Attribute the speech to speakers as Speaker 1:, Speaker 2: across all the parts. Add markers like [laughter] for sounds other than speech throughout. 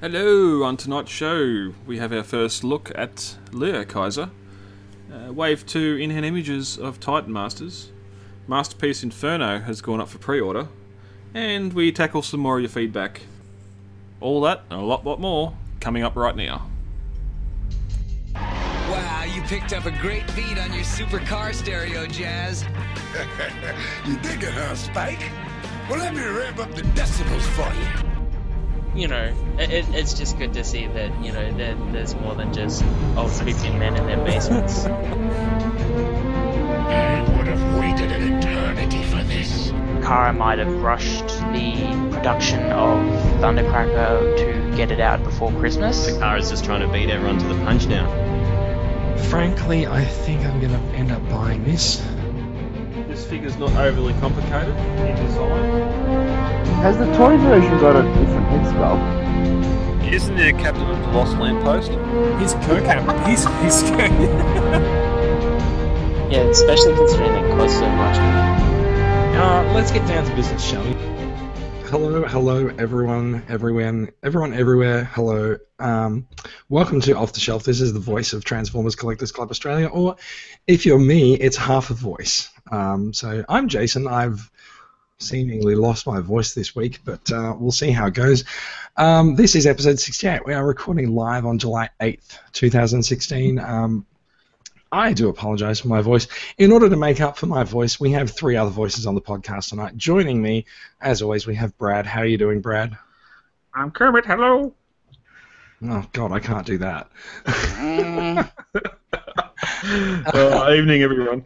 Speaker 1: Hello, on tonight's show, we have our first look at Leo Kaiser, uh, Wave 2 in hand images of Titan Masters, Masterpiece Inferno has gone up for pre order, and we tackle some more of your feedback. All that and a lot, lot more coming up right now.
Speaker 2: Wow, you picked up a great beat on your supercar stereo, Jazz.
Speaker 3: You dig it, huh, Spike? Well, let me ramp up the decibels for you.
Speaker 4: you know, it, it, it's just good to see that you know that there's more than just old creeping men in their basements.
Speaker 3: I would have waited an eternity for this.
Speaker 5: Kara might have rushed the production of Thundercracker to get it out before Christmas.
Speaker 6: Car is just trying to beat everyone to the punch now.
Speaker 7: Frankly, I think I'm gonna end up buying this.
Speaker 1: This figure's not overly complicated in design.
Speaker 8: Has the toy version got a different head sculpt?
Speaker 6: Isn't there a Captain of the Lost Lamppost?
Speaker 9: He's co-captain. He's he's
Speaker 4: [laughs] Yeah, especially considering it costs so much.
Speaker 9: uh, let's get down to business, shall we?
Speaker 7: Hello, hello, everyone, everyone, everyone, everywhere. Hello. Um, welcome to Off the Shelf. This is the voice of Transformers Collectors Club Australia, or if you're me, it's half a voice. Um, so I'm Jason. I've seemingly lost my voice this week, but uh, we'll see how it goes. Um, this is episode 68. We are recording live on July 8th, 2016. Um, I do apologize for my voice. In order to make up for my voice, we have three other voices on the podcast tonight. Joining me, as always, we have Brad. How are you doing, Brad?
Speaker 9: I'm Kermit. Hello.
Speaker 7: Oh, God, I can't do that.
Speaker 9: Mm.
Speaker 7: [laughs]
Speaker 9: uh,
Speaker 1: evening, everyone.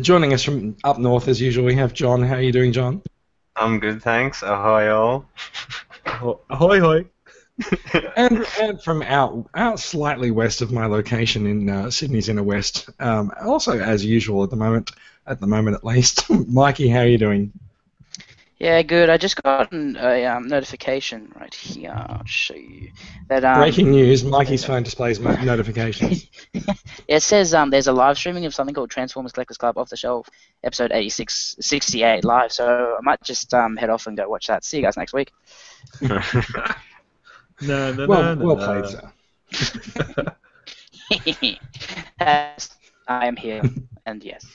Speaker 7: Joining us from up north, as usual, we have John. How are you doing, John?
Speaker 6: I'm good, thanks. Ahoy all.
Speaker 9: Ahoy, hoy.
Speaker 7: And, and from out, out slightly west of my location in uh, Sydney's inner west, um, also as usual at the moment, at the moment at least, [laughs] Mikey, how are you doing?
Speaker 5: Yeah, good. I just got an- a um, notification right here. I'll show you that. Um,
Speaker 7: Breaking news: Mikey's phone displays mo- notifications.
Speaker 5: It says um, there's a live streaming of something called Transformers Collectors Club off the shelf, episode 86, 68 live. So I might just um, head off and go watch that. See you guys next week. [laughs]
Speaker 9: No, no,
Speaker 7: well, well played, sir.
Speaker 5: Yes, I am
Speaker 7: [laughs]
Speaker 5: here, and yes,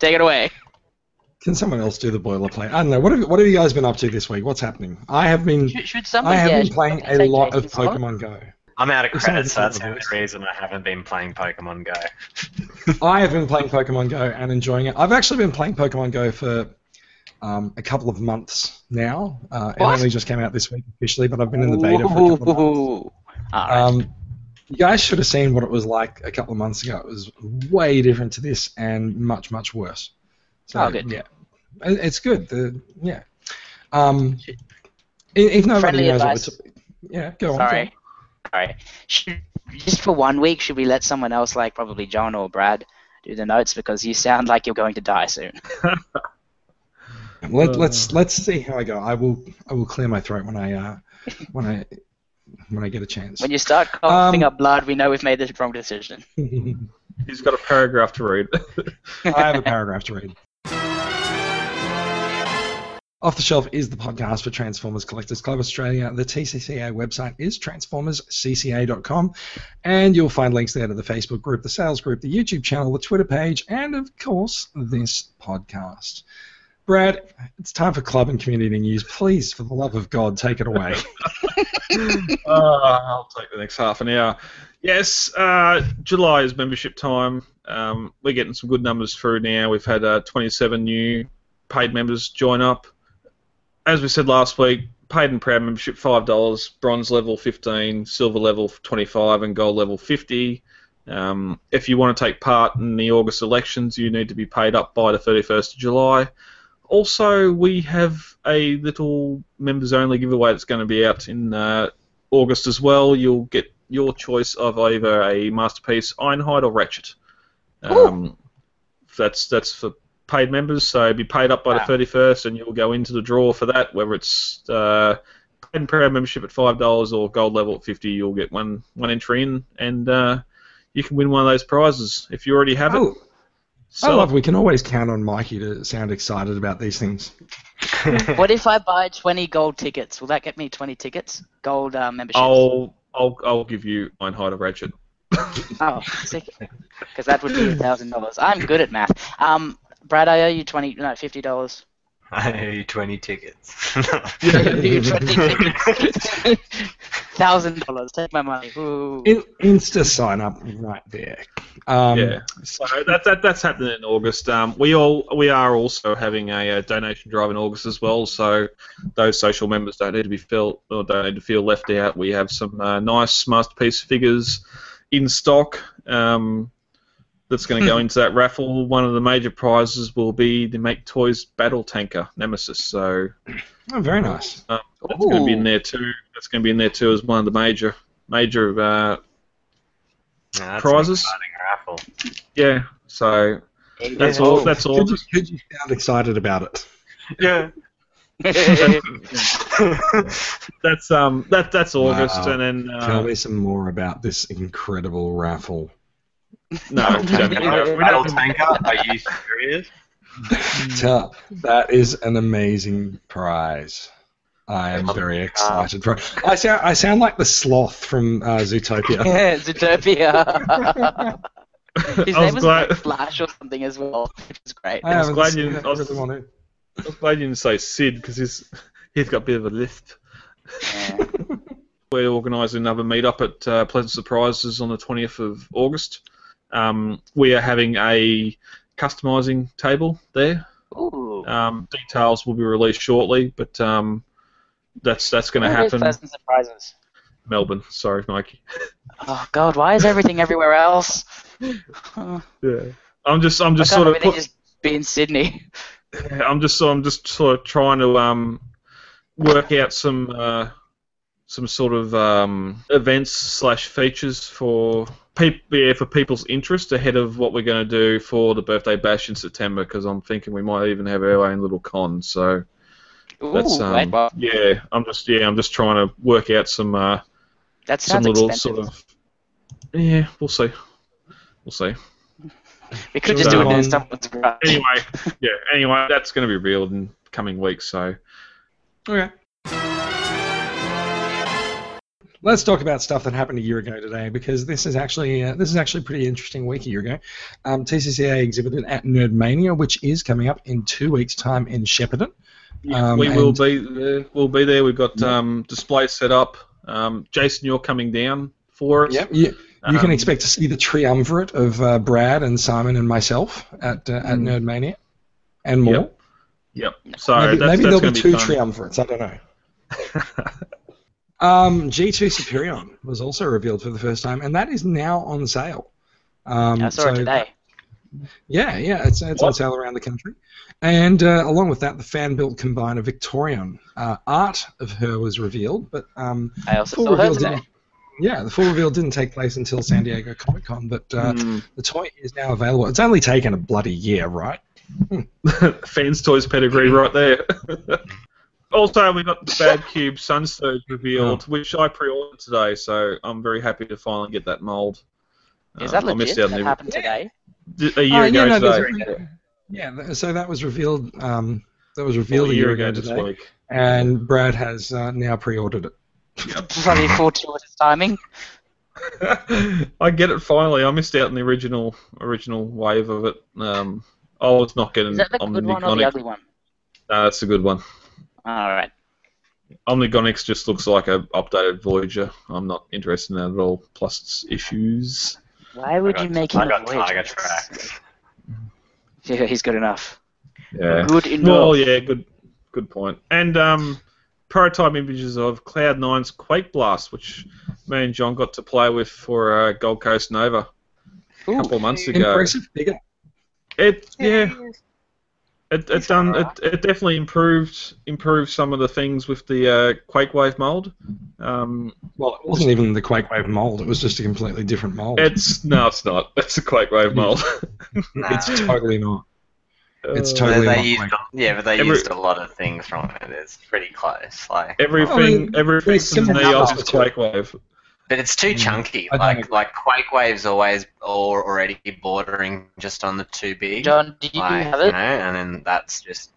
Speaker 5: take it away.
Speaker 7: Can someone else do the boilerplate? I don't know. What have, what have you guys been up to this week? What's happening? I have been
Speaker 5: Should, should someone?
Speaker 7: I have
Speaker 5: yeah,
Speaker 7: been
Speaker 5: should
Speaker 7: playing
Speaker 5: someone
Speaker 7: a
Speaker 5: take
Speaker 7: lot of
Speaker 5: Jason's spot?
Speaker 7: Pokemon Go.
Speaker 6: I'm out of
Speaker 7: It's
Speaker 6: credits, so
Speaker 7: not
Speaker 6: that's
Speaker 7: the
Speaker 6: the only
Speaker 7: voice.
Speaker 6: reason I haven't been playing Pokemon Go.
Speaker 7: I have been playing Pokemon Go and enjoying it. I've actually been playing Pokemon Go for um, a couple of months now. Uh, it
Speaker 5: What?
Speaker 7: only just came out this week officially, but I've been in the beta for a couple of months.
Speaker 5: Ooh. Alright.
Speaker 7: Um, you guys should have seen what it was like a couple of months ago. It was way different to this and much, much worse. So,
Speaker 5: Oh, good.
Speaker 7: Yeah, It- it's good. The yeah, um, e- if nobody
Speaker 5: Friendly
Speaker 7: knows
Speaker 5: advice.
Speaker 7: what we're t- yeah, go on.
Speaker 5: Sorry. Sorry. Should, just for one week, should we let someone else, like probably John or Brad, do the notes because you sound like you're going to die soon.
Speaker 7: Let, let's let's see how I go. I will I will clear my throat when I uh, when I when I get a chance.
Speaker 5: When you start coughing
Speaker 7: [laughs] Um,
Speaker 5: up blood, we know we've made the wrong
Speaker 7: [laughs]
Speaker 5: decision.
Speaker 1: He's got a paragraph to read. [laughs]
Speaker 7: I have a paragraph to read. Off the Shelf is the podcast for Transformers Collectors Club Australia. The TCCA website is transformerscca.com, and you'll find links there to the Facebook group, the sales group, the YouTube channel, the Twitter page, and of course, this podcast. Brad, it's time for club and community news. Please, for the love of God, take it away.
Speaker 1: uh, I'll take the next half an hour. Yes, uh, July is membership time. Um, we're getting some good numbers through now. We've had uh, 27 new paid members join up. As we said last week, paid and proud membership $5, bronze level 15, silver level 25, and gold level 50. Um, if you want to take part in the August elections, you need to be paid up by the 31st of July. Also, we have a little members only giveaway that's going to be out in uh, August as well, you'll get your choice of either a masterpiece, Einhide or Ratchet. Um, that's that's for paid members, so be paid up by
Speaker 5: Wow.
Speaker 1: the thirty first, and you'll go into the draw for that. Whether it's uh, paid and proud membership at five dollars or gold level at fifty, you'll get one one entry in, and uh, you can win one of those prizes if you already have it.
Speaker 7: oh,
Speaker 1: So,
Speaker 7: I love we can always count on Mikey to sound excited about these things.
Speaker 5: What if I buy 20 gold tickets? Will that get me 20 tickets? Gold uh, memberships?
Speaker 7: Oh.
Speaker 1: I'll, I'll, I'll give you Einheit of Ratchet.
Speaker 5: Oh, because that would be a thousand dollars. I'm good at math. Um, Brad, I owe you twenty, no, fifty
Speaker 7: [laughs]
Speaker 5: dollars. [laughs]
Speaker 6: I owe you
Speaker 1: [laughs]
Speaker 6: 20 tickets.
Speaker 5: Thousand dollars. Take my money. Ooh.
Speaker 7: In, Insta sign up right there. Um,
Speaker 1: yeah. So that, that that's happening in August. Um, we all we are also having a, uh donation drive in August as well. So those social members don't need to be felt or don't need to feel left out. We have some uh, nice masterpiece figures in stock. Um, that's going to go into that raffle. One of the major prizes will be the Make Toys Battle Tanker Nemesis. So
Speaker 7: Oh, very nice.
Speaker 1: um, that's going to be in
Speaker 5: Ooh.
Speaker 1: there too. That's going to be in there too as one of the major major uh,
Speaker 6: Nah, that's an
Speaker 1: Prizes?
Speaker 6: exciting raffle.
Speaker 1: yeah. So that's all. Oh, That's
Speaker 7: [laughs]
Speaker 1: all.
Speaker 7: Could you, could you sound excited about it?
Speaker 1: [laughs]
Speaker 6: Yeah.
Speaker 1: That's um that that's August
Speaker 7: Wow.
Speaker 1: and then
Speaker 7: Tell
Speaker 1: uh,
Speaker 7: me some more about this incredible raffle.
Speaker 6: [laughs]
Speaker 1: no we don't- we don't- we
Speaker 6: Battle
Speaker 1: don't-
Speaker 6: tanker? Are you serious?
Speaker 1: Hmm.
Speaker 7: Tell- that is an amazing prize. I am very excited for it. I sound, I sound like the sloth from
Speaker 1: [laughs]
Speaker 7: uh, Zootopia.
Speaker 5: Yeah, [laughs] Zootopia. His
Speaker 1: I was
Speaker 5: name was
Speaker 1: glad-
Speaker 5: like Flash or something as well, which
Speaker 1: [laughs]
Speaker 5: is great.
Speaker 7: I haven't
Speaker 1: glad
Speaker 7: seen
Speaker 1: you-
Speaker 7: it.
Speaker 1: I was-
Speaker 7: really want to.
Speaker 1: I'm glad you didn't say Sid because he's [laughs] he's got a bit of a lift.
Speaker 5: Yeah.
Speaker 1: We're organising another meetup at uh, Pleasant Surprises on the 20th of August. Um, we are having a customising table there.
Speaker 5: Ooh.
Speaker 1: Um, details will be released shortly, but um, that's that's going to
Speaker 5: Where are those
Speaker 1: happen.
Speaker 5: Pleasant surprises.
Speaker 1: Melbourne, sorry, Mikey.
Speaker 5: Oh God, why is everything everywhere else? Huh.
Speaker 1: Yeah, I'm just I'm
Speaker 5: Why
Speaker 1: just
Speaker 5: can't
Speaker 1: sort of
Speaker 5: everything
Speaker 1: put-
Speaker 5: just be in Sydney? [laughs]
Speaker 1: Yeah, I'm just so I'm just sort of trying to um, work out some uh, some sort of um, events slash features for people yeah, for people's interest ahead of what we're going to do for the birthday bash in September because I'm thinking we might even have our own little con. So
Speaker 5: Ooh,
Speaker 1: that's
Speaker 5: wait,
Speaker 1: um,
Speaker 5: well,
Speaker 1: yeah, I'm just yeah I'm just trying to work out some uh,
Speaker 5: that
Speaker 1: some
Speaker 5: sounds
Speaker 1: little
Speaker 5: expensive.
Speaker 1: sort of yeah we'll see we'll see.
Speaker 5: we could just
Speaker 1: Sort
Speaker 5: do
Speaker 1: of-
Speaker 5: it in someone's garage.
Speaker 1: Anyway,
Speaker 5: [laughs]
Speaker 1: yeah anyway that's going to be revealed in coming weeks. So.
Speaker 7: Okay. Let's talk about stuff that happened a year ago today because this is actually uh, this is actually a pretty interesting week a year ago. Um, TCCA exhibited at Nerdmania, which is coming up in two weeks' time in Shepparton.
Speaker 1: Yeah,
Speaker 7: Um,
Speaker 1: we will
Speaker 7: and-
Speaker 1: be there. We'll be there. We've got um, displays set up. Um, Jason, you're coming down for it.
Speaker 7: You, you can
Speaker 1: Um,
Speaker 7: expect to see the triumvirate of uh, Brad and Simon and myself at uh, at
Speaker 1: Mm.
Speaker 7: Nerdmania, and more.
Speaker 1: Yep. Yep. So
Speaker 7: maybe
Speaker 1: that's,
Speaker 7: maybe
Speaker 1: that's
Speaker 7: there'll
Speaker 1: going
Speaker 7: be
Speaker 1: to
Speaker 7: two
Speaker 1: be fun.
Speaker 7: triumvirates. I don't know.
Speaker 1: [laughs]
Speaker 7: um, G2 Superion was also revealed for the first time, and that is now on sale. Um,
Speaker 5: I saw
Speaker 7: so-
Speaker 5: it Uh, today.
Speaker 7: yeah, yeah, it's, it's on
Speaker 1: What?
Speaker 7: sale around the country. And uh, along with that, the fan built combiner Victorian uh, art of her was revealed, but um,
Speaker 5: I also
Speaker 7: full
Speaker 5: saw her
Speaker 7: reveal
Speaker 5: today.
Speaker 1: eh?
Speaker 7: didn't. Yeah, the full reveal didn't take place until San Diego Comic Con, but uh,
Speaker 5: Hmm.
Speaker 1: Mm.
Speaker 7: the toy is now available. It's only taken a bloody year, right?
Speaker 1: Fans Toys pedigree right there. [laughs] also, we got the Bad Cube Sun Surge revealed, which I pre-ordered today, so I'm very happy to finally get that mold.
Speaker 5: Is
Speaker 1: Um,
Speaker 5: that
Speaker 1: I missed out
Speaker 5: legit?
Speaker 1: on
Speaker 5: That
Speaker 1: the- [laughs]
Speaker 5: happened today.
Speaker 1: d- a year
Speaker 7: Oh,
Speaker 1: ago
Speaker 7: yeah, no,
Speaker 1: today.
Speaker 7: that's right. Yeah, th- so that was revealed. Um, that was
Speaker 1: Well,
Speaker 7: revealed
Speaker 1: a year ago this
Speaker 7: today,
Speaker 1: week.
Speaker 7: and Brad has uh, now pre-ordered it.
Speaker 5: Bloody fortuitous timing.
Speaker 1: [laughs] I get it finally. I missed out on the original original wave of it. Um, I was not getting
Speaker 5: Is that the good one or the
Speaker 1: Omnigonic.
Speaker 5: ugly one?
Speaker 1: No, that's a good one.
Speaker 5: All right.
Speaker 1: Omnigonix just looks like a updated Voyager. I'm not interested in that at all. Plus its issues.
Speaker 5: Why would
Speaker 6: I
Speaker 5: you
Speaker 6: got-
Speaker 5: make him
Speaker 6: I got
Speaker 5: a Voyager?
Speaker 6: Tiger Tracks.
Speaker 5: [laughs] Yeah, he's good enough.
Speaker 1: Yeah.
Speaker 5: Good enough.
Speaker 1: Well, yeah, good good point. And um, prototype images of Cloud Nine's Quake Blast, which me and John got to play with for uh, Gold Coast Nova a couple of months ago.
Speaker 7: Impressive figure.
Speaker 1: It yeah. It, it done it, it definitely improved improved some of the things with the uh, quake wave mold. Um,
Speaker 7: Well, it wasn't even the Quake Wave mold. It was just a completely different mold.
Speaker 1: it's no, it's not. It's a quake wave mold.
Speaker 6: Nah.
Speaker 7: it's totally not. [laughs] It's
Speaker 1: Uh,
Speaker 7: totally
Speaker 6: they
Speaker 7: not
Speaker 6: used
Speaker 7: Quake.
Speaker 6: a- yeah, but they
Speaker 1: Every-
Speaker 6: used a lot of things from it. It's pretty close. Like
Speaker 1: everything
Speaker 7: Well, I mean,
Speaker 1: everything
Speaker 7: it's
Speaker 1: from
Speaker 7: similar
Speaker 1: the
Speaker 7: to
Speaker 1: old is
Speaker 7: that.
Speaker 1: quake wave.
Speaker 6: But it's too
Speaker 7: Mm.
Speaker 6: chunky.
Speaker 7: I don't
Speaker 6: Like
Speaker 7: agree.
Speaker 6: like Quake Wave's always or already bordering just on the too big.
Speaker 5: John, do you
Speaker 6: like,
Speaker 5: have
Speaker 6: you
Speaker 5: it?
Speaker 6: know, and then that's just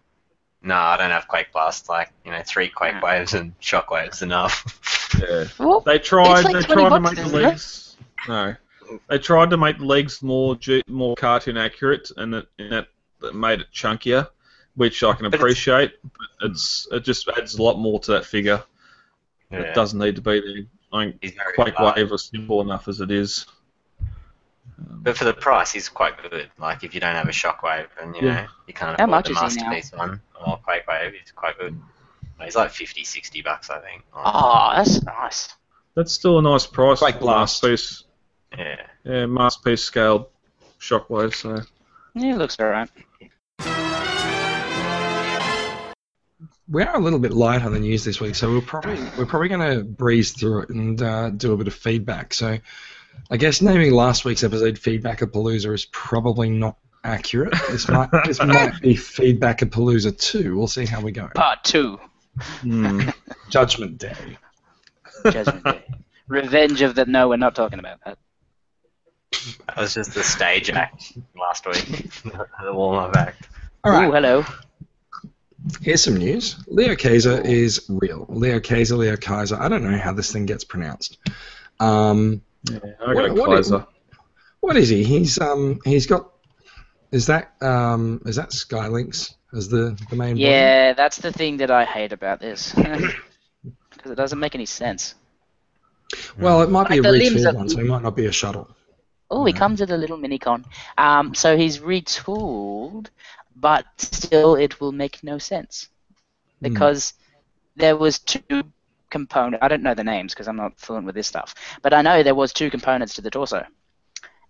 Speaker 6: no, I don't have Quake Blast. Like you know, three Quake Waves and Shockwaves enough. [laughs]
Speaker 1: Yeah.
Speaker 5: Well,
Speaker 1: They tried.
Speaker 5: It's like
Speaker 1: they
Speaker 5: 20
Speaker 1: tried to make
Speaker 5: bucks,
Speaker 1: the
Speaker 5: isn't it?
Speaker 1: legs. No, they tried to make the legs more ju- more cartoon accurate, and that and that, that made it chunkier, which I can
Speaker 6: But it's-
Speaker 1: appreciate. But it's it just adds a lot more to that figure. It doesn't need to be there. I think
Speaker 6: He's very
Speaker 1: Quake
Speaker 6: fast.
Speaker 1: Wave was simple enough as it is. Um,
Speaker 6: But for the price, he's quite good. Like if you don't have a Shockwave and you
Speaker 1: Yeah.
Speaker 6: know you can't
Speaker 5: How
Speaker 6: afford
Speaker 5: much
Speaker 6: the
Speaker 5: is he now?
Speaker 6: masterpiece one or Quake Wave, he's quite good. He's like 50, 60 bucks, I think.
Speaker 5: oh, that's nice.
Speaker 1: that's still a nice price.
Speaker 7: Quake
Speaker 1: for
Speaker 7: Blast.
Speaker 1: masterpiece.
Speaker 6: Yeah.
Speaker 1: Yeah, masterpiece scaled shockwave. So
Speaker 5: Yeah, it looks alright.
Speaker 7: we are a little bit light on the news this week, so we're probably we're probably going to breeze through it and uh, do a bit of feedback. So, I guess naming last week's episode "Feedback at Palooza" is probably not accurate. This might this might be "Feedback at Palooza" too. We'll see how we go.
Speaker 5: Part two,
Speaker 1: hmm.
Speaker 7: Judgment Day.
Speaker 5: [laughs] Judgment Day. Revenge of the. No, we're not talking about that.
Speaker 6: That was just
Speaker 5: [laughs]
Speaker 6: the stage act last week, [laughs] the warm up act.
Speaker 7: All right.
Speaker 5: Ooh, hello.
Speaker 7: Here's some news. Leo Kaiser is real. Leo Kaiser, Leo Kaiser. I don't know how this thing gets pronounced. Um,
Speaker 1: yeah, I
Speaker 7: What-
Speaker 1: got
Speaker 7: what-
Speaker 1: closer.
Speaker 7: What is he? He's um he's got is that um is that Skylinks as the the main one?
Speaker 5: Yeah, that's the thing that I hate about this. [laughs] Because it doesn't make any sense.
Speaker 7: Well, it might be
Speaker 5: Like the
Speaker 7: a
Speaker 5: limbs
Speaker 7: reach
Speaker 5: are-
Speaker 7: one, so it might not be a shuttle.
Speaker 5: Oh, he
Speaker 1: Hmm.
Speaker 7: Yeah.
Speaker 5: comes with a little minicon. Um, so he's retooled, but still it will make no sense
Speaker 7: Hmm.
Speaker 5: because there was two component. I don't know the names because I'm not fluent with this stuff, but I know there was two components to the torso,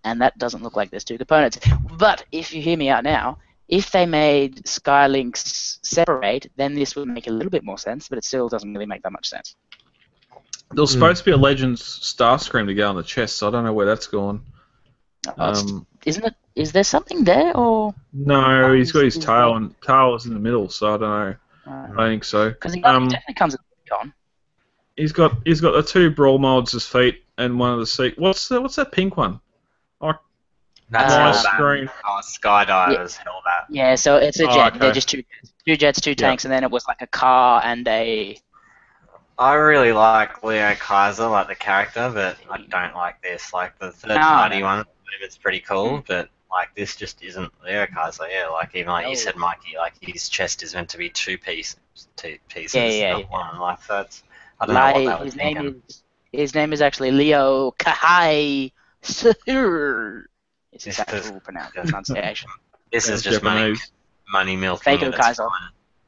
Speaker 5: and that doesn't look like there's two components. But if you hear me out now, if they made Skylinks separate, then this would make a little bit more sense, but it still doesn't really make that much sense.
Speaker 1: There was supposed to be a Legends Star Scream to go on the chest, so I don't know where that's gone.
Speaker 5: Oh, it's-
Speaker 1: Um,
Speaker 5: isn't it? Is there something there or?
Speaker 1: no,
Speaker 5: Oh,
Speaker 1: he's got his
Speaker 5: he's-
Speaker 1: tail, and tail is in the middle, so I don't know. I don't think so.
Speaker 5: Because he
Speaker 1: Um,
Speaker 5: uh, definitely comes with a minicon.
Speaker 1: He's got he's got the two brawl molds as feet and one of the seat. What's the, what's that pink one?
Speaker 6: That's
Speaker 5: Uh,
Speaker 6: hell
Speaker 1: Nice
Speaker 6: that.
Speaker 1: screen.
Speaker 6: Oh, skydivers, hell that.
Speaker 5: Yeah, so it's a
Speaker 1: Oh,
Speaker 5: jet. They're
Speaker 1: okay.
Speaker 5: just two, two jets, two tanks, and then it was like a car and a.
Speaker 6: I really like Leo Kaiser, like the character, but I don't like this. Like the third party
Speaker 5: No.
Speaker 6: one, I believe it's pretty cool,
Speaker 5: Hmm.
Speaker 6: but like this just isn't Leo Kaiser. Yeah, like even like
Speaker 5: No.
Speaker 6: you said, Mikey, like his chest is meant to be two pieces, two pieces,
Speaker 5: Yeah, yeah,
Speaker 6: not
Speaker 5: yeah.
Speaker 6: one. Like that's. I don't know what
Speaker 5: Like
Speaker 6: that was
Speaker 5: his name
Speaker 6: thinking.
Speaker 5: is his name is actually Leo Kahai Sahur. It's his
Speaker 6: Yes, that's-
Speaker 5: actual pronoun- pronunciation.
Speaker 6: [laughs] This is
Speaker 1: Yeah,
Speaker 6: just money,
Speaker 1: Japanese.
Speaker 6: money milking.
Speaker 5: Fake
Speaker 6: and it's
Speaker 5: Kaiser.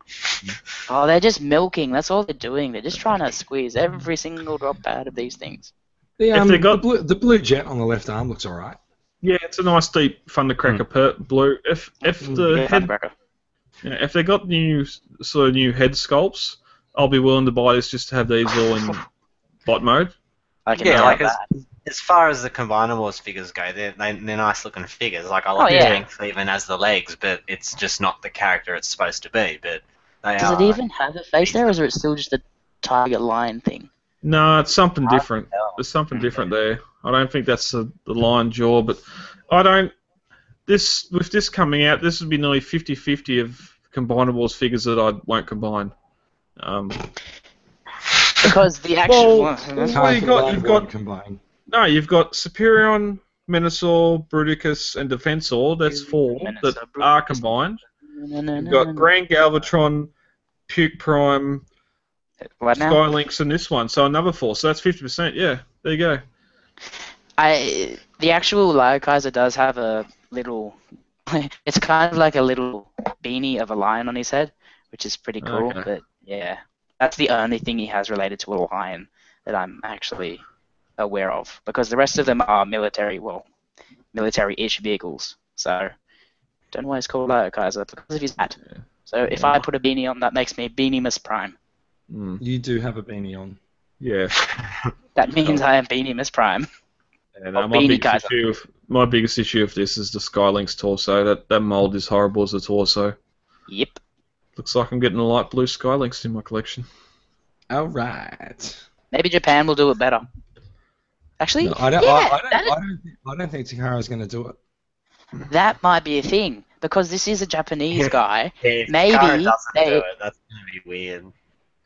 Speaker 6: fine.
Speaker 5: [laughs] Oh, they're just milking. That's all they're doing. They're just trying to squeeze every single drop out of these things.
Speaker 7: The,
Speaker 1: If
Speaker 7: um,
Speaker 1: they got-
Speaker 7: the, blue, the blue jet on the left arm looks all right.
Speaker 1: Yeah, it's a nice deep thundercracker per blue. If if the
Speaker 5: Yeah,
Speaker 1: head
Speaker 5: Thunderbreaker.
Speaker 1: yeah, if they got new s- sort of new head sculpts, I'll be willing to buy this just to have these all in bot mode.
Speaker 5: I can
Speaker 6: Yeah,
Speaker 5: yeah,
Speaker 6: like
Speaker 5: that.
Speaker 6: it's- as far as the Combiner Wars figures go, they're, they, they're nice looking figures. Like, I like
Speaker 5: Oh,
Speaker 6: the
Speaker 5: yeah.
Speaker 6: tank even as the legs, but it's just not the character it's supposed to be. But they
Speaker 5: Does
Speaker 6: are.
Speaker 5: it even have a face there, or is it still just a tiger line thing?
Speaker 1: No, it's something different.
Speaker 6: hell.
Speaker 1: There's something different there. I don't think that's the, the lion jaw, but I don't. This with this coming out, this would be nearly 50-50 of combinables figures that I won't combine. Um,
Speaker 5: Because the
Speaker 1: Well,
Speaker 5: actual. [laughs]
Speaker 6: [laughs]
Speaker 1: That's why you got-
Speaker 7: Line
Speaker 1: you've
Speaker 7: one
Speaker 1: got-
Speaker 7: combined.
Speaker 1: no, you've got Superion, Minosaur, Bruticus, and Defensor. That's four that
Speaker 5: Minotaur,
Speaker 1: are
Speaker 5: Bruticus.
Speaker 1: combined.
Speaker 5: No, no,
Speaker 1: You've
Speaker 5: no, no,
Speaker 1: got
Speaker 5: no.
Speaker 1: Grand Galvatron, Puke Prime,
Speaker 5: What now?
Speaker 1: Skylinks, and this one. So another four. So that's fifty percent. Yeah, there you go.
Speaker 5: I the actual Lion Kaiser does have a little. [laughs] it's kind of like a little beanie of a lion on his head, which is pretty cool.
Speaker 1: Okay.
Speaker 5: But yeah, that's the only thing he has related to a lion that I'm actually aware of, because the rest of them are military, well, military-ish vehicles. So don't know why it's called Lion Kaiser because of his hat. So if I put a beanie on, that makes me Beanie Miss Prime.
Speaker 1: Mm,
Speaker 7: You do have a beanie on.
Speaker 1: yeah.
Speaker 5: That means I am Beanie Miss Prime.
Speaker 1: Yeah, no,
Speaker 5: Or
Speaker 1: my
Speaker 5: Beanie
Speaker 1: biggest
Speaker 5: Kaiser.
Speaker 1: issue of my biggest issue of this is the Skylinks torso. That that mold is horrible as a torso.
Speaker 5: Yep.
Speaker 1: Looks like I'm getting a light blue Skylinks in my collection.
Speaker 7: All right.
Speaker 5: Maybe Japan will do it better. Actually,
Speaker 7: No, I don't.
Speaker 5: yeah,
Speaker 7: I, I, don't,
Speaker 5: that,
Speaker 7: I, don't think, I don't think Takara's going to do it.
Speaker 5: that might be a thing because this is a Japanese guy.
Speaker 6: If
Speaker 5: Maybe
Speaker 6: Kara doesn't
Speaker 5: they-
Speaker 6: do it, that's gonna be weird.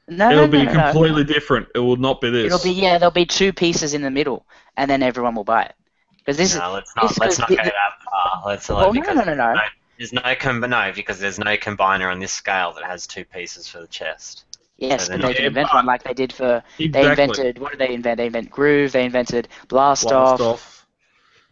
Speaker 5: No,
Speaker 4: It'll
Speaker 5: no,
Speaker 4: be
Speaker 5: no, no, no.
Speaker 4: completely different. It will not be this.
Speaker 5: It'll be yeah, there'll be two pieces in the middle, and then everyone will buy it because this
Speaker 6: No, let's
Speaker 5: this
Speaker 6: not let's
Speaker 5: could
Speaker 6: not
Speaker 5: be
Speaker 6: go
Speaker 5: the-
Speaker 6: that far. Let's
Speaker 5: is.
Speaker 6: allow
Speaker 5: Well, no,
Speaker 6: because
Speaker 5: no, no, no.
Speaker 6: there's no com- no because there's no combiner on this scale that has two pieces for the chest.
Speaker 5: Yes, but
Speaker 6: So they're
Speaker 5: they
Speaker 6: not-
Speaker 5: could invent one like they did for. They
Speaker 4: exactly.
Speaker 5: invented what did they invent? They invented groove. They invented blast,
Speaker 4: Blast
Speaker 5: off,
Speaker 4: off.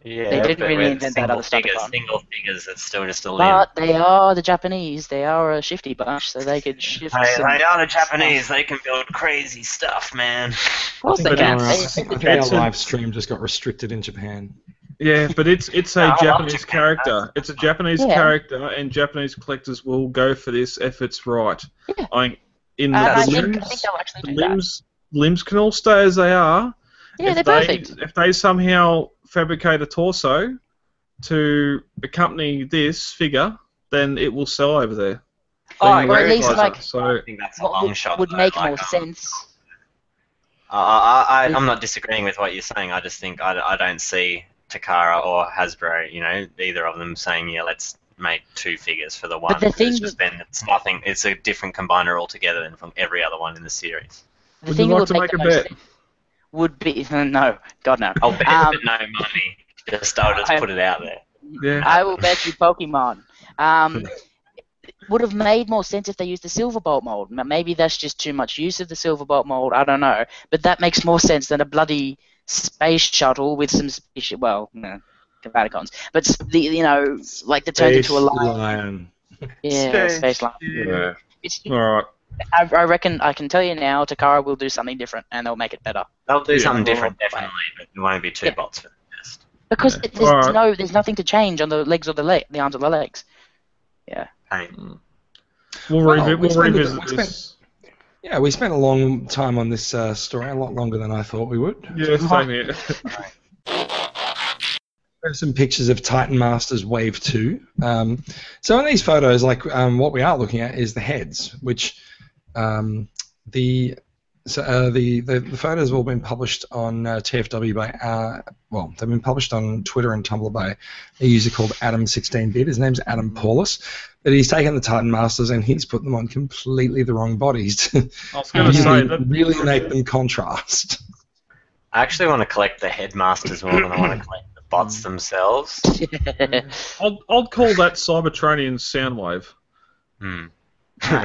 Speaker 6: Yeah,
Speaker 5: They didn't
Speaker 6: but
Speaker 5: really
Speaker 6: with
Speaker 5: invent that
Speaker 6: single
Speaker 5: other stuff,
Speaker 6: Figures,
Speaker 5: Ivan.
Speaker 6: single figures, it's still just a limb.
Speaker 5: But they are the Japanese. They are a shifty bunch, so they could shift.
Speaker 6: Hey,
Speaker 5: some-
Speaker 6: they are the Japanese. They can build crazy stuff, man.
Speaker 5: Of course
Speaker 7: I
Speaker 5: they
Speaker 7: think,
Speaker 5: can.
Speaker 7: our, I
Speaker 5: They-
Speaker 7: think, I think
Speaker 4: That's
Speaker 7: our
Speaker 4: a-
Speaker 7: live stream just got restricted in Japan.
Speaker 4: Yeah, but it's it's
Speaker 6: [laughs] I
Speaker 4: a
Speaker 6: love
Speaker 4: Japanese
Speaker 6: Japan.
Speaker 4: character. It's a Japanese
Speaker 5: Yeah.
Speaker 4: character, and Japanese collectors will go for this if it's right.
Speaker 5: Yeah.
Speaker 4: I, in
Speaker 5: and uh, I
Speaker 4: the
Speaker 5: think, I
Speaker 4: limbs,
Speaker 5: think they'll actually
Speaker 4: the
Speaker 5: do that.
Speaker 4: limbs, limbs can all stay as they are.
Speaker 5: Yeah,
Speaker 4: if
Speaker 5: they're
Speaker 4: they,
Speaker 5: perfect.
Speaker 4: If they somehow fabricate a torso to accompany this figure, then it will sell over there.
Speaker 5: Oh,
Speaker 4: They
Speaker 5: or at least,
Speaker 4: advertise it,
Speaker 5: like,
Speaker 4: so
Speaker 6: I think that's a
Speaker 5: What
Speaker 6: long
Speaker 5: would,
Speaker 6: shot.
Speaker 5: would
Speaker 6: though,
Speaker 5: make
Speaker 6: like,
Speaker 5: more
Speaker 6: um,
Speaker 5: sense?
Speaker 6: I, I,
Speaker 5: Mm.
Speaker 6: I, I'm not disagreeing with what you're saying. I just think I, I don't see Takara or Hasbro, you know, either of them saying, yeah, let's make two figures for the one.
Speaker 5: the thing-
Speaker 6: it's just then it's nothing. It's a different combiner altogether than from every other one in the series.
Speaker 5: The
Speaker 4: Would
Speaker 5: thing
Speaker 4: you like
Speaker 5: that would
Speaker 4: to make
Speaker 5: make the
Speaker 4: a
Speaker 5: most
Speaker 4: bet?
Speaker 5: sense would be [laughs] no, God no.
Speaker 6: I'll bet
Speaker 5: Um,
Speaker 6: it no money. Just I'll just
Speaker 5: I-
Speaker 6: put it out there.
Speaker 4: yeah,
Speaker 5: I will bet you Pokemon. Um, would have made more sense if they used the silver bolt mold. M- Maybe that's just too much use of the silver bolt mold. I don't know, but that makes more sense than a bloody space shuttle with some space. Well, no, Compatticons, but s- the you know like that turns into a lion. Yeah, space, lion.
Speaker 4: yeah.
Speaker 5: It's,
Speaker 4: All right.
Speaker 5: I, I reckon I can tell you now. Takara will do something different, and they'll make it better.
Speaker 6: They'll do
Speaker 4: Yeah,
Speaker 6: something
Speaker 5: well,
Speaker 6: different,
Speaker 5: right.
Speaker 6: definitely, but there won't be two
Speaker 5: Yeah.
Speaker 6: bots for the test.
Speaker 5: Because
Speaker 4: Yeah.
Speaker 5: it- there's
Speaker 4: Alright.
Speaker 5: no, there's nothing to change on the legs or the leg, the arms or the legs. [laughs]
Speaker 6: Pain.
Speaker 4: We'll,
Speaker 7: Well,
Speaker 4: revi-
Speaker 7: we
Speaker 4: we'll
Speaker 7: spent a bit-
Speaker 4: revisit
Speaker 7: we spent-
Speaker 4: this.
Speaker 7: Yeah, we spent a long time on this uh, story, a lot longer than I thought we would.
Speaker 4: Yeah, same here.
Speaker 7: There's some pictures of Titan Masters Wave 2. Um, so in these photos, like um, what we are looking at is the heads, which um, the so, uh, the, the the photos have all been published on uh, TFW by uh, well they've been published on Twitter and Tumblr by a user called Adam16bit. His name's Adam Paulus, but he's taken the Titan Masters and he's put them on completely the wrong bodies [laughs] to
Speaker 4: I was going to say
Speaker 7: really,
Speaker 4: that
Speaker 7: really make them contrast.
Speaker 6: I actually want to collect the headmasters more than I want to collect the
Speaker 5: Mm.
Speaker 6: bots themselves.
Speaker 4: I'll, I'll call that Cybertronian Soundwave.
Speaker 6: Hmm.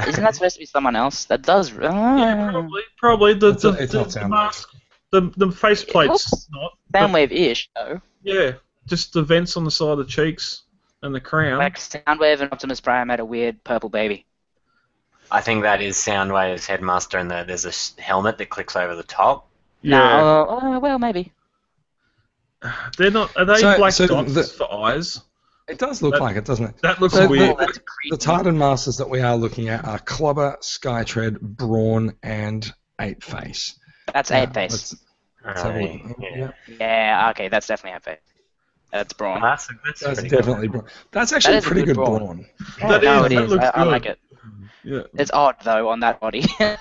Speaker 5: Isn't that supposed to be someone else? That does. Hmm. uh,
Speaker 4: Yeah, probably. Probably the
Speaker 7: It's
Speaker 4: the,
Speaker 7: not- it's
Speaker 4: the,
Speaker 7: not
Speaker 4: the
Speaker 7: sound
Speaker 4: mask, the the faceplate's not.
Speaker 5: Soundwave ish though.
Speaker 4: Yeah, just the vents on the side of the cheeks and the crown.
Speaker 5: Like Soundwave and Optimus Prime had a weird purple baby.
Speaker 6: I think that is Soundwave's headmaster, and the, there's a s- helmet that clicks over the top.
Speaker 4: yeah,
Speaker 5: No, oh, oh, well maybe.
Speaker 4: they're not. Are they
Speaker 7: So-
Speaker 4: black
Speaker 7: so
Speaker 4: dots
Speaker 7: the-
Speaker 4: for eyes?
Speaker 7: It does look
Speaker 4: That-
Speaker 7: like it, doesn't it?
Speaker 4: That looks
Speaker 7: So the-
Speaker 4: weird.
Speaker 5: Oh, that's creepy.
Speaker 7: The Titan Masters that we are looking at are Clobber, Skytread, Brawn, and Eight Face.
Speaker 5: That's
Speaker 7: Yeah,
Speaker 5: eight face.
Speaker 7: let's- let's have a look.
Speaker 6: Alright, Oh, yeah.
Speaker 7: Um, Yeah,
Speaker 5: Yeah, okay, that's definitely eight face. That's
Speaker 6: Well,
Speaker 5: brawn.
Speaker 6: That's, that's
Speaker 7: that's
Speaker 6: pretty cool.
Speaker 7: definitely Brawn. That's actually
Speaker 5: That is a
Speaker 7: a pretty
Speaker 5: good
Speaker 7: good,
Speaker 5: Brawn.
Speaker 7: Brawn.
Speaker 4: That is.
Speaker 5: no, it
Speaker 4: that
Speaker 5: is.
Speaker 4: looks
Speaker 5: I,
Speaker 4: good.
Speaker 5: I like it.
Speaker 4: Yeah,
Speaker 5: It's odd though on that body. [laughs]
Speaker 4: that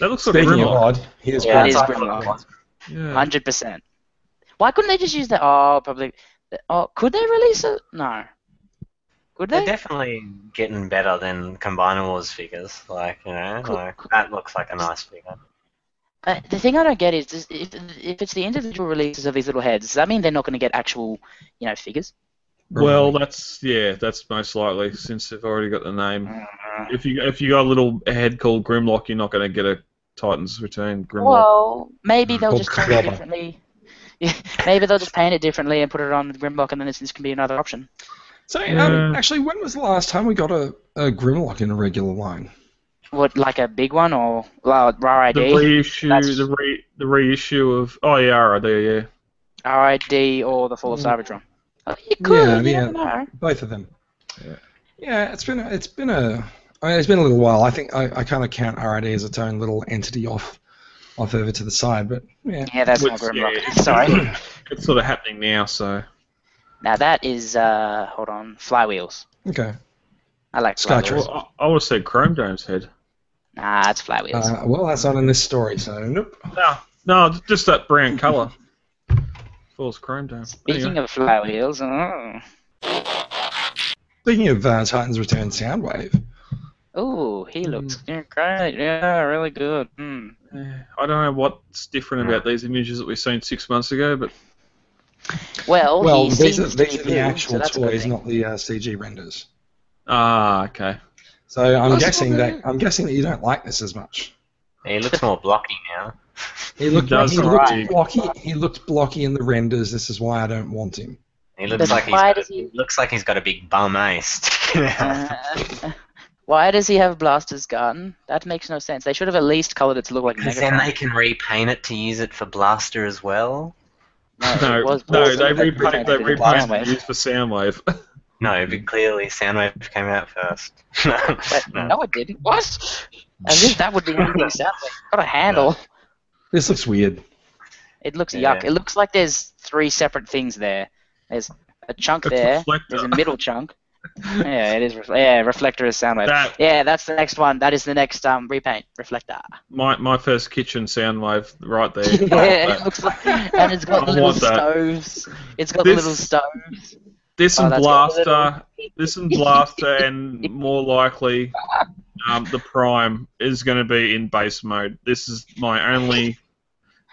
Speaker 4: looks like
Speaker 7: Speaking of
Speaker 4: Grimlock.
Speaker 7: odd, here's
Speaker 5: Yeah,
Speaker 7: Brawn.
Speaker 5: it is
Speaker 6: that's
Speaker 5: Grimlock.
Speaker 4: Yeah.
Speaker 5: Hundred percent. Why couldn't they just use that? Oh, probably. Oh, could they release it? No. Could
Speaker 6: They're
Speaker 5: they?
Speaker 6: definitely getting better than Combiner Wars figures. Like, you know,
Speaker 5: Cool,
Speaker 6: like, that looks like a nice figure.
Speaker 5: Uh, the thing I don't get is, is if, if it's the individual releases of these little heads, does that mean they're not going to get actual, you know, figures?
Speaker 4: Well, that's yeah, that's most likely since they've already got the name.
Speaker 5: Uh-huh.
Speaker 4: If you if you got a little head called Grimlock, you're not going to get a Titans Return Grimlock.
Speaker 5: Well, maybe they'll
Speaker 7: Called
Speaker 5: just paint it
Speaker 7: Clobber.
Speaker 5: differently. [laughs] Yeah, maybe they'll just paint it differently and put it on Grimlock, and then this, this can be another option.
Speaker 7: so,
Speaker 4: Yeah.
Speaker 7: um, actually, when was the last time we got a, a Grimlock in a regular line?
Speaker 5: What, like a big one or well, RID?
Speaker 4: the reissue,
Speaker 5: That's-
Speaker 4: the re the reissue of oh yeah, all right, there, yeah.
Speaker 5: RID or the Fall of Cybertron? Oh, you could,
Speaker 7: Yeah,
Speaker 5: you
Speaker 7: Mm. yeah.
Speaker 5: never know.
Speaker 7: Both of them.
Speaker 4: Yeah.
Speaker 7: Yeah, it's been a, it's been a I mean, it's been a little while. I think I, I kind of count RID as its own little entity off off over to the side, but yeah.
Speaker 5: Yeah, that's not
Speaker 4: Which, yeah,
Speaker 5: Grimlock.
Speaker 4: it's-
Speaker 5: [laughs]
Speaker 7: [laughs]
Speaker 5: Sorry.
Speaker 4: It's sort of happening now, so
Speaker 5: now that is, uh, hold on, Flywheels.
Speaker 7: Okay.
Speaker 5: I like
Speaker 7: Skytrax.
Speaker 5: Flywheels.
Speaker 4: well, I, I would have said Chrome Dome's head.
Speaker 5: Nah, it's Flywheels.
Speaker 7: Uh, well, that's not in this story, so nope.
Speaker 4: No, no, just that brown colour. Falls Chrome
Speaker 5: [laughs]
Speaker 4: Dome.
Speaker 5: Speaking of flower heels, oh,
Speaker 7: Speaking of uh, Titans Return Soundwave,
Speaker 5: Ooh,
Speaker 7: Mm.
Speaker 5: he looks great. Yeah, really good. Hmm.
Speaker 4: I don't know what's different about these images that we've seen six months ago, but
Speaker 5: Well,
Speaker 7: well,
Speaker 5: he
Speaker 7: these are,
Speaker 5: seems to
Speaker 7: these are
Speaker 5: be-
Speaker 7: the actual
Speaker 5: so that's a good
Speaker 7: toys,
Speaker 5: thing.
Speaker 7: not the uh, CG renders.
Speaker 4: ah, okay.
Speaker 7: So I'm
Speaker 5: That's
Speaker 7: guessing
Speaker 5: not bad.
Speaker 7: that I'm guessing that you don't like this as much.
Speaker 6: He looks more blocky now.
Speaker 7: He looked,
Speaker 4: does
Speaker 7: he looked
Speaker 5: alright.
Speaker 7: blocky. He looked blocky in the renders. This is why I don't want him.
Speaker 6: He looks
Speaker 5: But
Speaker 6: like he's
Speaker 5: why
Speaker 6: got,
Speaker 5: does
Speaker 6: a-
Speaker 5: he-
Speaker 6: looks like he's got a big bum ace. [laughs] sticking out.
Speaker 5: Uh, [laughs] why does he have Blaster's gun? That makes no sense. They should have at least coloured it to look like
Speaker 6: Because then
Speaker 5: Megatron.
Speaker 6: they can repaint it to use it for Blaster as well.
Speaker 5: No, it
Speaker 4: No,
Speaker 5: was
Speaker 4: no,
Speaker 5: Blaster.
Speaker 4: they
Speaker 5: They
Speaker 4: repainted they
Speaker 5: repainted it
Speaker 4: repainted
Speaker 5: Soundwave.
Speaker 4: the news for Soundwave.
Speaker 7: Mm-hmm.
Speaker 6: No, but clearly Soundwave came out first. [laughs] no,
Speaker 5: But
Speaker 6: no.
Speaker 5: no, it didn't. What? And then
Speaker 4: [laughs]
Speaker 5: that would be anything sadly. Got a handle.
Speaker 7: This looks weird.
Speaker 5: It looks
Speaker 6: Yeah.
Speaker 5: yuck. It looks like there's three separate things there. There's a chunk
Speaker 4: It's
Speaker 5: there.
Speaker 4: reflector.
Speaker 5: There's a middle chunk. Yeah, it is. Ref- yeah, reflector is sound wave.
Speaker 4: That-
Speaker 5: yeah, that's the next one. That is the next um repaint reflector.
Speaker 4: [laughs] my my first kitchen Soundwave [laughs] right there.
Speaker 5: [laughs] Yeah,
Speaker 4: But
Speaker 5: it looks like, and it's got
Speaker 4: I
Speaker 5: little
Speaker 4: want that.
Speaker 5: stoves. It's got
Speaker 4: This-
Speaker 5: little stoves.
Speaker 4: this
Speaker 5: Oh,
Speaker 4: and
Speaker 5: that's got a
Speaker 4: Blaster, this and
Speaker 5: [laughs]
Speaker 4: Blaster, and more likely, um, the Prime is going to be in base mode. This is my only.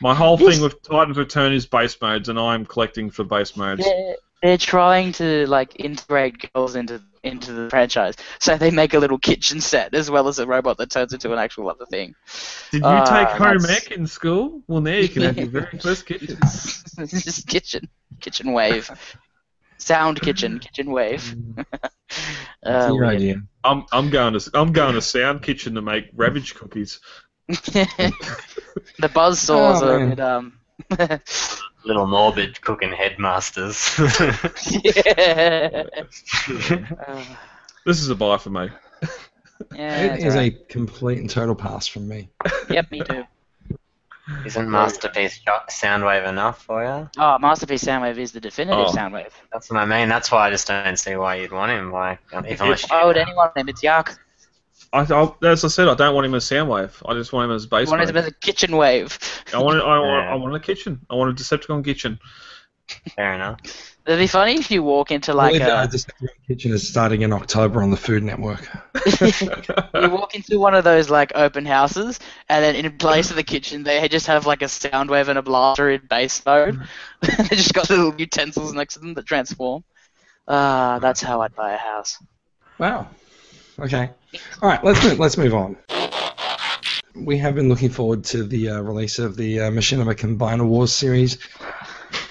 Speaker 4: My whole
Speaker 5: This-
Speaker 4: thing with Titans Return is base modes, and I'm collecting for base modes.
Speaker 5: They're, they're trying to like integrate girls into into the franchise, so they make a little kitchen set as well as a robot that turns into an actual other thing. [laughs]
Speaker 4: Did you
Speaker 5: Ah,
Speaker 4: take home
Speaker 5: that's-
Speaker 4: ec in school? Well, now you can have your very first kitchen.
Speaker 5: It's just kitchen, kitchen wave, sound kitchen, kitchen wave. [laughs] Uh,
Speaker 7: It's your
Speaker 5: weird.
Speaker 7: idea.
Speaker 4: [laughs] I'm I'm going to I'm going to Sound Kitchen to make Ravage cookies.
Speaker 5: [laughs] the buzz saws
Speaker 7: Oh,
Speaker 5: are a
Speaker 7: man.
Speaker 5: bit,
Speaker 7: [laughs]
Speaker 5: um. [laughs]
Speaker 6: Little morbid cooking headmasters. [laughs]
Speaker 5: yeah. Uh,
Speaker 4: This is a buy for me.
Speaker 5: yeah,
Speaker 7: It
Speaker 5: it's
Speaker 7: is
Speaker 5: alright.
Speaker 7: a complete and total pass from me.
Speaker 5: Yep, me too.
Speaker 6: Isn't Masterpiece Sho- Soundwave enough for you?
Speaker 5: Oh, Masterpiece Soundwave is the definitive
Speaker 4: Oh.
Speaker 5: Soundwave.
Speaker 6: That's what I mean. That's why I just don't see why you'd want him. Why? If I'm a
Speaker 5: Why would anyone name it Yuck?
Speaker 4: I, I as I said, I don't want him as Soundwave. I just want him as
Speaker 5: I
Speaker 4: base
Speaker 5: wanted
Speaker 4: mode.
Speaker 5: to be the kitchen wave.
Speaker 4: I want I want
Speaker 6: Yeah.
Speaker 4: I want a kitchen. I want a Decepticon kitchen.
Speaker 6: fair enough.
Speaker 5: That'd be funny if you walk into like
Speaker 7: Believe it or
Speaker 5: a,
Speaker 7: not, this kitchen is starting in October on the Food Network.
Speaker 5: [laughs] you walk into one of those like open houses, and then in place of the kitchen, they just have like a sound wave and a blaster in bass mode.
Speaker 4: Mm.
Speaker 5: [laughs] they just got little utensils next to them that transform. Ah, that's how I'd buy a house.
Speaker 7: Wow. Okay. All right. Let's move, let's move on. We have been looking forward to the uh, release of the uh, Machinima Combiner Wars series.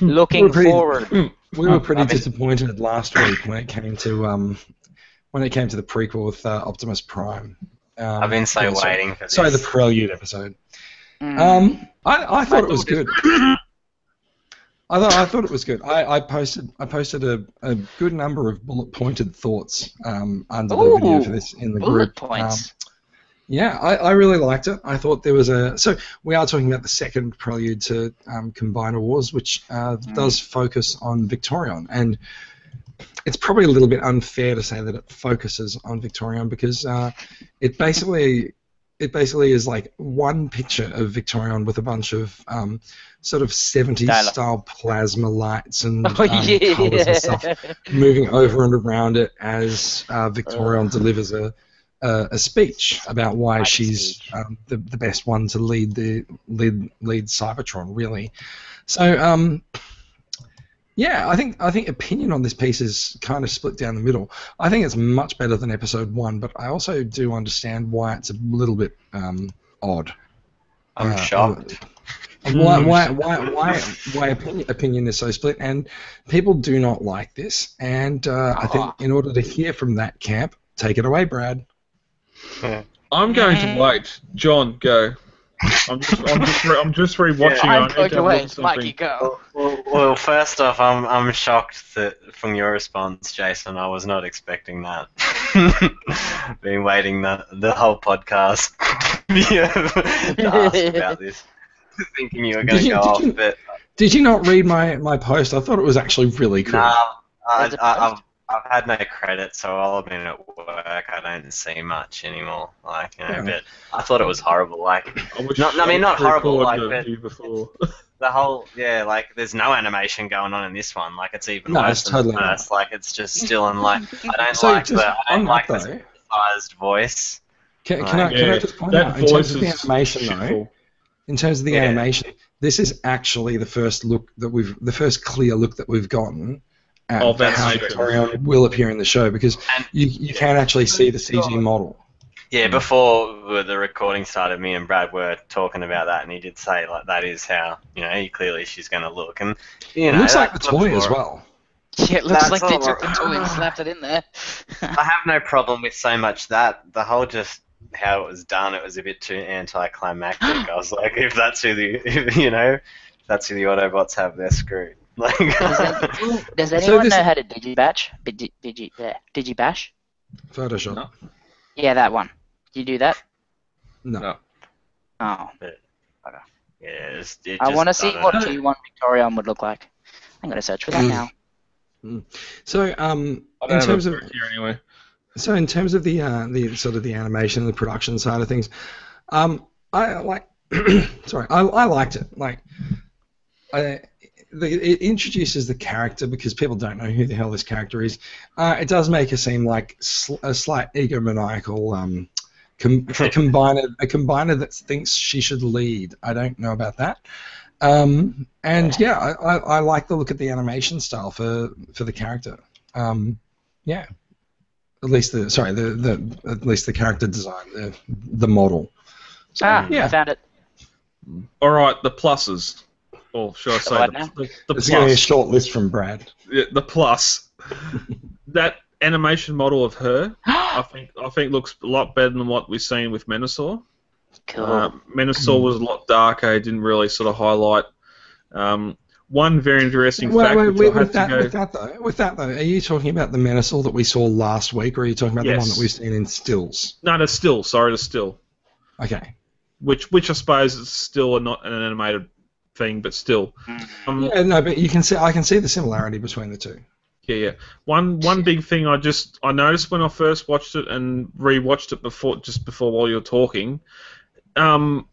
Speaker 5: Looking
Speaker 7: We're pretty-
Speaker 5: forward.
Speaker 7: We
Speaker 6: Oh,
Speaker 7: were pretty disappointed last week when it came to um, when it came to the prequel with uh, Optimus Prime. Um,
Speaker 6: I've been so
Speaker 7: yeah, sorry-
Speaker 6: waiting for this.
Speaker 7: Sorry, the prelude episode.
Speaker 5: Mm.
Speaker 7: Um, I, I thought it was good. [coughs] I thought, I thought it was good. I, I posted I posted a, a good number of bullet pointed thoughts um, under the video
Speaker 5: Ooh,
Speaker 7: for this in the
Speaker 5: Bullet
Speaker 7: group. Um,
Speaker 5: points.
Speaker 7: Yeah, I, I really liked it. I thought there was a. So we are talking about the second prelude to um, Combiner Wars, which uh,
Speaker 5: Mm.
Speaker 7: does focus on Victorion, and it's probably a little bit unfair to say that it focuses on Victorion because uh, it basically it basically is like one picture of Victorion with a bunch of um, sort of seventies
Speaker 5: Dialogue.
Speaker 7: style plasma lights and
Speaker 5: oh
Speaker 7: um, colours and stuff
Speaker 5: yeah.
Speaker 7: moving over and around it as uh, Victorion delivers a, a a speech about why
Speaker 5: Like a
Speaker 7: she's
Speaker 5: speech.
Speaker 7: um, the, the best one to lead the lead lead Cybertron really. So um, yeah, I think I think opinion on this piece is kind of split down the middle. I think it's much better than episode one, but I also do understand why it's a little bit um, odd.
Speaker 6: I'm
Speaker 7: Uh,
Speaker 6: shocked. Hmm.
Speaker 7: and Why, why, why, why, why opinion, opinion is so split, and people do not like this. And uh, I
Speaker 6: Ah.
Speaker 7: think in order to hear from that camp, take it away, Brad.
Speaker 4: I'm going to wait. John, go. I'm just I'm just, re- I'm
Speaker 5: [laughs]
Speaker 4: just rewatching.
Speaker 5: I'm
Speaker 4: I need
Speaker 5: going
Speaker 4: to
Speaker 5: away.
Speaker 4: look something.
Speaker 5: Mikey, go. [laughs]
Speaker 6: Well, well, well, first off, I'm I'm shocked that from your response, Jason, I was not expecting that. [laughs] Been waiting the the whole podcast [laughs] to ask about
Speaker 7: [laughs]
Speaker 6: this, [laughs] thinking you were going
Speaker 7: Did
Speaker 6: to
Speaker 7: you-
Speaker 6: go
Speaker 7: did
Speaker 6: off,
Speaker 7: you-
Speaker 6: but
Speaker 7: Did you not read my, my post? I thought it was actually really cool.
Speaker 6: Nah, I,
Speaker 5: Was it
Speaker 6: I, I've,
Speaker 5: post?
Speaker 6: I've had no credit, so I'll admit at work I don't see much anymore. Like you know,
Speaker 7: Yeah.
Speaker 6: but I thought it was horrible. Like
Speaker 4: I, wish,
Speaker 6: Not- I mean,
Speaker 4: wish
Speaker 6: not
Speaker 4: we
Speaker 6: horrible,
Speaker 4: recorded
Speaker 6: like,
Speaker 4: a
Speaker 6: but-
Speaker 4: few before.
Speaker 6: the whole yeah, like there's no animation going on in this one. Like it's even
Speaker 7: No,
Speaker 6: worse
Speaker 7: it's
Speaker 6: than
Speaker 7: totally
Speaker 6: the first. Like it's just still in like I
Speaker 7: [laughs]
Speaker 6: don't
Speaker 7: So
Speaker 6: like
Speaker 7: just
Speaker 6: the I
Speaker 7: on
Speaker 6: don't like
Speaker 7: that
Speaker 6: the
Speaker 7: though,
Speaker 6: sized voice.
Speaker 7: can, can, I, can I
Speaker 4: Yeah,
Speaker 7: just point
Speaker 4: that
Speaker 7: out in terms
Speaker 4: voice
Speaker 7: of the
Speaker 4: is
Speaker 7: animation though,
Speaker 4: shitful.
Speaker 7: in terms of the
Speaker 6: Yeah.
Speaker 7: animation, this is actually the first look that we've, the first clear look that we've gotten at
Speaker 4: Of that
Speaker 7: how
Speaker 4: nature.
Speaker 7: Victorion will appear in the show because
Speaker 6: And-
Speaker 7: you, you can actually see the CG model.
Speaker 6: Yeah,
Speaker 7: Hmm.
Speaker 6: before the recording started, me and Brad were talking about that, and he did say like that is how you know clearly she's going to look, and you
Speaker 7: It
Speaker 6: know
Speaker 7: looks like the
Speaker 6: that's
Speaker 7: toy
Speaker 6: what's
Speaker 7: as
Speaker 6: more-
Speaker 7: well.
Speaker 5: Yeah, it looks
Speaker 6: That's
Speaker 5: like they
Speaker 6: all
Speaker 5: took the
Speaker 6: right.
Speaker 5: toy and slapped it in
Speaker 6: [laughs]
Speaker 5: there.
Speaker 6: I have no problem with so much that the whole just how it was done. It was a bit too anticlimactic. I was like, if that's who the [laughs] if, you know, if that's who the Autobots have, they're screwed. [laughs] Like,
Speaker 5: Does
Speaker 7: So
Speaker 5: anyone
Speaker 7: this-
Speaker 5: know how to digibatch? Digi, digi, yeah, digibash?
Speaker 7: Photoshop.
Speaker 4: No.
Speaker 5: Yeah, that one. Do you do that?
Speaker 7: No.
Speaker 4: No.
Speaker 5: Oh,
Speaker 6: yeah, it's, it
Speaker 5: I
Speaker 6: just
Speaker 5: want to see
Speaker 6: doesn't-
Speaker 5: what G1 Victorion would look like. I'm gonna search for that
Speaker 7: Mm.
Speaker 5: now.
Speaker 7: So um,
Speaker 4: I don't
Speaker 7: in
Speaker 4: have
Speaker 7: terms
Speaker 4: a
Speaker 7: of
Speaker 4: of here anyway.
Speaker 7: So in terms of the uh, the sort of the animation and the production side of things, um, I like. [clears throat] sorry, I, I liked it. Like, I, the, it introduces the character because people don't know who the hell this character is. Uh, it does make her seem like sl- a slight egomaniacal. Um, com- a combiner, a combiner that thinks she should lead. I don't know about that. Um, and yeah, I, I, I like the look at the animation style for for the character. Um, yeah, at least the sorry the, the at least the character design the the model. So,
Speaker 5: Ah, I
Speaker 7: yeah,
Speaker 5: found it.
Speaker 4: All right, the pluses. Or should I say
Speaker 5: Right now?
Speaker 4: the, the, the
Speaker 7: it's going to be a
Speaker 4: plus?
Speaker 7: short list from Brad.
Speaker 4: Yeah, the plus. [laughs] that animation model of her,
Speaker 5: [gasps]
Speaker 4: I think, I think looks a lot better than what we've seen with Menasor.
Speaker 5: cool.
Speaker 4: Uh, Menasor was a lot darker. It didn't really sort of highlight. Um, one very interesting
Speaker 7: Wait,
Speaker 4: fact
Speaker 7: wait,
Speaker 4: which
Speaker 7: wait,
Speaker 4: I'll have
Speaker 7: with, that,
Speaker 4: to go.
Speaker 7: with that though, with that though, are you talking about the Menasor that we saw last week, or are you talking about the one
Speaker 4: Yes.
Speaker 7: that we've seen in stills?
Speaker 4: No, no, still. Sorry, the still.
Speaker 7: Okay.
Speaker 4: Which, which I suppose is still a, not an animated thing, but still. Um,
Speaker 7: Yeah, no, but you can see I can see the similarity between
Speaker 4: [laughs]
Speaker 7: the two. [laughs]
Speaker 4: Yeah, yeah. One one big thing I just I noticed when I first watched it and rewatched it before just before while you're talking, um,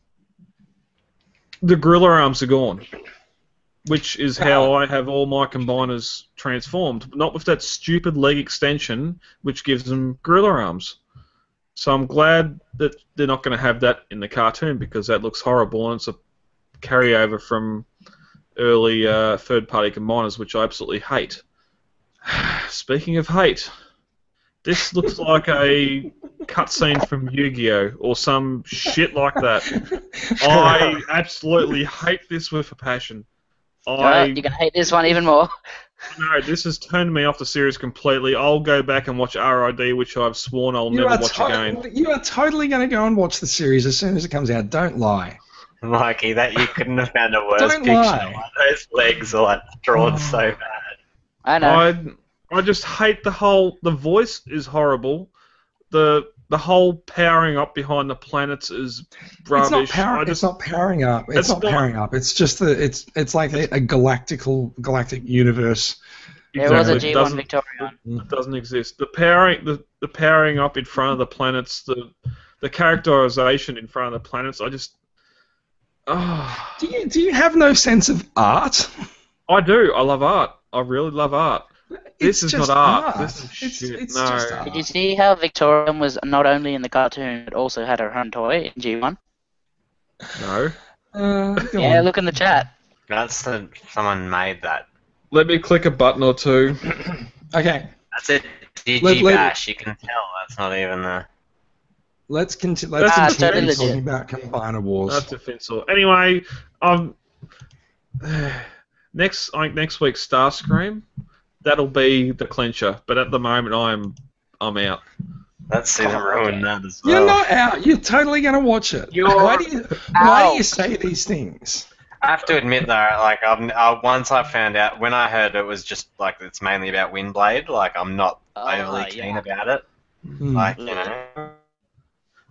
Speaker 4: the gorilla arms are gone, which is how I have all my combiners transformed. Not with that stupid leg extension, which gives them gorilla arms. So I'm glad that they're not going to have that in the cartoon because that looks horrible and it's a carryover from early uh, third-party combiners, which I absolutely hate. [sighs] Speaking of hate, this looks like a cutscene from Yu-Gi-Oh or some shit like that. I absolutely hate this with a passion.
Speaker 5: Well,
Speaker 4: I
Speaker 5: you're gonna hate this one even more.
Speaker 4: no, this has turned me off the series completely. I'll go back and watch RID, which I've sworn I'll
Speaker 7: you, are
Speaker 4: never watch
Speaker 7: tot-
Speaker 4: again.
Speaker 7: you are totally going to go and watch the series as soon as it comes out. Don't lie.
Speaker 6: [laughs] Mikey, that you couldn't have found a worse
Speaker 7: Don't
Speaker 6: picture.
Speaker 7: lie.
Speaker 6: Like, those legs are like drawn
Speaker 7: Oh.
Speaker 6: so bad.
Speaker 5: I know.
Speaker 4: I I just hate the whole. The voice is horrible. The the whole powering up behind the planets is rubbish.
Speaker 7: It's not, power,
Speaker 4: I just
Speaker 7: it's not powering up. It's,
Speaker 4: It's
Speaker 7: not,
Speaker 4: not-
Speaker 7: powering up. It's just the it's it's like a, a galactical galactic universe.
Speaker 5: there was a
Speaker 4: Exactly.
Speaker 5: G1
Speaker 4: Doesn't-
Speaker 5: Victorion.
Speaker 4: It doesn't exist. The powering the, the powering up in front of the planets, the the characterization in front of the planets, I just oh,
Speaker 7: Do you do you have no sense of art?
Speaker 4: I do. I love art. I really love art. This
Speaker 7: It's
Speaker 4: is
Speaker 7: just
Speaker 4: not art. This is
Speaker 7: It's,
Speaker 4: shit.
Speaker 7: it's
Speaker 4: No.
Speaker 7: just
Speaker 4: Did
Speaker 7: art.
Speaker 5: Did you see how Victorion was not only in the cartoon but also had her own toy in G1?
Speaker 4: No.
Speaker 7: Uh, go
Speaker 5: Yeah,
Speaker 7: on.
Speaker 5: look in the chat.
Speaker 6: That's the, someone made that.
Speaker 4: Let me click a button or two.
Speaker 7: Okay,
Speaker 6: That's it.
Speaker 7: Let-
Speaker 6: DG
Speaker 7: let-
Speaker 6: Bash. You can tell that's not even the.
Speaker 7: let's, conti- let's
Speaker 4: That's
Speaker 7: continue
Speaker 5: Ah, totally
Speaker 7: talking about Combiner Wars.
Speaker 4: That's offensive. Anyway, um, [sighs] next I think next week's Starscream, that'll be the clincher. But at the moment, I'm I'm out.
Speaker 6: That's even ruined that as well.
Speaker 4: Oh.
Speaker 7: You're not out. You're totally going to watch it.
Speaker 5: You're
Speaker 7: why do you why
Speaker 5: out.
Speaker 7: do you say these things?
Speaker 6: I have to admit though, like I'm, I, once I found out when I heard it was just like it's mainly about Windblade, like I'm not overly
Speaker 5: Oh,
Speaker 6: keen about it.
Speaker 7: Hmm.
Speaker 6: Like you know,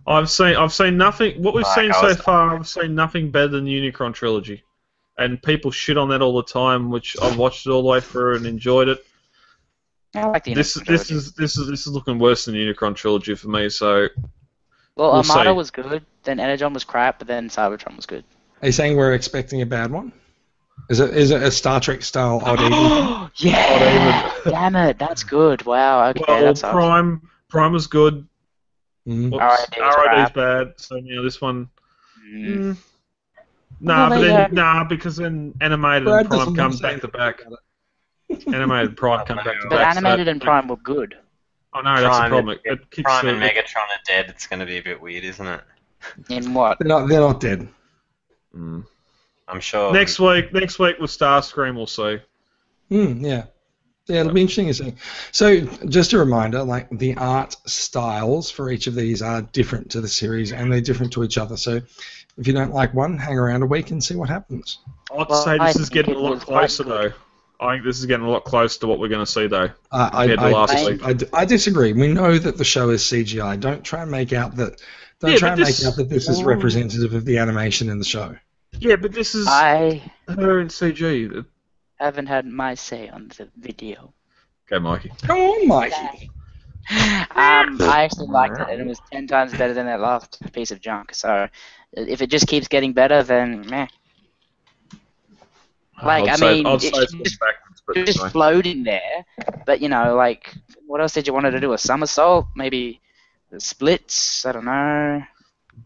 Speaker 4: I've seen I've seen nothing. What we've
Speaker 6: Like,
Speaker 4: seen
Speaker 6: I
Speaker 4: so
Speaker 6: was-
Speaker 4: far, I've seen nothing better than Unicron trilogy, and people shit on that all the time. Which I've watched it all the way through and enjoyed it.
Speaker 5: I like the
Speaker 4: This
Speaker 5: Infinite
Speaker 4: this
Speaker 5: Trilogy.
Speaker 4: is this is this is looking worse than Unicron trilogy for me. So we'll
Speaker 5: Well, Armada
Speaker 4: see.
Speaker 5: was good, then Energon was crap, but then Cybertron was good.
Speaker 7: Are you saying we're expecting a bad one? Is it is it a Star Trek style
Speaker 4: [gasps]
Speaker 7: odd even?
Speaker 5: [gasps] yeah. Damn it. That's good. Wow. Okay.
Speaker 4: Well,
Speaker 5: that's all
Speaker 4: Prime Prime was good.
Speaker 7: Mm.
Speaker 4: Whoops,
Speaker 5: RID is
Speaker 4: RID is bad. So you know this one.
Speaker 5: Mm.
Speaker 4: Mm. Nah,
Speaker 5: Well,
Speaker 4: but
Speaker 5: they,
Speaker 4: then nah, because then animated
Speaker 7: Brad
Speaker 4: and Prime
Speaker 7: doesn't wanna
Speaker 4: come
Speaker 7: say
Speaker 4: back to
Speaker 7: anything
Speaker 4: back.
Speaker 7: about
Speaker 4: Animated and Prime come back to
Speaker 5: But
Speaker 4: back. so-
Speaker 5: animated and Prime were good.
Speaker 4: Oh no, that's the
Speaker 6: Prime,
Speaker 4: problem. It,
Speaker 6: it-
Speaker 4: it keeps
Speaker 6: Prime
Speaker 4: the,
Speaker 6: and Megatron are dead. It's going to be a bit weird, isn't it?
Speaker 5: In what?
Speaker 7: it. They're not they're not dead.
Speaker 4: Mm.
Speaker 6: I'm sure.
Speaker 4: Next week, next week with Starscream, we'll see.
Speaker 7: Mm, yeah. Yeah, it'll be interesting to see. So, just a reminder, like the art styles for each of these are different to the series, and they're different to each other. So, if you don't like one, hang around a week and see what happens.
Speaker 4: I'd
Speaker 5: Well,
Speaker 4: say
Speaker 5: I
Speaker 4: this is
Speaker 5: think
Speaker 4: getting
Speaker 5: it
Speaker 4: a lot
Speaker 5: was quite
Speaker 4: closer though.
Speaker 5: good.
Speaker 4: I think this is getting a lot closer to what we're going to see though.
Speaker 7: Uh, I, I,
Speaker 4: Compared to
Speaker 7: I,
Speaker 4: last
Speaker 7: dis-
Speaker 4: week.
Speaker 7: I d- I disagree. We know that the show is CGI. Don't try and make out that. Don't
Speaker 4: Yeah,
Speaker 7: try
Speaker 4: but
Speaker 7: and
Speaker 4: this- Oh.
Speaker 7: make out that this is representative of the animation in the show.
Speaker 4: Yeah, but this is
Speaker 5: I
Speaker 4: her in CG.
Speaker 5: haven't had my say on the video.
Speaker 4: Okay, Mikey.
Speaker 7: Come on, Mike.
Speaker 5: [laughs] Um, I actually liked it, and it was ten times better than that last piece of junk. So, if it just keeps getting better, then meh. Like,
Speaker 4: I'd
Speaker 5: I
Speaker 4: say,
Speaker 5: mean,
Speaker 4: I'd say
Speaker 5: it-
Speaker 4: it's going backwards, but
Speaker 5: It just
Speaker 4: anyway.
Speaker 5: flowed in there, but you know, like, what else did you want her to do? A somersault? Maybe the splits? I don't know.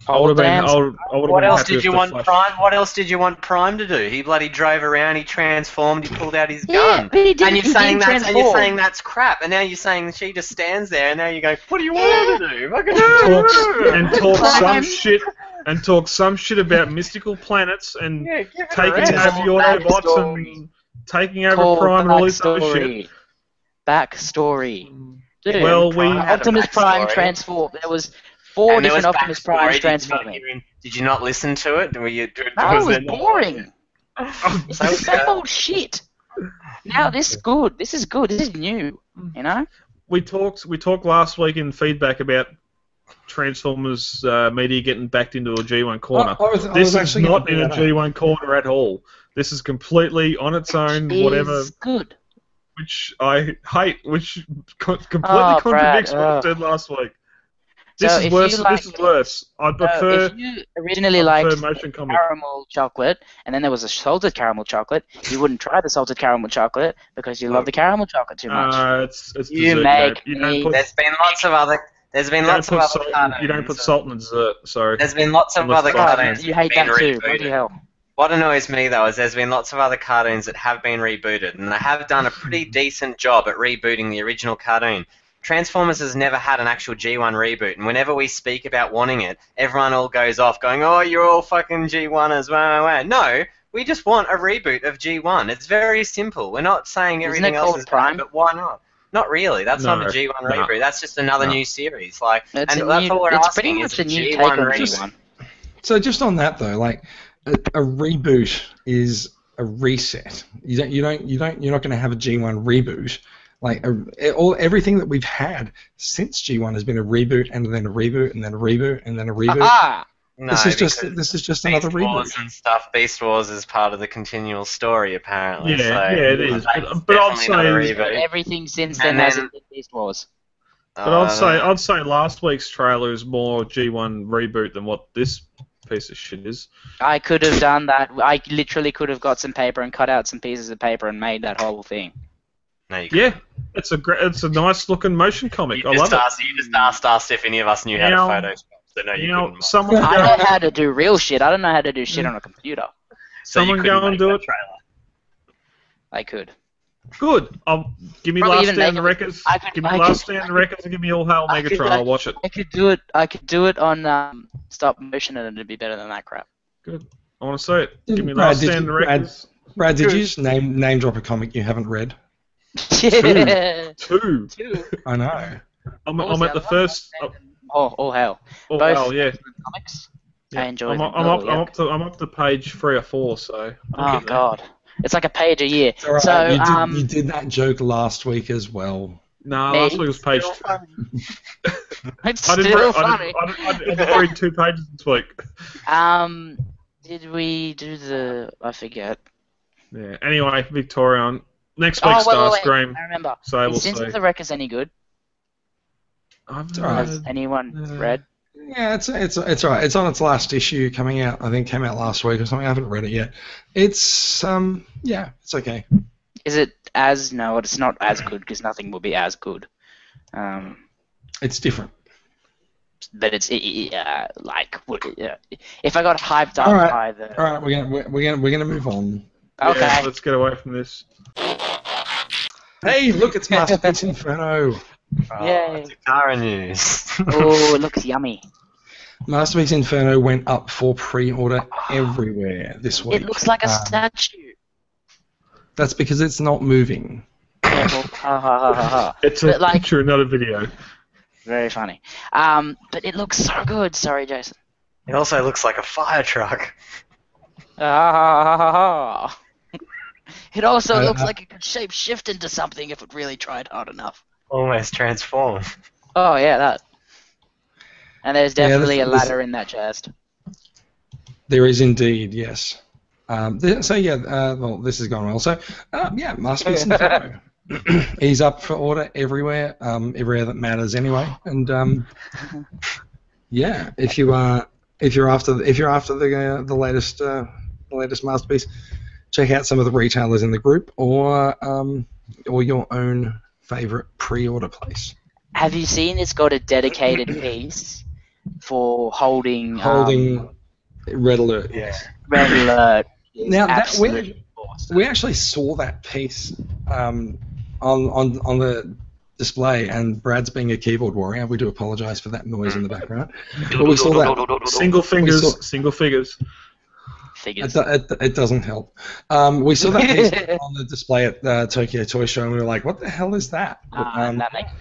Speaker 4: I would have been.
Speaker 5: dance?
Speaker 4: I would have
Speaker 5: What
Speaker 4: been
Speaker 5: else
Speaker 6: What else
Speaker 4: happy
Speaker 6: did
Speaker 4: with
Speaker 6: you
Speaker 4: the
Speaker 6: want
Speaker 4: Flash.
Speaker 6: Prime? What else did you want Prime to do? He bloody drove around. He transformed. He pulled out his gun.
Speaker 5: but he didn't-
Speaker 6: and you're
Speaker 5: he didn't
Speaker 6: saying that's and you're
Speaker 5: transform.
Speaker 6: saying that's crap. And now you're saying she just stands there. And now you go, what do you want her to do? Fucking
Speaker 4: Talks, and talk some
Speaker 7: [laughs]
Speaker 5: Prime.
Speaker 4: shit and talk some shit about mystical planets and
Speaker 6: Yeah, give it a
Speaker 4: taking
Speaker 6: rest.
Speaker 4: over your robots and taking over
Speaker 5: Called
Speaker 4: Prime and all this other shit.
Speaker 5: backstory. Backstory. Mm. Dude,
Speaker 4: Well, we-
Speaker 5: Prime-
Speaker 6: Had a
Speaker 5: Optimus Prime
Speaker 6: backstory.
Speaker 5: transformed. There was four
Speaker 6: And there was
Speaker 5: different Optimus
Speaker 6: backstory.
Speaker 5: Primes
Speaker 6: Did you not
Speaker 5: transforming.
Speaker 6: hear him- Did you not listen to it? Were you?
Speaker 5: That was,
Speaker 6: there not-
Speaker 5: boring. It's the
Speaker 6: Oh, So
Speaker 5: same
Speaker 6: sad.
Speaker 5: old shit. Now this is good. This is good. This is new. You know.
Speaker 4: we talked we talked last week in feedback about Transformers uh, media getting backed into a G1 corner.
Speaker 7: I- I was- Oh, I was
Speaker 4: this is
Speaker 7: actually
Speaker 4: not
Speaker 7: gonna
Speaker 4: in a
Speaker 7: bring that
Speaker 4: G1 corner at all. This is completely on its own, whatever,
Speaker 5: Is good.
Speaker 4: which I hate, which co- completely
Speaker 5: Oh, Brad,
Speaker 4: contradicts what I
Speaker 5: ugh.
Speaker 4: said last week. This
Speaker 5: So if
Speaker 4: is
Speaker 5: you
Speaker 4: worse.
Speaker 5: like-
Speaker 4: This is worse. I
Speaker 5: So
Speaker 4: prefer,
Speaker 5: if you originally
Speaker 4: I prefer
Speaker 5: liked
Speaker 4: motion comic.
Speaker 5: caramel chocolate, and then there was a salted caramel chocolate, you wouldn't try the salted caramel chocolate because you love the caramel chocolate too much.
Speaker 4: Uh, it's, it's
Speaker 5: You
Speaker 4: dessert,
Speaker 5: make
Speaker 4: you don't
Speaker 5: me-
Speaker 4: put,
Speaker 6: There's been lots of other. There's been
Speaker 4: you don't
Speaker 6: lots of
Speaker 4: put
Speaker 6: other.
Speaker 4: salt.
Speaker 6: cartoons
Speaker 4: You don't put
Speaker 6: that-
Speaker 4: salt in dessert. Sorry.
Speaker 6: There's been lots of
Speaker 4: Unless
Speaker 6: other
Speaker 4: it's all
Speaker 5: God,
Speaker 6: cartoons.
Speaker 5: Oh, you hate
Speaker 6: that
Speaker 5: that
Speaker 6: have been
Speaker 5: too. Bloody
Speaker 6: rebooted.
Speaker 5: hell.
Speaker 6: What annoys me though is there's been lots of other cartoons that have been rebooted, and they have done a pretty
Speaker 5: Mm-hmm.
Speaker 6: decent job at rebooting the original cartoon. Transformers has never had an actual G1 reboot, and whenever we speak about wanting it, everyone all goes off going, "Oh, you're all fucking G1ers." Wah, wah, wah. No, we just want a reboot of G1. It's very simple. We're not saying
Speaker 5: Isn't
Speaker 6: everything
Speaker 5: it
Speaker 6: else
Speaker 5: called
Speaker 6: is
Speaker 5: Prime?
Speaker 6: bad, but why not? Not really. That's
Speaker 4: No,
Speaker 6: not a G1
Speaker 4: no,
Speaker 6: reboot. That's just another
Speaker 4: no.
Speaker 6: new series. Like,
Speaker 5: It's,
Speaker 6: and
Speaker 5: a
Speaker 6: that's
Speaker 5: new,
Speaker 6: all we're
Speaker 5: it's
Speaker 6: asking
Speaker 5: pretty much
Speaker 6: is a
Speaker 5: a new
Speaker 6: G1
Speaker 5: take on
Speaker 6: reboot.
Speaker 5: G1.
Speaker 7: So just on that though, like a, a reboot is a reset. You don't, you don't, you don't, you're not going to have a G1 reboot. Like a, it- all everything that we've had since G1 has been a reboot and then a reboot and then a reboot and then a reboot.
Speaker 5: Ah,
Speaker 6: no,
Speaker 7: this is just
Speaker 6: because-
Speaker 7: this is just
Speaker 6: Beast
Speaker 7: another
Speaker 6: Wars
Speaker 7: reboot.
Speaker 6: and stuff. Beast Wars is part of the continual story, apparently.
Speaker 4: Yeah,
Speaker 6: so
Speaker 4: yeah, it is.
Speaker 6: that's
Speaker 4: But, but I'm
Speaker 6: definitely not a
Speaker 4: saying,
Speaker 6: reboot.
Speaker 5: everything since then
Speaker 6: And then-
Speaker 5: has been Beast Wars.
Speaker 4: But I'd say
Speaker 6: Uh,
Speaker 4: I'd say last week's trailer is more G1 reboot than what this piece of shit is.
Speaker 5: I could have done that. I literally could have got some paper and cut out some pieces of paper and made that whole thing.
Speaker 6: no, you
Speaker 4: Yeah, it's a gra- it's a nice looking motion
Speaker 6: couldn't.
Speaker 4: comic.
Speaker 6: You
Speaker 4: I love
Speaker 6: just
Speaker 4: it.
Speaker 6: asked, You just asked us if any of us knew
Speaker 4: Now-
Speaker 6: how to Photoshop. So no, you,
Speaker 4: You know,
Speaker 6: couldn't.
Speaker 4: someone
Speaker 5: I
Speaker 4: go,
Speaker 5: know how to do real shit. I don't know how to do shit on a computer.
Speaker 6: so you
Speaker 4: someone
Speaker 6: couldn't
Speaker 4: go and
Speaker 6: make
Speaker 4: do
Speaker 6: that
Speaker 4: it.
Speaker 6: Trailer.
Speaker 5: I could.
Speaker 4: Good. I'll, give me
Speaker 5: Probably
Speaker 4: last
Speaker 5: even
Speaker 4: stand
Speaker 5: make it-
Speaker 4: records.
Speaker 5: I could-
Speaker 4: give me
Speaker 5: I
Speaker 4: last
Speaker 5: could- I
Speaker 4: stand
Speaker 5: could-
Speaker 4: records and give me all hail
Speaker 5: I could-
Speaker 4: Megatron.
Speaker 5: I
Speaker 4: I'll watch it.
Speaker 5: I could do it. I could do it on um, stop motion, and it'd be better than that crap. [laughs]
Speaker 4: I want to see it. Give me
Speaker 7: Brad,
Speaker 4: last
Speaker 7: did
Speaker 4: stand
Speaker 7: you-
Speaker 4: records.
Speaker 7: Brad, did
Speaker 4: Good.
Speaker 7: you just name name drop a comic you haven't read?
Speaker 5: Yeah.
Speaker 4: Two.
Speaker 5: Two.
Speaker 7: I know.
Speaker 4: I'm,
Speaker 5: What was
Speaker 4: I'm at
Speaker 5: the
Speaker 4: the
Speaker 5: other one?
Speaker 4: first. Oh,
Speaker 5: Oh, all hell.
Speaker 4: oh
Speaker 5: Both.
Speaker 4: well, yeah.
Speaker 5: Comics.
Speaker 4: Yeah.
Speaker 5: I enjoy
Speaker 4: I'm,
Speaker 5: them.
Speaker 4: I'm up.
Speaker 5: Oh,
Speaker 4: I'm
Speaker 5: yeah.
Speaker 4: up to. I'm up to page three or four. So. I'll
Speaker 5: Oh
Speaker 4: get there.
Speaker 5: god, it's like a page a year.
Speaker 7: It's all right.
Speaker 5: So
Speaker 7: you, did,
Speaker 5: um,
Speaker 7: you did that joke last week as well.
Speaker 4: Nah,
Speaker 5: Me?
Speaker 4: last week was page.
Speaker 5: Still funny. it's
Speaker 4: I didn't,
Speaker 5: still
Speaker 4: read, I
Speaker 5: funny.
Speaker 4: didn't, I didn't, I didn't, I didn't
Speaker 5: [laughs]
Speaker 4: read two pages this week.
Speaker 5: Um, did we do the? I forget.
Speaker 4: Yeah. Anyway, Victorian. Next
Speaker 5: Oh,
Speaker 4: week,
Speaker 5: wait, wait,
Speaker 4: Starscream.
Speaker 5: wait. I remember.
Speaker 4: So we'll
Speaker 5: Is Since
Speaker 4: see.
Speaker 5: the Wreck is any good?
Speaker 4: I've
Speaker 7: all right.
Speaker 5: Has anyone
Speaker 4: Uh,
Speaker 5: read?
Speaker 7: Yeah, it's it's it's all right. It's on its last issue coming out. I think came out last week or something. I haven't read it yet. It's um yeah, it's okay.
Speaker 5: Is it as no? It's not as good because nothing will be as good. Um,
Speaker 7: It's different.
Speaker 5: but it's i- i- uh, like w- uh, if I got hyped up
Speaker 7: All right.
Speaker 5: by the
Speaker 7: All right, we're gonna we're, we're gonna we're gonna move on.
Speaker 5: okay,
Speaker 4: Yeah, let's get away from this.
Speaker 7: Hey, look, it's Masterpiece Inferno.
Speaker 5: Yay.
Speaker 6: it's Akara news. [laughs]
Speaker 5: oh, it looks yummy.
Speaker 7: Masterpiece Inferno went up for pre-order everywhere this week.
Speaker 5: It looks like a
Speaker 7: Um,
Speaker 5: statue.
Speaker 7: That's because it's not moving.
Speaker 5: Yeah, well, ha, ha, ha, ha, ha.
Speaker 4: It's a
Speaker 5: But, like-
Speaker 4: picture, not a video.
Speaker 5: Very funny. Um, but it looks so good. Sorry, Jason. [laughs]
Speaker 6: it also looks like a fire truck. [laughs]
Speaker 5: Ah, it also
Speaker 7: Uh,
Speaker 5: looks
Speaker 7: uh,
Speaker 5: like it could shape shift into something if it really tried hard enough.
Speaker 6: Almost transformed.
Speaker 5: Oh yeah, that. And there's
Speaker 7: Yeah, this-
Speaker 5: definitely a
Speaker 7: this-
Speaker 5: ladder in that chest.
Speaker 7: There is indeed, yes. Um, th- so yeah, uh, well, this has gone well. So um, yeah, Masterpiece Inferno. He's up for order everywhere, um, everywhere that matters anyway. And um, yeah, if you are if you're after if you're after the uh, the latest uh, the latest masterpiece, check out some of the retailers in the group or um, or your own favorite pre-order place.
Speaker 5: Have you seen? It's got a
Speaker 7: [clears throat]
Speaker 5: dedicated piece for holding. um,
Speaker 7: Holding red alert. Yes.
Speaker 5: red alert. is
Speaker 7: Now that
Speaker 5: absolutely
Speaker 7: where,
Speaker 5: awesome.
Speaker 7: we actually saw that piece um, on on on the display, and Brad's being a keyboard warrior. We do apologise for that noise in the
Speaker 5: Mm.
Speaker 7: background, but we saw that.
Speaker 4: Single
Speaker 7: saw-
Speaker 4: fingers, single figures.
Speaker 7: It,
Speaker 5: figures.
Speaker 7: do- it, it doesn't help. Um, we saw that piece
Speaker 5: [laughs]
Speaker 7: on the display at uh, Tokyo Toy Show, and we were like, "What the hell is that?" But,
Speaker 5: Ah,
Speaker 7: um,
Speaker 5: that, makes,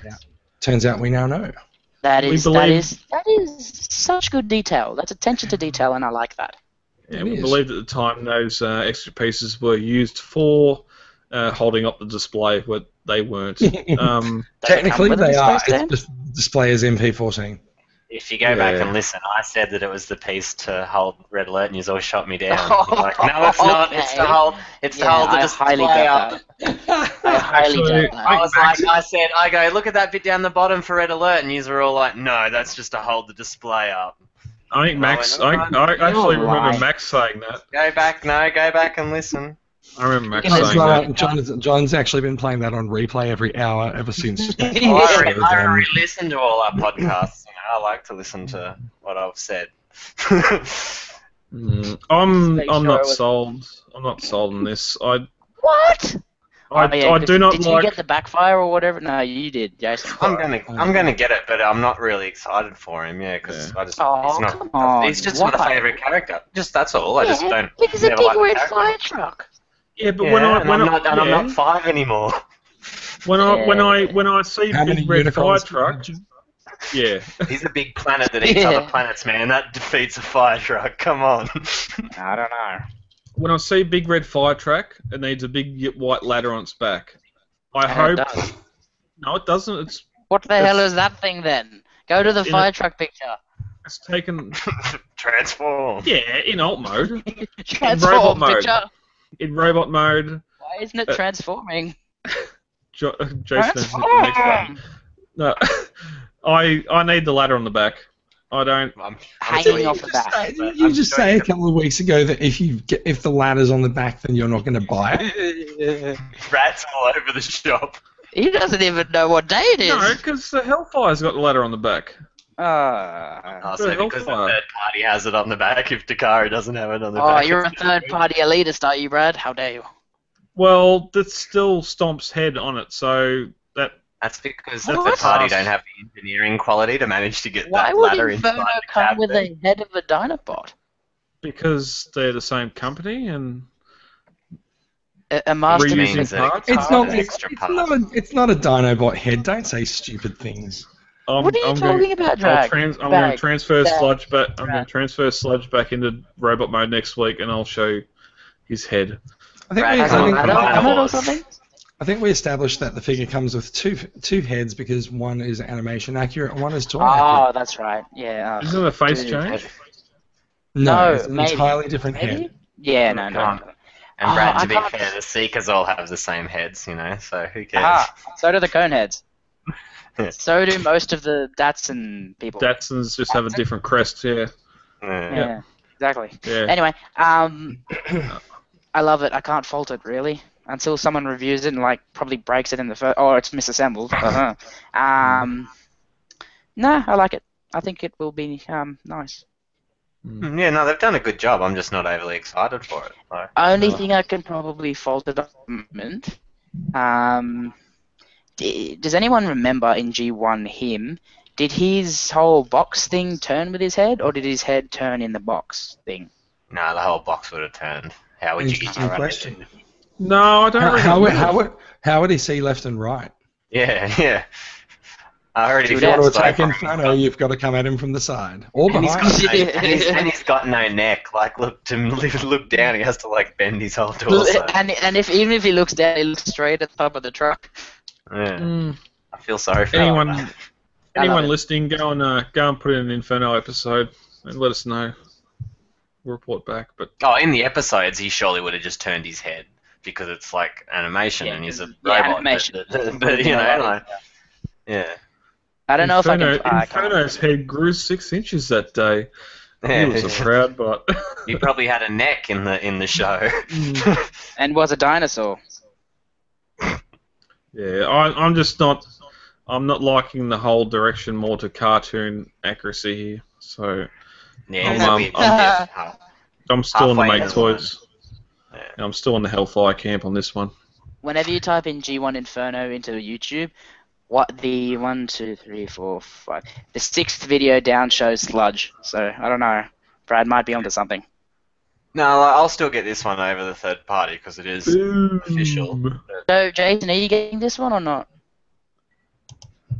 Speaker 7: turns out we now
Speaker 5: [laughs]
Speaker 7: know.
Speaker 5: that
Speaker 4: we
Speaker 5: is that
Speaker 4: believe-
Speaker 5: is that is such good detail. That's attention to detail, and I like that.
Speaker 4: Yeah,
Speaker 7: It
Speaker 4: we
Speaker 7: is.
Speaker 4: believed at the time those uh, extra pieces were used for uh, holding up the display, but they
Speaker 7: [laughs]
Speaker 4: weren't. um,
Speaker 5: Does it come
Speaker 7: Technically,
Speaker 5: with a
Speaker 7: they
Speaker 5: display
Speaker 7: are.
Speaker 5: stand?
Speaker 7: It's just display is MP14.
Speaker 5: [laughs]
Speaker 6: If you go back
Speaker 4: Yeah.
Speaker 6: and listen, I said that it was the piece to hold Red Alert, and you all shot me
Speaker 5: [laughs]
Speaker 6: down.
Speaker 5: Oh,
Speaker 6: You're like, no, it's not. It's to
Speaker 5: okay.
Speaker 6: hold. It's
Speaker 5: Yeah,
Speaker 6: to hold the
Speaker 5: I
Speaker 6: display
Speaker 5: highly doubt
Speaker 6: up.
Speaker 5: that. I highly
Speaker 4: Actually,
Speaker 5: doubt
Speaker 6: I
Speaker 5: that.
Speaker 6: was like, I said, I go, look at that bit down the bottom for red alert, and you were all like, no, that's just to hold the display up.
Speaker 4: I think Max. I, I actually remember Max saying that.
Speaker 6: Go back, no, go back and listen.
Speaker 4: I remember Max
Speaker 5: It's
Speaker 7: That's
Speaker 4: saying
Speaker 7: right.
Speaker 4: that.
Speaker 7: John's, John's actually been playing that on replay every hour ever
Speaker 5: [laughs]
Speaker 7: since.
Speaker 6: I,
Speaker 7: Yeah.
Speaker 6: re- I re-listen to all our podcasts. You know, I like to listen to what I've said. [laughs]
Speaker 4: Mm, I'm
Speaker 5: Make
Speaker 4: I'm
Speaker 5: sure I
Speaker 4: not
Speaker 5: was-
Speaker 4: sold. I'm not sold on this. I
Speaker 5: What?
Speaker 4: I,
Speaker 5: Oh, yeah,
Speaker 4: I
Speaker 5: did-
Speaker 4: do not
Speaker 5: Did you
Speaker 4: like.
Speaker 5: get the backfire or whatever? No, you did, Jason.
Speaker 6: I'm gonna, I'm gonna get it, but I'm not really excited for him, yeah, because I just,
Speaker 5: Oh,
Speaker 6: he's not,
Speaker 5: come on.
Speaker 6: he's just my
Speaker 5: Why?
Speaker 6: favorite character. Just that's all. I just
Speaker 5: Yeah,
Speaker 6: don't.
Speaker 5: Because a
Speaker 6: never
Speaker 5: big
Speaker 6: liked the
Speaker 5: red
Speaker 6: character.
Speaker 5: fire truck.
Speaker 4: Yeah, but
Speaker 6: Yeah,
Speaker 4: when I
Speaker 6: and
Speaker 4: when
Speaker 6: I'm
Speaker 4: I-
Speaker 6: not, and I'm
Speaker 4: yeah,
Speaker 6: not five anymore.
Speaker 4: when I when I when I see
Speaker 7: How many
Speaker 4: big red fire
Speaker 7: unicorns?
Speaker 4: truck, yeah,
Speaker 6: He's a big planet that eats
Speaker 5: Yeah.
Speaker 6: other planets, man. That defeats a fire truck. Come on. [laughs]
Speaker 5: I don't know.
Speaker 4: when I see big red fire truck, it needs a big y- white ladder on its back. I
Speaker 5: And it
Speaker 4: hope.
Speaker 5: does.
Speaker 4: No, it doesn't. It's
Speaker 5: What the
Speaker 4: It's-
Speaker 5: hell is that thing then? Go to the
Speaker 4: In a-
Speaker 5: fire truck picture.
Speaker 4: it's taken.
Speaker 6: Transform.
Speaker 4: Yeah, in alt mode,
Speaker 5: Transform
Speaker 4: mode.
Speaker 5: picture.
Speaker 4: in robot mode.
Speaker 5: Why isn't it
Speaker 4: Uh,
Speaker 5: transforming?
Speaker 4: Jo- uh, Jason is the next one.
Speaker 5: Transform.
Speaker 4: No, [laughs] I I need the ladder on the back. I don't.
Speaker 6: I'm, I'm
Speaker 5: Hanging
Speaker 6: doing-
Speaker 5: off the back.
Speaker 7: Hey, didn't
Speaker 6: But
Speaker 7: you
Speaker 6: I'm
Speaker 7: just
Speaker 6: sure
Speaker 7: say
Speaker 6: you
Speaker 7: a couple of weeks ago that if you get, if the ladder's on the back, then you're not going to buy
Speaker 6: [laughs]
Speaker 7: it.
Speaker 6: Rats all over
Speaker 5: [laughs]
Speaker 6: the shop.
Speaker 5: He doesn't even know what day it is.
Speaker 4: No, because the Hellfire's got the ladder on the back.
Speaker 5: Uh,
Speaker 4: The
Speaker 6: Oh, so because the
Speaker 4: Hellfire.
Speaker 6: third party has it on the back, if Dakara doesn't have it on the
Speaker 5: oh,
Speaker 6: back.
Speaker 5: you're a
Speaker 6: it's-
Speaker 5: third party elitist, are you, Brad? How dare you?
Speaker 4: Well, that's still Stomp's head on it, so that
Speaker 6: That's because
Speaker 5: What?
Speaker 6: the third party don't have the engineering quality to manage to get
Speaker 5: Why
Speaker 6: that
Speaker 5: would
Speaker 6: ladder
Speaker 5: Inferno
Speaker 6: inside the
Speaker 5: come
Speaker 6: cab.
Speaker 5: with
Speaker 6: there.
Speaker 5: a head of a Dinobot?
Speaker 4: because they're the same company and
Speaker 5: A, a master
Speaker 6: Reusing
Speaker 5: machine.
Speaker 4: reusing
Speaker 6: means that it
Speaker 4: parts.
Speaker 7: It's
Speaker 6: Oh,
Speaker 7: not.
Speaker 6: an
Speaker 7: It's,
Speaker 6: extra
Speaker 7: it's
Speaker 6: part.
Speaker 7: not. A, it's not a Dinobot head. Don't say stupid things.
Speaker 4: I'm,
Speaker 5: What are you
Speaker 4: I'm
Speaker 5: talking
Speaker 4: going,
Speaker 5: about,
Speaker 4: I'll
Speaker 5: Drag?
Speaker 4: trans, I'm going to
Speaker 5: Drag.
Speaker 4: transfer
Speaker 5: Drag.
Speaker 4: Sludge back. I'm going
Speaker 5: Drag.
Speaker 4: to transfer Sludge back into robot mode next week, and I'll show his head.
Speaker 7: I think,
Speaker 6: Right,
Speaker 7: we, I,
Speaker 5: Has it
Speaker 7: think,
Speaker 5: got a
Speaker 6: Combinable.
Speaker 5: helmet or something?
Speaker 7: I think we established that the figure comes with two two heads because one is animation accurate and one is toy
Speaker 6: Ah,
Speaker 7: accurate.
Speaker 5: Oh, that's right. Yeah. uh,
Speaker 4: Isn't it a face
Speaker 5: Dude.
Speaker 4: change?
Speaker 7: No,
Speaker 5: no,
Speaker 7: it's an
Speaker 5: maybe.
Speaker 7: entirely different
Speaker 5: Maybe?
Speaker 7: head.
Speaker 5: Yeah, no,
Speaker 6: Come
Speaker 5: no.
Speaker 6: on.
Speaker 5: no.
Speaker 6: And
Speaker 5: Oh,
Speaker 6: Brad,
Speaker 5: I
Speaker 6: to be
Speaker 5: can't-
Speaker 6: fair, the Seekers all have the same heads, you know, so who cares?
Speaker 5: Ah, so do the Coneheads. So do most of the Datsun people.
Speaker 4: Datsuns just have a different crest. Yeah,
Speaker 6: Yeah.
Speaker 5: yeah, exactly.
Speaker 4: yeah.
Speaker 5: Anyway, um, I love it. I can't fault it really until someone reviews it and like probably breaks it in the first. Or it's misassembled. Uh-huh. um, no, I like it. I think it will be um, nice.
Speaker 6: Mm, yeah, no, they've done a good job. I'm just not overly excited for it. Like,
Speaker 5: Only thing I can probably fault it on at the moment. Um, d- does anyone remember in G1 him? Did his whole box thing turn with his head, or did his head turn in the box thing?
Speaker 6: no, the whole box would have turned. How would you get
Speaker 7: Interesting
Speaker 6: your
Speaker 7: question.
Speaker 4: No, I don't.
Speaker 7: How,
Speaker 4: really
Speaker 7: how, would-
Speaker 4: know.
Speaker 7: how, would- how would he see left and right?
Speaker 6: Yeah, [laughs] yeah. I already
Speaker 5: Dude,
Speaker 6: feel
Speaker 5: that's
Speaker 7: Auto
Speaker 6: it's like-
Speaker 7: attack in front of you, you've got to come at him from the side. Or
Speaker 6: [laughs] And he's
Speaker 7: behind.
Speaker 6: got no,
Speaker 5: Yeah. [laughs]
Speaker 6: and he's, and he's got no neck. Like, look to [laughs] look down. He has to like bend his whole torso.
Speaker 5: [laughs] And and if even if he looks down, he looks straight at the top of the truck.
Speaker 6: Yeah.
Speaker 4: Mm.
Speaker 6: I feel sorry for
Speaker 4: Anyone-
Speaker 6: him.
Speaker 5: I love
Speaker 4: Anyone
Speaker 5: it.
Speaker 4: listening, go and uh, go and put in an Inferno episode and let us know. We'll report back. But
Speaker 6: Oh, in the episodes, he surely would have just turned his head because it's like animation
Speaker 5: Yeah,
Speaker 6: and he's a
Speaker 5: yeah,
Speaker 6: robot.
Speaker 5: animation.
Speaker 6: [laughs] But, but, [laughs] you know, like, yeah.
Speaker 5: I don't know
Speaker 4: Inferno,
Speaker 5: if I can. I can't-
Speaker 4: Inferno's head grew six inches that day.
Speaker 5: [laughs]
Speaker 4: He was a
Speaker 6: [laughs] yeah.
Speaker 4: proud butt. [laughs]
Speaker 6: He probably had a neck in the in the show.
Speaker 5: and was a dinosaur.
Speaker 4: yeah, I, I'm just not. I'm not liking the whole direction more to cartoon accuracy here. So
Speaker 6: yeah, he's
Speaker 4: I'm,
Speaker 6: a
Speaker 4: um,
Speaker 6: bit.
Speaker 5: I'm-
Speaker 6: yeah.
Speaker 4: I'm still on the
Speaker 6: Halfway
Speaker 4: make
Speaker 6: down.
Speaker 4: toys.
Speaker 6: Yeah.
Speaker 4: And I'm still on the Hellfire camp on this one.
Speaker 5: Whenever you type in G1 Inferno into YouTube, what the one, two, three, four, five, the sixth video down shows sludge. So I don't know. Brad might be onto something.
Speaker 6: [laughs] No, like, I'll still get this one over the third party because it is official. [laughs]
Speaker 5: So Jason, are you getting this one or not?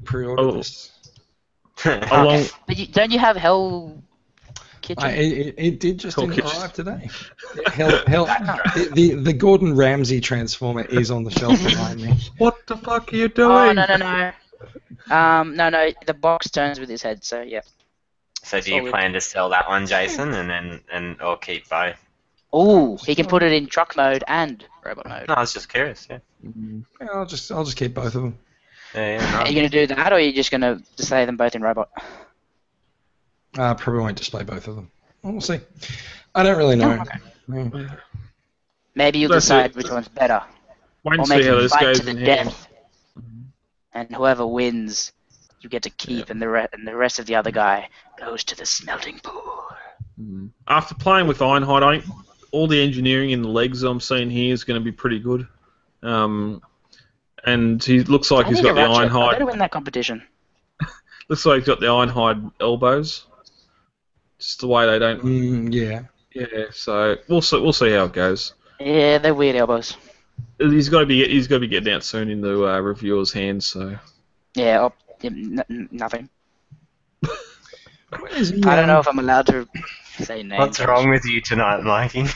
Speaker 7: Pre-order
Speaker 4: Oh.
Speaker 7: this.
Speaker 4: Along,
Speaker 5: But you, don't you have Hell Kitchen?
Speaker 7: I, it, it- it did just
Speaker 4: Cool kitchen. [laughs]
Speaker 7: arrive today. Hell, hell, the, the, the Gordon Ramsay Transformer is on the shelf behind me.
Speaker 4: what the fuck are you doing?
Speaker 5: oh no no no. Um no no the box turns with his head. So yeah.
Speaker 6: so do you
Speaker 5: solid.
Speaker 6: plan to sell that one, Jason, and then and or keep both?
Speaker 5: Ooh, he can put it in truck mode and robot mode.
Speaker 6: No, I was just curious. Yeah.
Speaker 7: Yeah, I'll just I'll just keep both of them.
Speaker 6: Yeah, yeah, no.
Speaker 5: Are you gonna do that, or are you just gonna display them both in robot?
Speaker 7: Uh, probably won't display both of them. Well, We'll see. I don't really know. Yeah.
Speaker 5: Maybe you'll
Speaker 4: That's
Speaker 5: decide
Speaker 4: it.
Speaker 5: which one's better,
Speaker 4: Wait
Speaker 5: or
Speaker 4: and
Speaker 5: make
Speaker 4: see how
Speaker 5: them
Speaker 4: this
Speaker 5: fight
Speaker 4: goes
Speaker 5: to the
Speaker 4: in here.
Speaker 5: death, and whoever wins, you get to keep, and the re- and the rest of the other guy goes to the smelting pool.
Speaker 4: After playing with Ironhide, I think all the engineering in the legs I'm seeing here is going to be pretty good. Um, and he looks like
Speaker 5: I
Speaker 4: he's
Speaker 5: need
Speaker 4: got
Speaker 5: a
Speaker 4: the
Speaker 5: ratchet. I better
Speaker 4: Ironhide.
Speaker 5: win that competition.
Speaker 4: Looks like he's got the Ironhide elbows. Just the way they don't.
Speaker 7: Mm, yeah.
Speaker 4: Yeah. So we'll see, we'll see how it goes.
Speaker 5: Yeah, they're weird elbows.
Speaker 4: He's got to be he's got to be getting out soon into uh, reviewers' hands. So
Speaker 5: Yeah, oh, yeah, n- n- nothing.
Speaker 7: What is he,
Speaker 5: I don't know
Speaker 7: um,
Speaker 5: if I'm allowed to say names.
Speaker 6: What's wrong with you tonight, Mikey?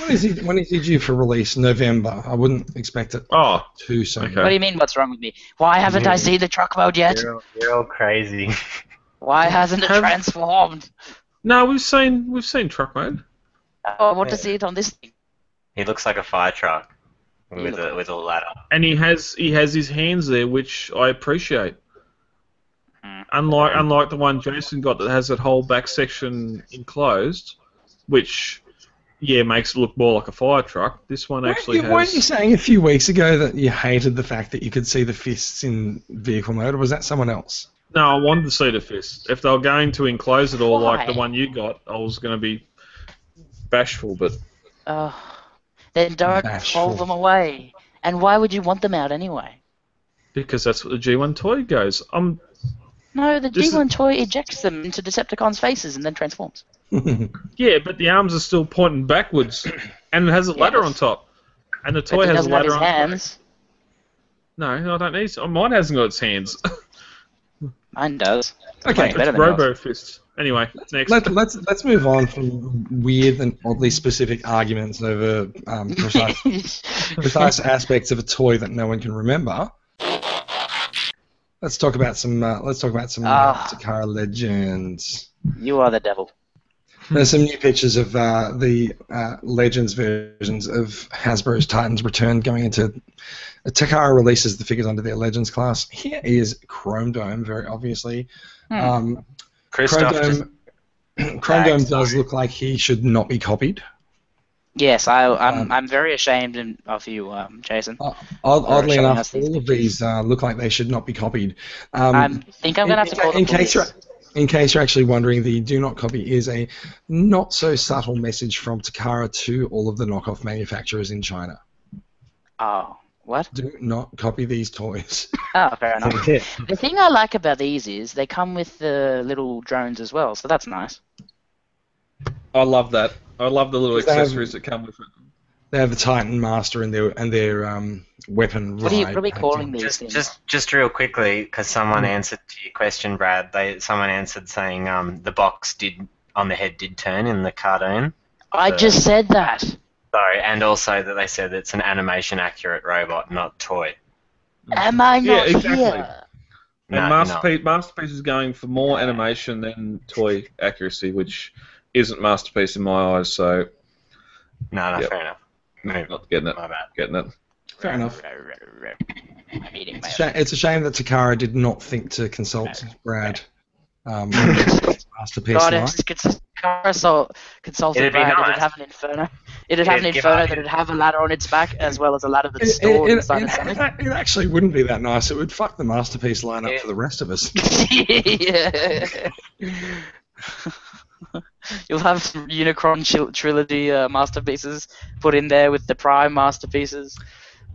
Speaker 7: When is, he, when is he due for release? November. I wouldn't expect it
Speaker 4: oh
Speaker 7: too soon.
Speaker 4: Okay.
Speaker 5: What do you mean? What's wrong with me? Why haven't I seen the truck mode yet?
Speaker 6: You're all, you're all crazy.
Speaker 5: Why hasn't it
Speaker 4: Have-
Speaker 5: transformed?
Speaker 4: no, we've seen we've seen truck mode.
Speaker 5: Oh, I want to see it on this thing.
Speaker 6: [laughs] He looks like a fire truck with
Speaker 5: look-
Speaker 6: a with a ladder.
Speaker 4: and he has he has his hands there, which I appreciate. Unlike unlike the one Jason got that has that whole back section enclosed, which yeah makes it look more like a fire truck. This one
Speaker 7: Weren't
Speaker 4: actually
Speaker 7: you, weren't you
Speaker 4: has.
Speaker 7: saying a few weeks ago that you hated the fact that you could see the fists in vehicle mode, or was that someone else?
Speaker 4: No, I wanted to see the fist. If they were going to enclose it all like the
Speaker 5: Why?
Speaker 4: one you got, I was going to be bashful. But
Speaker 5: Oh, then don't
Speaker 7: Bashful.
Speaker 5: fold them away. And why would you want them out anyway?
Speaker 4: because that's what the G1 toy goes. Um, I'm
Speaker 5: No, the
Speaker 4: This is-
Speaker 5: G1 toy ejects them into Decepticons' faces and then transforms.
Speaker 4: yeah, but the arms are still pointing backwards, and it has a ladder
Speaker 5: Yes.
Speaker 4: on top, and the
Speaker 5: But
Speaker 4: toy
Speaker 5: he
Speaker 4: has a
Speaker 5: doesn't have
Speaker 4: ladder
Speaker 5: his
Speaker 4: on top.
Speaker 5: hands.
Speaker 4: No, I don't need. To. Mine hasn't got its hands.
Speaker 5: Mine
Speaker 7: [laughs]
Speaker 5: does.
Speaker 7: Okay,
Speaker 5: Mine's better than yours.
Speaker 4: Robo fist. Anyway, next.
Speaker 7: Let, let's let's move on from weird and oddly specific arguments over um, precise,
Speaker 5: [laughs]
Speaker 7: precise aspects of a toy that no one can remember. Let's talk about some. Uh, let's talk about some uh,
Speaker 5: Ah.
Speaker 7: Takara legends.
Speaker 5: you are the devil.
Speaker 7: There's some new pictures of uh, the uh, Legends versions of Hasbro's Titans Return going into. uh, Takara releases the figures under their Legends class. Here is Chrome Dome, very obviously.
Speaker 5: Hmm.
Speaker 7: Um, Chrome
Speaker 6: Christoph just
Speaker 7: Dome, [clears throat] Chrome Dome does
Speaker 6: sorry.
Speaker 7: look like he should not be copied.
Speaker 5: Yes, I, I'm.
Speaker 7: Um,
Speaker 5: I'm very ashamed in- of you, um, Jason.
Speaker 7: Uh, odd,
Speaker 5: Or
Speaker 7: oddly
Speaker 5: showing
Speaker 7: enough,
Speaker 5: us these
Speaker 7: all of
Speaker 5: pictures.
Speaker 7: these uh, look like they should not be copied. Um,
Speaker 5: I think I'm gonna have to call the
Speaker 7: in case
Speaker 5: police.
Speaker 7: you're, in case you're actually wondering, the do not copy is a not so subtle message from Takara to all of the knockoff manufacturers in China.
Speaker 5: Oh, what?
Speaker 7: Do not copy these toys.
Speaker 5: Oh, fair
Speaker 7: [laughs]
Speaker 5: enough. The thing I like about these is they come with the little drones as well, so that's nice.
Speaker 4: I love that. I love the little
Speaker 7: Does that have-
Speaker 4: accessories that come with it.
Speaker 7: They have the Titan Master and their and their um, weapon.
Speaker 5: What are you?
Speaker 7: ride
Speaker 5: What are we
Speaker 7: packed
Speaker 5: calling
Speaker 7: in.
Speaker 5: these
Speaker 6: just
Speaker 5: things?
Speaker 6: just just real quickly because someone answered to your question, Brad. They someone answered saying um, the box did on the head did turn in the cartoon.
Speaker 5: I
Speaker 6: the-
Speaker 5: just said that.
Speaker 6: Sorry, and also that they said it's an animation accurate robot, not toy.
Speaker 5: Am I
Speaker 4: Yeah,
Speaker 5: not
Speaker 4: exactly.
Speaker 5: here?
Speaker 6: No,
Speaker 4: and
Speaker 6: no.
Speaker 4: Masterpiece, Masterpiece is going for more animation than toy accuracy, which isn't Masterpiece in my eyes, so
Speaker 6: No, no,
Speaker 4: Yep.
Speaker 6: fair enough. Move on.
Speaker 4: not getting it.
Speaker 6: My bad.
Speaker 4: Getting it.
Speaker 7: Fair enough.
Speaker 5: I'm eating
Speaker 7: It's a,
Speaker 5: mail.
Speaker 7: shame, it's a shame that Takara did not think to consult Brad. Um, on this masterpiece.
Speaker 5: God,
Speaker 7: line.
Speaker 5: if cons- consult, consulted
Speaker 6: It'd be
Speaker 5: Brad,
Speaker 6: nice.
Speaker 5: it'd have an inferno. It'd have an
Speaker 6: It'd give
Speaker 5: inferno
Speaker 6: up.
Speaker 5: that'd have a ladder on its back, as well as a ladder that's
Speaker 7: It,
Speaker 5: stored
Speaker 7: it-
Speaker 5: inside
Speaker 7: it-
Speaker 5: of something.
Speaker 7: it actually wouldn't be that nice. It would fuck the masterpiece lineup
Speaker 6: Yeah.
Speaker 7: for the rest of us. [laughs]
Speaker 5: yeah. [laughs] You'll have some Unicron chil- trilogy uh, masterpieces put in there with the Prime masterpieces.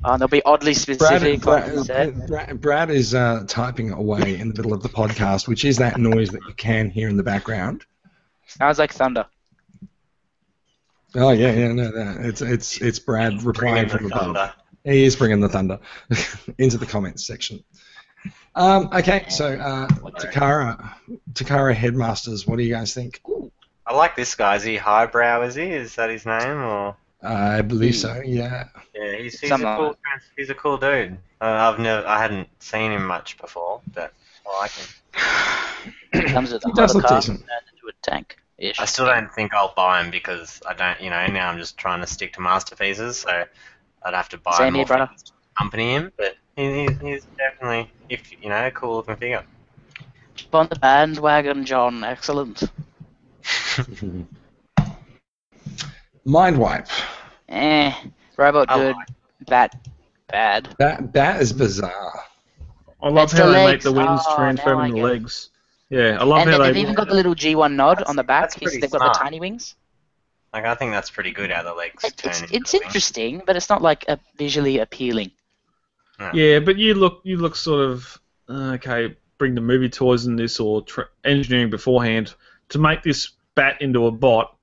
Speaker 5: Uh, they'll be oddly specific. like you
Speaker 7: Brad,
Speaker 5: said.
Speaker 7: Brad, Brad, Brad is uh, typing away in the middle of the podcast, which is that noise that you can hear in the background.
Speaker 5: Sounds like thunder. [clears throat]
Speaker 7: Oh yeah, yeah, no, no. it's it's it's Brad
Speaker 6: Bring in
Speaker 7: replying
Speaker 6: the
Speaker 7: from above.
Speaker 6: thunder.
Speaker 7: He is bringing the thunder [laughs] into the comments section. Um, okay, so uh, Takara, Takara headmasters, what do you guys think?
Speaker 6: I like this guy. Is he highbrow? Is he? Is that his name? Or
Speaker 7: I believe so. Yeah,
Speaker 5: [laughs]
Speaker 6: yeah, he's, he's a
Speaker 5: Someone.
Speaker 6: cool trans- he's a cool dude. Uh, I've never I hadn't seen him much before, but I like him.
Speaker 5: comes with a
Speaker 7: It does look
Speaker 5: hovercraft and
Speaker 7: decent.
Speaker 5: into a tank. Ish.
Speaker 6: I still don't think I'll buy him because I don't, you know, now I'm just trying to stick to masterpieces, so I'd have to buy
Speaker 5: Same
Speaker 6: more
Speaker 5: here, brother.
Speaker 6: things to accompany him. But he, he's, he's definitely, if you know, a cool looking figure.
Speaker 5: Jump On the bandwagon, John. Excellent.
Speaker 7: mind wipe.
Speaker 5: Eh. Robot
Speaker 6: I
Speaker 5: good. That bad.
Speaker 7: That that is bizarre.
Speaker 4: I love
Speaker 5: It's
Speaker 4: how
Speaker 5: the
Speaker 4: they make
Speaker 5: legs.
Speaker 4: the wings
Speaker 5: Oh, now
Speaker 4: transform
Speaker 5: I
Speaker 4: in the
Speaker 5: get it.
Speaker 4: legs. Yeah, I love
Speaker 5: and
Speaker 4: how
Speaker 5: then
Speaker 4: they.
Speaker 5: they've even got the little G1 nod
Speaker 6: That's-
Speaker 5: on the back.
Speaker 6: that's
Speaker 5: He's-
Speaker 6: pretty
Speaker 5: They've got
Speaker 6: smart.
Speaker 5: the tiny wings.
Speaker 6: Like I think that's pretty good. How the legs
Speaker 5: It-
Speaker 6: turn.
Speaker 5: It's,
Speaker 6: into
Speaker 5: it's
Speaker 6: the wing.
Speaker 5: interesting, but it's not like a visually appealing.
Speaker 4: yeah, but you look, you look sort of uh, okay. Bring the movie toys in this, or tr engineering beforehand to make this bat into a bot.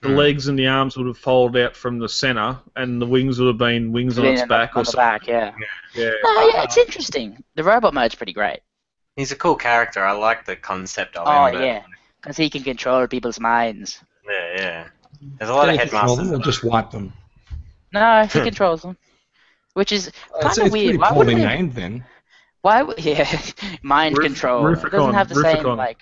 Speaker 4: The
Speaker 6: Mm.
Speaker 4: legs and the arms would have folded out from the center, and the wings would have been wings
Speaker 5: [laughs]
Speaker 4: on
Speaker 5: Yeah,
Speaker 4: its
Speaker 5: on the-
Speaker 4: back
Speaker 5: on
Speaker 4: or
Speaker 5: the
Speaker 4: something.
Speaker 5: back, yeah.
Speaker 4: Yeah.
Speaker 5: No, yeah, it's interesting. The robot mode's pretty great
Speaker 6: He's a cool character. I like the concept of
Speaker 5: Oh,
Speaker 6: him. but-
Speaker 5: yeah. because he can control people's minds.
Speaker 6: yeah, yeah. There's a lot of
Speaker 7: Can you control them
Speaker 6: headmasters.
Speaker 7: or just wipe them.
Speaker 5: No,
Speaker 4: Hmm.
Speaker 5: he controls them, which is
Speaker 7: It's,
Speaker 5: kind
Speaker 7: it's
Speaker 5: of
Speaker 7: pretty
Speaker 5: weird. Why
Speaker 7: poorly
Speaker 5: would they?
Speaker 7: named then.
Speaker 5: Why would [laughs] yeah? Mind
Speaker 4: Roof-
Speaker 5: control. It doesn't
Speaker 4: Rooficon,
Speaker 5: have the same
Speaker 4: Rooficon.
Speaker 5: like.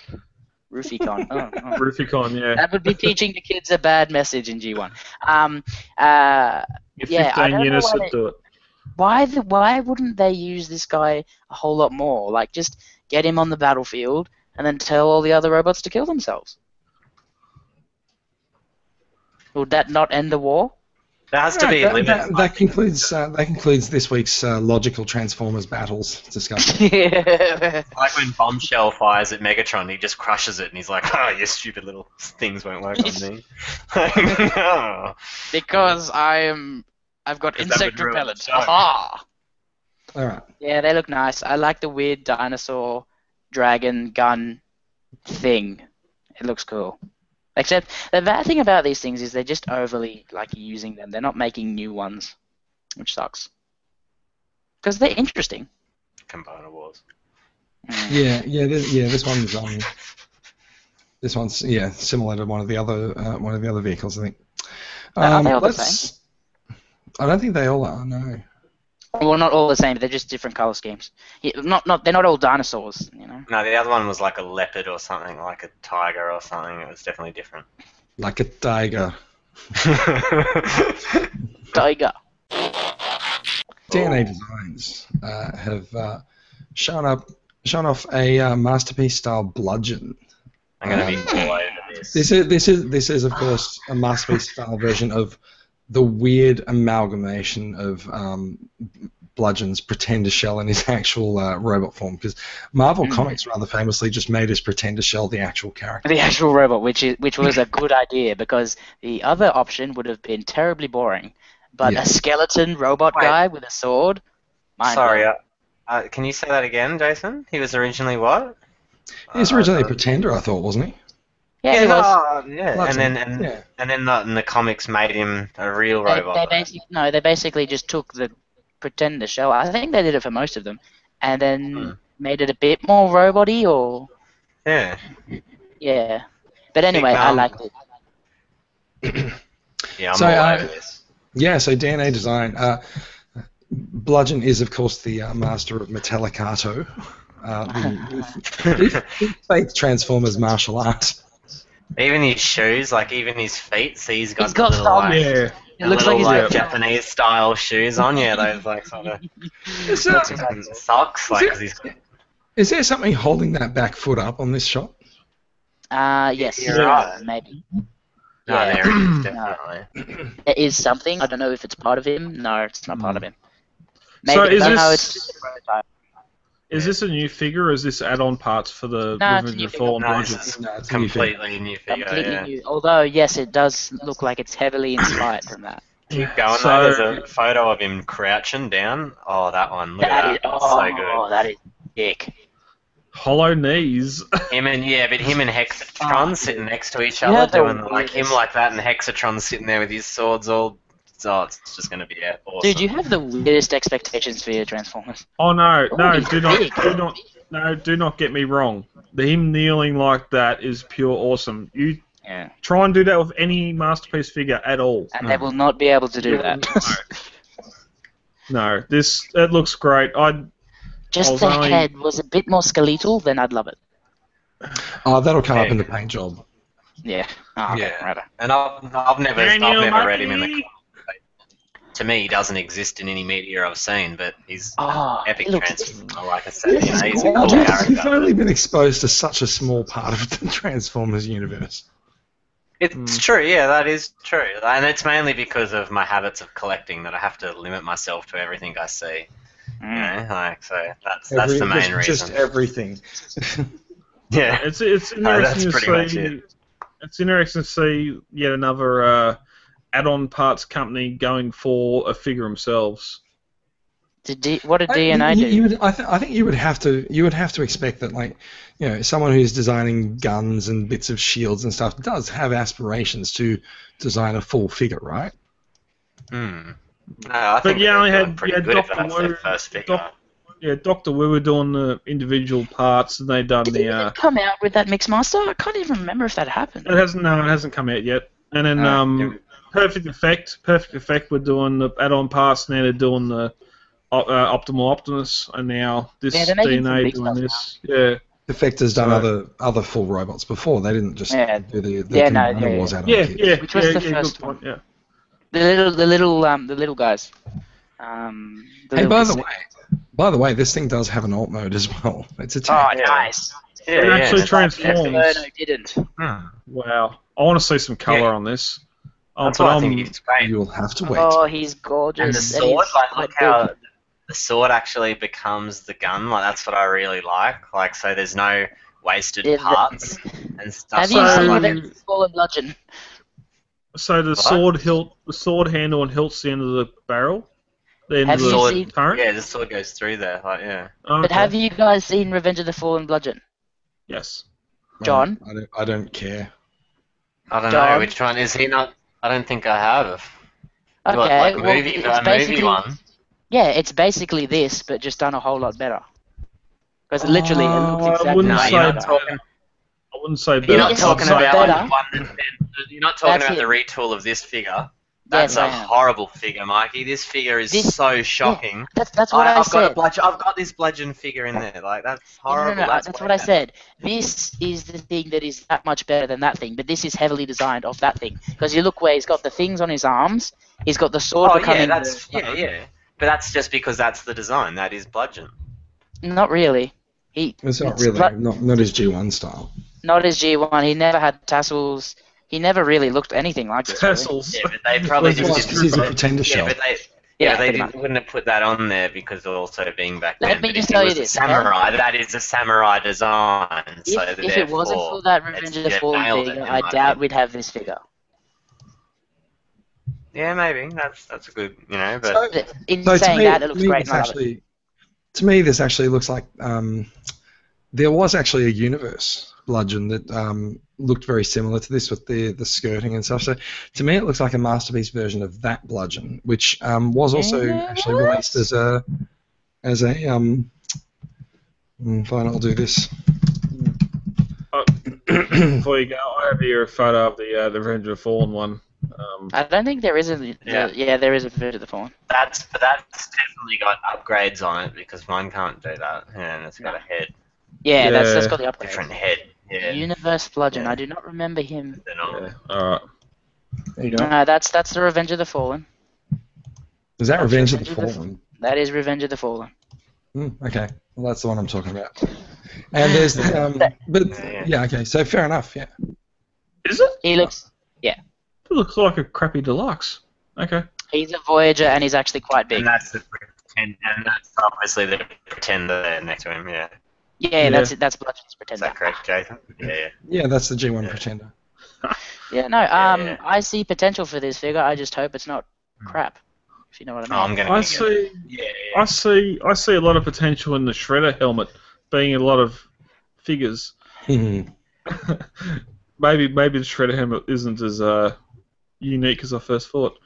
Speaker 5: Rooficon. Oh, oh.
Speaker 4: Rooficon, yeah.
Speaker 5: That would
Speaker 6: [laughs]
Speaker 5: be teaching the kids a bad message in G1. Um, uh,
Speaker 4: If
Speaker 5: yeah, I
Speaker 4: 15
Speaker 5: don't know
Speaker 4: units
Speaker 5: why
Speaker 4: would
Speaker 5: they-
Speaker 4: do it.
Speaker 5: why the why wouldn't they use this guy a whole lot more? Like just get him on the battlefield and then tell all the other robots to kill themselves. Would that not end the war?
Speaker 6: There has to be a
Speaker 7: that,
Speaker 6: limit.
Speaker 7: that, that concludes uh, that concludes this week's uh, logical Transformers battles discussion.
Speaker 5: yeah.
Speaker 6: Like when Bombshell fires at Megatron, he just crushes it, and he's like, "Oh, your stupid little things won't work on
Speaker 7: [laughs]
Speaker 6: me." [laughs] Oh.
Speaker 5: [laughs] Because I'm I've got
Speaker 6: Because that would
Speaker 5: insect
Speaker 6: ruin the
Speaker 5: repellent.
Speaker 6: show.
Speaker 5: Aha!
Speaker 7: All right.
Speaker 5: Yeah, they look nice. I like the weird dinosaur dragon gun thing. It looks cool. Except the bad thing about these things is they're just overly like using them. They're not making new ones, which sucks. Because they're interesting.
Speaker 6: Combiner Wars.
Speaker 7: Yeah, yeah, this, yeah. This one's um, this one's yeah, similar to one of the other uh, one of the other vehicles, I think. Um,
Speaker 5: Are they all the
Speaker 7: let's- I don't think they all are. No.
Speaker 5: Well, not all the same. They're just different color schemes. Yeah, not not they're not all dinosaurs. You know.
Speaker 6: No, the other one was like a leopard or something, like a tiger or something. It was definitely different. [laughs]
Speaker 7: like a
Speaker 5: Oh.
Speaker 7: tiger.
Speaker 5: Tiger.
Speaker 7: DNA Designs uh, have uh, shown up, shown off a uh, masterpiece-style bludgeon.
Speaker 6: I'm gonna
Speaker 7: [laughs]
Speaker 6: be all over this.
Speaker 7: This is this is this
Speaker 6: Ah.
Speaker 7: is of course a masterpiece-style version of the weird amalgamation of um, Bludgeon's Pretender Shell and his actual uh, robot form, because Marvel
Speaker 6: Hmm.
Speaker 7: Comics rather famously just made his Pretender Shell the actual character.
Speaker 5: The actual robot, which is which was a good idea because the other option would have been terribly boring. But
Speaker 7: Yeah.
Speaker 5: a skeleton robot
Speaker 6: Wait.
Speaker 5: guy with a sword. Mind
Speaker 6: Sorry,
Speaker 5: blowing.
Speaker 6: uh, uh, can you say that again, Jason? He was originally what?
Speaker 7: He was
Speaker 6: Uh,
Speaker 7: originally a Pretender, I thought, wasn't he?
Speaker 5: yeah,
Speaker 6: yeah,
Speaker 5: he
Speaker 6: no,
Speaker 5: was.
Speaker 6: uh, yeah,
Speaker 7: Lots
Speaker 6: and then
Speaker 7: of-
Speaker 6: and,
Speaker 7: yeah.
Speaker 6: and then the, and the comics made him a real
Speaker 5: They,
Speaker 6: robot.
Speaker 5: they
Speaker 6: right?
Speaker 5: basically no, they basically just took the pretender shell. I think they did it for most of them, and then
Speaker 6: Hmm.
Speaker 5: made it a bit more roboty or
Speaker 6: Yeah,
Speaker 5: yeah. But anyway, I
Speaker 6: mouth.
Speaker 5: liked it. [laughs]
Speaker 6: yeah, I'm
Speaker 7: So,
Speaker 6: all
Speaker 7: uh,
Speaker 6: over this.
Speaker 7: Yeah, so DNA Design. Uh, Bludgeon is, of course, the uh, master of Metallicato, uh, the- the fake Transformers martial art.
Speaker 6: [laughs] Even his shoes, like even his feet, so he's got,
Speaker 5: He's got
Speaker 6: little,
Speaker 5: some-
Speaker 6: like,
Speaker 4: Yeah.
Speaker 5: It looks like
Speaker 6: little, uh,
Speaker 5: he's
Speaker 6: like,
Speaker 4: got-
Speaker 6: Japanese style shoes on. Yeah, those like
Speaker 5: [laughs]
Speaker 6: sort of
Speaker 7: Is there,
Speaker 6: socks, like 'cause he's
Speaker 7: is there something holding that back foot up on this shot?
Speaker 5: Uh, yes,
Speaker 6: You're right.
Speaker 5: maybe
Speaker 6: No,
Speaker 5: Yeah.
Speaker 6: there he
Speaker 5: [clears throat]
Speaker 6: is, definitely.
Speaker 5: there is something. I don't know if it's part of him. No, it's not part of him. Maybe
Speaker 4: So is
Speaker 5: no, no,
Speaker 4: this-
Speaker 5: it's just a prototype.
Speaker 4: Is this a new figure or is this add-on parts for the
Speaker 5: No, it's a
Speaker 4: Revenge
Speaker 5: new
Speaker 4: of the Fallen
Speaker 6: No,
Speaker 4: Bludgeon?
Speaker 6: it's
Speaker 7: No, it's a new thing.
Speaker 6: completely new figure.
Speaker 5: completely
Speaker 6: yeah.
Speaker 5: new. Although yes, it does look like it's heavily inspired from that.
Speaker 6: Keep going
Speaker 4: So-
Speaker 6: though. There's a photo of him crouching down. Oh, that one. Look
Speaker 5: That is-
Speaker 6: at that. That's
Speaker 5: oh,
Speaker 6: so good.
Speaker 5: that is sick.
Speaker 4: Hollow knees. [laughs]
Speaker 6: Him and yeah, but him and
Speaker 5: Oh.
Speaker 6: Hexatron sitting next to each other,
Speaker 5: Yeah, they're
Speaker 6: doing like him
Speaker 5: weirdest.
Speaker 6: like that, and Hexatron sitting there with his swords all. Oh, it's just gonna be yeah, awesome.
Speaker 5: Dude, you have the weirdest expectations for your Transformers.
Speaker 4: Oh no, no,
Speaker 5: he's
Speaker 4: do not,
Speaker 5: big.
Speaker 4: do not, no, do not get me wrong. Him kneeling like that is pure awesome. You
Speaker 5: Yeah.
Speaker 4: try and do that with any masterpiece figure at all.
Speaker 5: And they will not be able to do that. [laughs]
Speaker 4: No, this it looks great. I
Speaker 5: Just
Speaker 4: Although
Speaker 5: the
Speaker 4: I-
Speaker 5: head was a bit more skeletal, then I'd love it.
Speaker 7: Oh, that'll come up
Speaker 6: Hey.
Speaker 7: in the paint job.
Speaker 5: Yeah. Ah, okay,
Speaker 6: Yeah. Oh,
Speaker 5: righto.
Speaker 6: and I've, I've never
Speaker 4: Daniel
Speaker 6: I've never read him in the.
Speaker 4: Mackey.
Speaker 6: comic. To me, he doesn't exist in any media I've seen, but he's
Speaker 5: Oh,
Speaker 6: epic
Speaker 5: it looks
Speaker 6: transformer. Like I said,
Speaker 5: [laughs] this
Speaker 6: you know,
Speaker 5: is
Speaker 6: he's a cool
Speaker 5: gorgeous. Hmm. [laughs]
Speaker 7: You've
Speaker 6: character.
Speaker 7: only been exposed to such a small part of the [laughs] Transformers universe.
Speaker 6: It's true, yeah, that is true. And it's mainly because of my habits of collecting that I have to limit myself to everything I see. You
Speaker 5: Mm.
Speaker 6: know, like, so that's,
Speaker 7: Every-
Speaker 6: that's the main
Speaker 7: just,
Speaker 6: reason.
Speaker 7: Just everything.
Speaker 6: [laughs] yeah.
Speaker 4: It's it's
Speaker 6: No, [laughs] that's
Speaker 4: interesting
Speaker 6: pretty
Speaker 4: to
Speaker 6: much
Speaker 4: see.
Speaker 6: it.
Speaker 4: It's interesting to see yet another uh, add-on parts company going for a figure themselves.
Speaker 5: Did D- what did
Speaker 7: I-
Speaker 5: DNA
Speaker 7: you,
Speaker 5: do?
Speaker 7: you would, I, th- I think you would have to you would have to expect that like you know someone who's designing guns and bits of shields and stuff does have aspirations to design a full figure, right?
Speaker 6: Hmm. No, I
Speaker 4: But
Speaker 6: think
Speaker 4: yeah,
Speaker 6: they're
Speaker 4: I
Speaker 6: doing
Speaker 4: had-
Speaker 6: pretty
Speaker 4: yeah,
Speaker 6: good if
Speaker 4: Dr.
Speaker 6: that's their
Speaker 4: Wu-
Speaker 6: first uh, figure.
Speaker 4: Doc- Yeah, Doctor Wu were doing the individual parts, and they done
Speaker 5: Did
Speaker 4: the.
Speaker 5: it
Speaker 4: Uh,
Speaker 5: come out with that Mix Master? I can't even remember if that happened.
Speaker 7: Uh,
Speaker 4: it hasn't no, it hasn't come out yet. And then
Speaker 5: Ah,
Speaker 4: um, Perfect Effect, Perfect Effect were doing the add-on parts, and now they're doing the op- uh, Optimal Optimus, and now this
Speaker 5: Yeah, they're making some
Speaker 4: DNA
Speaker 5: big
Speaker 4: doing
Speaker 5: stuff
Speaker 4: this. Yeah,
Speaker 7: Effect has done
Speaker 4: So-
Speaker 7: other other full robots before. They didn't just
Speaker 5: Yeah.
Speaker 7: do the, the
Speaker 5: Yeah, no,
Speaker 7: Combiner
Speaker 5: yeah,
Speaker 7: Wars
Speaker 5: yeah.
Speaker 7: out of
Speaker 4: yeah,
Speaker 7: kit.
Speaker 4: yeah.
Speaker 5: Which was
Speaker 4: yeah,
Speaker 5: the
Speaker 4: yeah, good
Speaker 5: first
Speaker 4: point, Yeah.
Speaker 5: The little, the little, um, the little guys. Um, the
Speaker 7: Hey,
Speaker 5: little
Speaker 7: by the
Speaker 5: kids.
Speaker 7: way, by the way, this thing does have an alt mode as [laughs] well. It's a
Speaker 5: Oh,
Speaker 7: tank.
Speaker 6: Yeah.
Speaker 5: nice.
Speaker 6: Yeah,
Speaker 4: it
Speaker 6: yeah,
Speaker 4: actually
Speaker 6: that's-
Speaker 5: No,
Speaker 4: transforms.
Speaker 5: no, it didn't.
Speaker 6: Hmm.
Speaker 4: Wow, I want to see some color
Speaker 6: Yeah.
Speaker 4: on this. Oh,
Speaker 6: That's
Speaker 4: but
Speaker 6: why I
Speaker 4: I'm-
Speaker 6: think he's great.
Speaker 7: You'll have to wait.
Speaker 5: Oh, he's
Speaker 6: And the
Speaker 5: gorgeous. and
Speaker 6: sword,
Speaker 5: he's
Speaker 6: like look
Speaker 5: quite
Speaker 6: how
Speaker 5: big.
Speaker 6: the sword actually becomes the gun. Like that's what I really like. Like so, there's no wasted
Speaker 5: Yeah, the-
Speaker 6: parts and stuff.
Speaker 5: Have you
Speaker 6: like
Speaker 4: So-
Speaker 5: seen
Speaker 6: that.
Speaker 5: that fallen bludgeon?
Speaker 4: So the sword hilt, the sword handle, and hilt's the end of the barrel. The end
Speaker 5: Have
Speaker 4: of the
Speaker 6: you
Speaker 5: seen-
Speaker 4: turret.
Speaker 6: Yeah, the sword goes through there. Like yeah.
Speaker 5: But have you guys seen Revenge of the Fallen Bludgeon?
Speaker 4: Yes.
Speaker 5: John?
Speaker 7: I don't, I don't care.
Speaker 6: I don't know
Speaker 5: Dog.
Speaker 6: which one is he not. I don't think I have.
Speaker 5: Okay,
Speaker 6: What, like
Speaker 5: well,
Speaker 6: movie,
Speaker 5: it's
Speaker 6: a movie
Speaker 5: basically-
Speaker 6: one.
Speaker 5: Yeah, it's basically this, but just done a whole lot better. Because literally, it
Speaker 4: Oh,
Speaker 5: looks
Speaker 4: I
Speaker 5: exactly
Speaker 4: wouldn't
Speaker 6: No,
Speaker 5: like
Speaker 4: say
Speaker 6: you're
Speaker 5: that.
Speaker 6: not
Speaker 4: better.
Speaker 6: talking.
Speaker 4: I wouldn't say
Speaker 6: You're
Speaker 4: better.
Speaker 6: not
Speaker 5: Yes,
Speaker 6: talking
Speaker 5: it's
Speaker 6: about
Speaker 5: better.
Speaker 6: one. that's been- You're not talking
Speaker 5: That's
Speaker 6: about the retool of this figure. That's
Speaker 5: Yeah,
Speaker 6: a
Speaker 5: man.
Speaker 6: horrible figure, Mikey. This figure is
Speaker 5: This-
Speaker 6: so shocking.
Speaker 5: That's that's what I,
Speaker 6: I, have got
Speaker 5: said.
Speaker 6: a bludgeon. I've got this bludgeon figure in there. Like that's
Speaker 5: No, no,
Speaker 6: horrible.
Speaker 5: no,
Speaker 6: that's,
Speaker 5: that's what I said. This is the thing that is that much better than that thing, but this is heavily designed off that thing. Because you look where he's got the things on his arms, he's got the sword
Speaker 6: Oh yeah,
Speaker 5: becoming.
Speaker 6: that's
Speaker 7: [laughs]
Speaker 6: yeah, yeah. But that's just because that's the design. That is bludgeon.
Speaker 5: Not really. He
Speaker 7: It's not
Speaker 5: It's
Speaker 7: really,
Speaker 5: like-
Speaker 7: not, not his G1 style.
Speaker 5: not as G1. He never had tassels. He never really looked anything like this. really.
Speaker 4: Tassels.
Speaker 6: Yeah,
Speaker 4: [clears throat]
Speaker 6: but they probably
Speaker 7: [laughs] Well,
Speaker 6: just
Speaker 7: it's- he's a
Speaker 6: didn't. Yeah,
Speaker 7: pretender shell.
Speaker 6: but they.
Speaker 5: Yeah,
Speaker 6: Yeah, they
Speaker 5: pretty
Speaker 6: didn't, wouldn't have put that on there because also being back
Speaker 5: Let
Speaker 6: then.
Speaker 5: me
Speaker 6: but
Speaker 5: just
Speaker 6: if it
Speaker 5: tell you
Speaker 6: was a
Speaker 5: this, okay?
Speaker 6: samurai. That is a samurai design. so
Speaker 5: If, if it wasn't
Speaker 6: therefore-
Speaker 5: for that Revenge
Speaker 6: it's-
Speaker 5: of the
Speaker 6: they've
Speaker 5: Fallen
Speaker 6: nailed it,
Speaker 5: figure,
Speaker 6: in
Speaker 5: I
Speaker 6: my
Speaker 5: doubt
Speaker 6: opinion.
Speaker 5: we'd have this figure.
Speaker 6: Yeah, maybe that's that's a good, you know, but
Speaker 7: So-
Speaker 5: But in
Speaker 7: So
Speaker 5: saying that, it looks
Speaker 7: to me
Speaker 5: great.
Speaker 7: this
Speaker 5: and I love it.
Speaker 7: actually, to me, this actually looks like um, there was actually a universe bludgeon that um, looked very similar to this with the the skirting and stuff. So to me, it looks like a masterpiece version of that bludgeon, which um, was also
Speaker 5: Yeah.
Speaker 7: actually released as a as a um. mm, Fine, I'll do this.
Speaker 4: Oh. Before you go, I have here a photo of the uh, the Revenge of the Fallen one. Um,
Speaker 5: I don't think there is a the- yeah,
Speaker 6: Yeah.
Speaker 5: there is a Revenge of the Fallen.
Speaker 6: that's but that's definitely got upgrades on it because mine can't do that, and it's got a head,
Speaker 5: Yeah, That's, that's
Speaker 4: Yeah.
Speaker 5: got the upgrade.
Speaker 6: different head. Yeah,
Speaker 5: Universe Bludgeon.
Speaker 6: Yeah.
Speaker 5: I do not remember him.
Speaker 6: they're not.
Speaker 4: yeah, all right.
Speaker 7: There you
Speaker 5: No, that's that's the Revenge of the Fallen.
Speaker 7: Is that Revenge of the
Speaker 5: Revenge of the-
Speaker 7: Fallen?
Speaker 5: That is Revenge of the Fallen.
Speaker 7: Mm, okay, well that's the one I'm talking about. And
Speaker 5: [laughs]
Speaker 7: there's the, um, but
Speaker 6: Yeah.
Speaker 7: yeah, okay, so fair enough, yeah.
Speaker 4: Is it?
Speaker 5: He looks
Speaker 4: It looks like a crappy deluxe. Okay.
Speaker 5: he's a Voyager and he's actually quite big.
Speaker 6: And that's the pretend, and that's obviously the pretender there next to him. Yeah,
Speaker 5: yeah, that's it. That's Bludgeon's
Speaker 6: is
Speaker 5: Pretender.
Speaker 6: that correct, Jason? Yeah, yeah.
Speaker 7: Yeah, that's the G1 Pretender. [laughs]
Speaker 5: Yeah, no. Um,
Speaker 6: yeah.
Speaker 5: I see potential for this figure. I just hope it's not crap. If you know what
Speaker 6: Oh,
Speaker 5: I mean.
Speaker 6: I'm gonna.
Speaker 4: I
Speaker 6: get it.
Speaker 4: see.
Speaker 6: Yeah,
Speaker 4: I
Speaker 6: yeah.
Speaker 4: see. I see a lot of potential in the Shredder helmet being a lot of figures. Maybe maybe the Shredder helmet isn't as uh, unique as I first thought.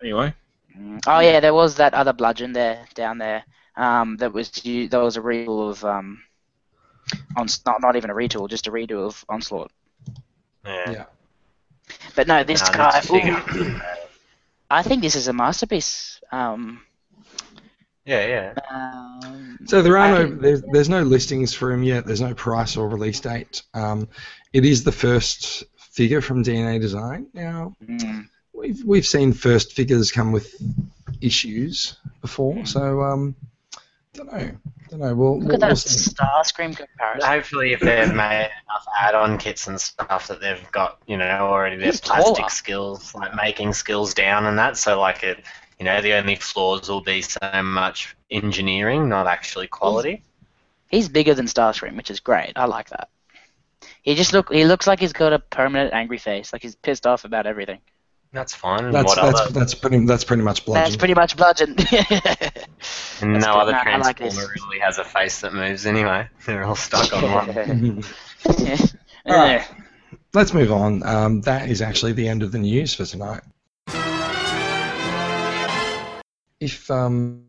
Speaker 4: Anyway,
Speaker 5: Mm. oh yeah, there was that other Bludgeon there down there. Um, that was u- that was a redo of um, on not not even a retool, just a redo of Onslaught.
Speaker 6: yeah.
Speaker 7: Yeah.
Speaker 5: But no, this
Speaker 6: Nah,
Speaker 5: guy. Oh.
Speaker 6: that's a
Speaker 5: ooh,
Speaker 6: figure.
Speaker 5: I think this is a masterpiece. Um,
Speaker 6: yeah, yeah.
Speaker 5: um,
Speaker 7: So there are no
Speaker 5: Um,
Speaker 7: there's, there's no listings for him yet. There's no price or release date. Um, it is the first figure from DNA Design. Now
Speaker 5: mm,
Speaker 7: we've we've seen first figures come with issues before, so um, don't know, don't know. We'll,
Speaker 5: look at
Speaker 7: we'll,
Speaker 5: that
Speaker 7: we'll see.
Speaker 5: Starscream comparison.
Speaker 6: Hopefully,
Speaker 4: [coughs]
Speaker 6: if they've made enough add-on kits and stuff that they've got, you know, already their
Speaker 5: He's
Speaker 6: plastic
Speaker 5: taller.
Speaker 6: skills, like making skills down and that. So, like, it, you know, the only flaws will be so much engineering, not actually quality.
Speaker 5: He's bigger than Starscream, which is great. I like that. He just look he looks like he's got a permanent angry face, like he's pissed off about everything.
Speaker 6: That's fine. And
Speaker 7: That's
Speaker 6: what
Speaker 7: that's,
Speaker 6: other?
Speaker 7: that's pretty that's pretty much
Speaker 5: That's
Speaker 7: bludgeon.
Speaker 5: pretty much bludgeon. [laughs]
Speaker 6: and
Speaker 5: that's
Speaker 6: no
Speaker 5: good.
Speaker 6: other
Speaker 5: No, I like
Speaker 6: transformer
Speaker 5: this.
Speaker 6: really has a face that moves anyway. [laughs] They're all stuck on
Speaker 4: [laughs]
Speaker 6: one.
Speaker 5: [laughs] Yeah.
Speaker 7: Let's move on. Um, that is actually the end of the news for tonight. If um,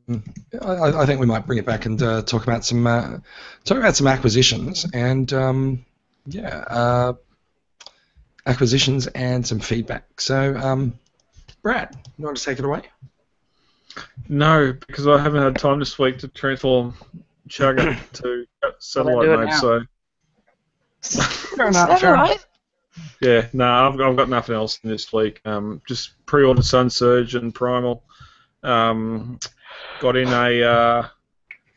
Speaker 7: I, I think we might bring it back and uh, talk about some uh, talk about some acquisitions and um, yeah, uh, acquisitions and some feedback. So, um, Brad, you want to take it away?
Speaker 4: no, because I haven't had time this week to transform [coughs] Chugger to satellite
Speaker 5: do it
Speaker 4: mode.
Speaker 5: now.
Speaker 4: So
Speaker 7: Fair
Speaker 5: Is that alright?
Speaker 4: yeah, no, I've, I've got nothing else this week. Um, just pre-ordered Sun Surge and Primal. Um, got in a uh,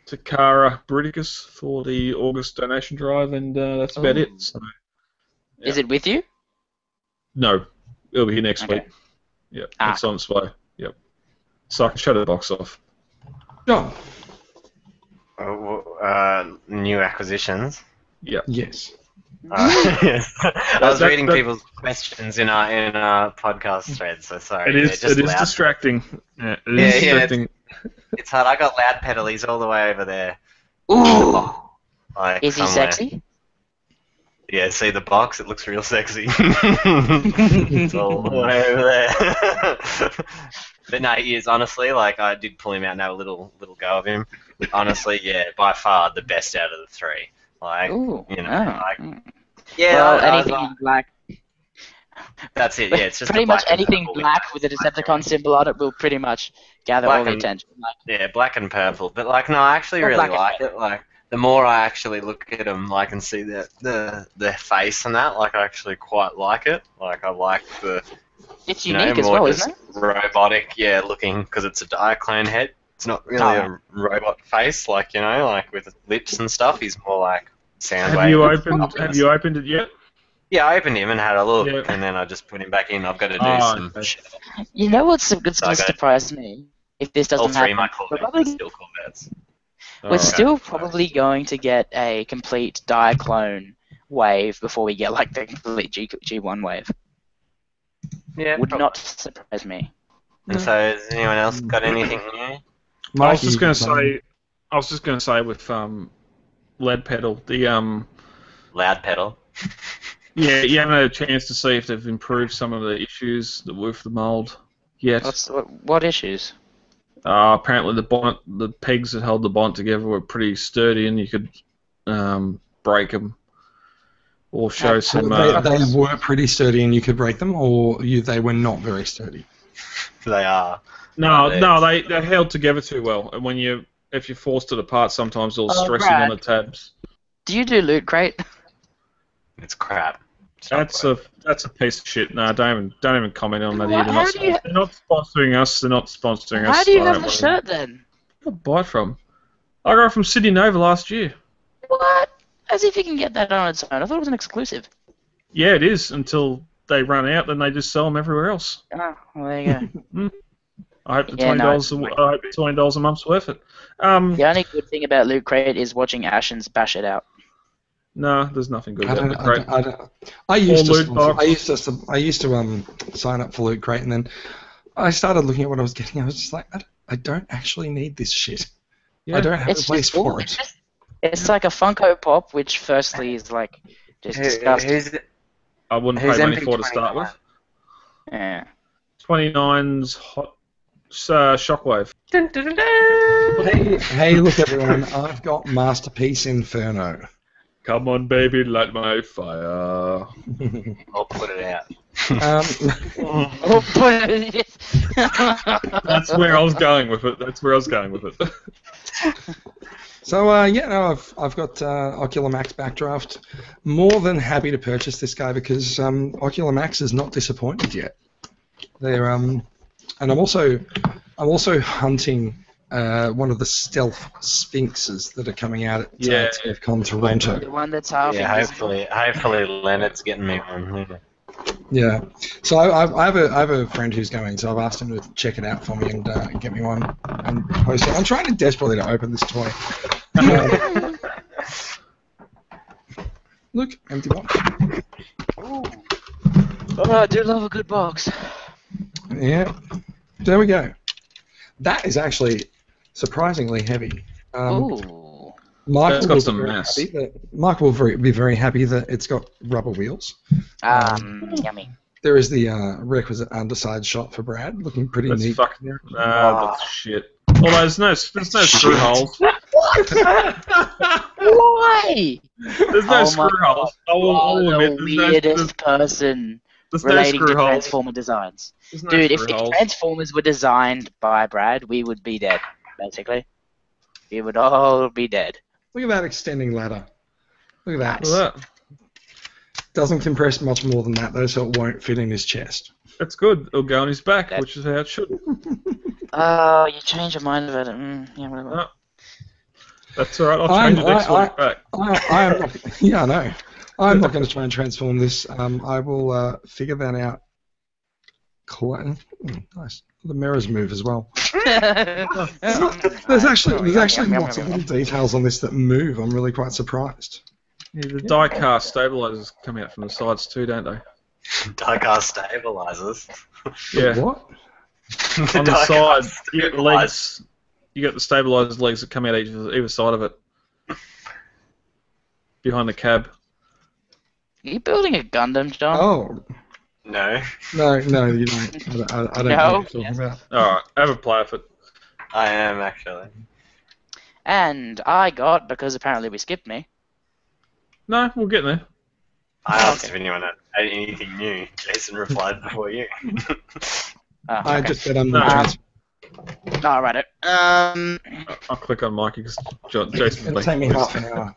Speaker 4: Takara Briticus for the August donation drive, and uh, that's about
Speaker 5: Ooh.
Speaker 4: it. So Yeah.
Speaker 5: Is it with you?
Speaker 4: no, it'll be here next
Speaker 5: Okay.
Speaker 4: week. Yep,
Speaker 5: Ah.
Speaker 4: it's on its way. Yep. So I can shut the box off.
Speaker 7: John.
Speaker 6: Uh, uh,
Speaker 4: [laughs]
Speaker 6: new acquisitions.
Speaker 7: Yes.
Speaker 6: Uh, yes. I was
Speaker 4: that-
Speaker 6: reading
Speaker 4: that-
Speaker 6: people's questions in our in our podcast thread, so sorry.
Speaker 4: It
Speaker 6: they're
Speaker 4: is.
Speaker 6: just
Speaker 4: It is
Speaker 6: loud.
Speaker 4: distracting. Yeah, it is
Speaker 6: Yeah, yeah,
Speaker 4: distracting.
Speaker 6: It's hard. I got loud pedalies all the way over there.
Speaker 5: Ooh.
Speaker 6: Like
Speaker 5: Is he
Speaker 6: somewhere.
Speaker 5: sexy?
Speaker 6: Yeah, see the box? It looks real sexy. it's all the way over there. [laughs] but no, he is honestly like I did pull him out and have a little little go of him. Honestly, yeah, by far the best out of the three. Like,
Speaker 5: Ooh.
Speaker 6: you know,
Speaker 5: oh.
Speaker 6: like-
Speaker 5: Mm.
Speaker 6: yeah,
Speaker 5: well,
Speaker 6: I- I was
Speaker 5: anything
Speaker 6: like-
Speaker 5: in black.
Speaker 6: That's it. Yeah, it's just
Speaker 5: pretty
Speaker 6: a
Speaker 5: much
Speaker 6: black and
Speaker 5: anything
Speaker 6: purple.
Speaker 5: black with a Decepticon symbol on it will pretty much gather
Speaker 6: Black
Speaker 5: all the
Speaker 6: and-
Speaker 5: attention. Like,
Speaker 6: Yeah, black and purple. But like, no, I actually
Speaker 5: Or
Speaker 6: really
Speaker 5: black and
Speaker 6: like it. Like, the more I actually look at them, like, and see the the the face and that, like, I actually quite like it. Like, I like the
Speaker 5: it's
Speaker 6: you
Speaker 5: unique
Speaker 6: know,
Speaker 5: as
Speaker 6: more
Speaker 5: well,
Speaker 6: just
Speaker 5: isn't it?
Speaker 6: robotic, yeah, looking because it's a diaclone head. It's not
Speaker 5: Oh,
Speaker 6: really a robot face, like you know, like with lips and stuff. He's more like sound
Speaker 4: Have
Speaker 6: wave.
Speaker 4: you opened? Have you opened it yet?
Speaker 6: Yeah, I opened him and had a look,
Speaker 4: Yeah.
Speaker 6: and then I just put him back in. I've got to do
Speaker 4: Oh,
Speaker 6: some.
Speaker 4: okay.
Speaker 6: shit.
Speaker 5: You know what's what's going to
Speaker 6: Okay.
Speaker 5: surprise me if this doesn't
Speaker 6: All three oh,
Speaker 5: happen?
Speaker 6: of my
Speaker 5: We're,
Speaker 6: Corvettes are
Speaker 5: probably,
Speaker 6: still Corvettes.
Speaker 4: Oh,
Speaker 5: we're still probably going to get a complete Diaclone wave before we get like the complete G, G1 wave.
Speaker 6: Yeah.
Speaker 5: Would not surprise me.
Speaker 6: And so, has anyone else got anything new?
Speaker 4: I was just
Speaker 7: Mikey,
Speaker 4: going to say. I was just going to say with um, lead pedal. The um,
Speaker 6: Loud pedal.
Speaker 4: yeah, you haven't had a chance to see if they've improved some of the issues that with the mold yet.
Speaker 5: What's, what, what issues?
Speaker 4: Uh, apparently the bonnet, the pegs that held the bonnet together were pretty sturdy, and you could um, break them or show
Speaker 5: Uh,
Speaker 4: some.
Speaker 7: they,
Speaker 4: Uh,
Speaker 7: they were pretty sturdy and you could break them, or you, they were not very sturdy.
Speaker 6: They are.
Speaker 4: no, no, they they held together too well, and when you if you forced it apart, sometimes it'll
Speaker 5: Oh,
Speaker 4: stressing
Speaker 5: Brad.
Speaker 4: on the tabs.
Speaker 5: Do you do loot crate?
Speaker 6: It's crap. It's not
Speaker 4: That's
Speaker 6: great.
Speaker 4: a that's a piece of shit. No, don't even don't even comment on that.
Speaker 5: Why-
Speaker 4: Either. They're, not,
Speaker 5: how do you-
Speaker 4: they're not sponsoring us. They're not sponsoring us.
Speaker 5: How do you
Speaker 4: I
Speaker 5: have
Speaker 4: don't
Speaker 5: the
Speaker 4: want-
Speaker 5: shirt then?
Speaker 4: Where'd I buy it from? I got it from Sydney Nova last year.
Speaker 5: What? As if you can get that on its own. I thought it was an exclusive.
Speaker 4: Yeah, it is until they run out, then they just sell them everywhere else.
Speaker 5: Oh, well, there you go.
Speaker 4: I hope the
Speaker 5: Yeah,
Speaker 4: twenty
Speaker 5: no,
Speaker 4: dollars. I hope the twenty dollars a month's worth it. Um,
Speaker 5: [laughs] The only good thing about Loot Crate is watching Ashens bash it out.
Speaker 4: no, there's nothing good
Speaker 7: I
Speaker 4: about
Speaker 7: don't,
Speaker 4: the
Speaker 7: I,
Speaker 4: crate.
Speaker 7: don't, I, don't, I used
Speaker 4: Or
Speaker 7: to
Speaker 4: loot box.
Speaker 7: I used to sub- I used to um sign up for Loot Crate and then I started looking at what I was getting. I was just like, I don't, I don't actually need this shit.
Speaker 4: Yeah.
Speaker 7: I don't have
Speaker 5: It's
Speaker 7: a
Speaker 5: just
Speaker 7: place
Speaker 5: cool.
Speaker 7: for it.
Speaker 5: It's like a Funko Pop, which firstly is like just disgusting.
Speaker 6: Who- who's-
Speaker 4: I wouldn't
Speaker 6: Who's
Speaker 4: pay money
Speaker 6: MP
Speaker 4: for to start with.
Speaker 5: Yeah.
Speaker 4: Twenty nine's hot uh, shockwave.
Speaker 7: hey, hey, look everyone, I've got Masterpiece Inferno.
Speaker 4: Come on, baby, light my fire.
Speaker 6: I'll put it out.
Speaker 7: um, [laughs]
Speaker 5: Oh, put it-
Speaker 4: That's where I was going with it. That's where I was going with it.
Speaker 7: so uh, yeah, no, I've I've got uh, Ocular Max Backdraft. More than happy to purchase this guy because um, Ocular Max is not disappointed yet. They're um, and I'm also I'm also hunting uh, one of the stealth sphinxes that are coming out at
Speaker 4: Yeah.
Speaker 7: uh, TFCon Toronto.
Speaker 5: [laughs] the one that's half
Speaker 6: Yeah,
Speaker 5: invisible.
Speaker 6: hopefully, hopefully Leonard's getting me [laughs] one.
Speaker 7: Yeah. So I, I, I have a I have a friend who's going, so I've asked him to check it out for me and uh, get me one and post it. I'm trying to desperately to open this toy. Um, look, empty box.
Speaker 5: Oh, I do love a good box.
Speaker 7: Yeah. There we go. That is actually surprisingly heavy. Um,
Speaker 5: Ooh.
Speaker 7: Mark
Speaker 4: It's
Speaker 7: will
Speaker 4: got
Speaker 7: be
Speaker 4: some
Speaker 7: very
Speaker 4: mass.
Speaker 7: happy that- Mark will very, be very happy that it's got rubber wheels.
Speaker 5: Um, yummy.
Speaker 7: There is the uh, requisite underside shot for Brad, looking pretty
Speaker 4: That's
Speaker 7: neat.
Speaker 4: fucking nah,
Speaker 5: Ah.
Speaker 4: that's shit. Well, there's no there's no screw holes.
Speaker 5: Why?
Speaker 4: There's no
Speaker 5: Oh my
Speaker 4: screw holes. I will, I
Speaker 7: oh,
Speaker 4: will
Speaker 5: You're
Speaker 4: admit,
Speaker 5: the
Speaker 4: there's no, there's,
Speaker 5: weirdest person
Speaker 4: there's no
Speaker 5: relating to
Speaker 4: screw holes.
Speaker 5: Transformer designs.
Speaker 4: There's no
Speaker 5: Dude, if,
Speaker 4: screw
Speaker 5: if
Speaker 4: holes.
Speaker 5: Transformers were designed by Brad, we would be dead, basically. We would all be dead.
Speaker 7: Look at that extending ladder. Look at that.
Speaker 4: Look at that.
Speaker 7: Doesn't compress much more than that though, so it won't fit in his chest.
Speaker 4: That's good. It'll go on his back,
Speaker 5: That-
Speaker 4: which is how it should.
Speaker 5: Oh, you change your mind about it. Mm, yeah, whatever.
Speaker 4: That's all right. I'll
Speaker 7: I'm-
Speaker 4: change it next
Speaker 7: I-
Speaker 4: week. Back.
Speaker 7: I, I am not, [laughs] yeah, I know. I'm not going to try and transform this. Um, I will uh, figure that out. Quite, nice. The mirrors move as well.
Speaker 5: [laughs]
Speaker 7: There's not- There's actually there's actually lots of little details on this that move. I'm really quite surprised.
Speaker 4: Yeah, the die cast stabilizers come out from the sides too, don't they?
Speaker 6: Diecast stabilizers.
Speaker 4: Yeah,
Speaker 7: What?
Speaker 4: on the side, you get the legs. You got the stabilizers legs that come out each either side of it, behind the cab.
Speaker 5: Are you building a Gundam,
Speaker 6: Um,
Speaker 5: John?
Speaker 7: Oh
Speaker 6: No,
Speaker 7: no no you don't. I don't, I, I don't know what you're talking
Speaker 5: Yes.
Speaker 7: about.
Speaker 4: All right, have a play with it.
Speaker 6: I am actually.
Speaker 5: And I got, because apparently we skipped me,
Speaker 4: No, we'll get there.
Speaker 6: I asked
Speaker 5: Okay.
Speaker 6: if anyone had anything new. Jason replied before you.
Speaker 5: Oh,
Speaker 7: I
Speaker 5: okay.
Speaker 7: just said I'm
Speaker 4: No.
Speaker 7: not trans.
Speaker 5: Oh, righto. Um, [laughs]
Speaker 4: I'll click on Mikey because Jason's
Speaker 7: It'll
Speaker 4: like,
Speaker 7: take me half an hour.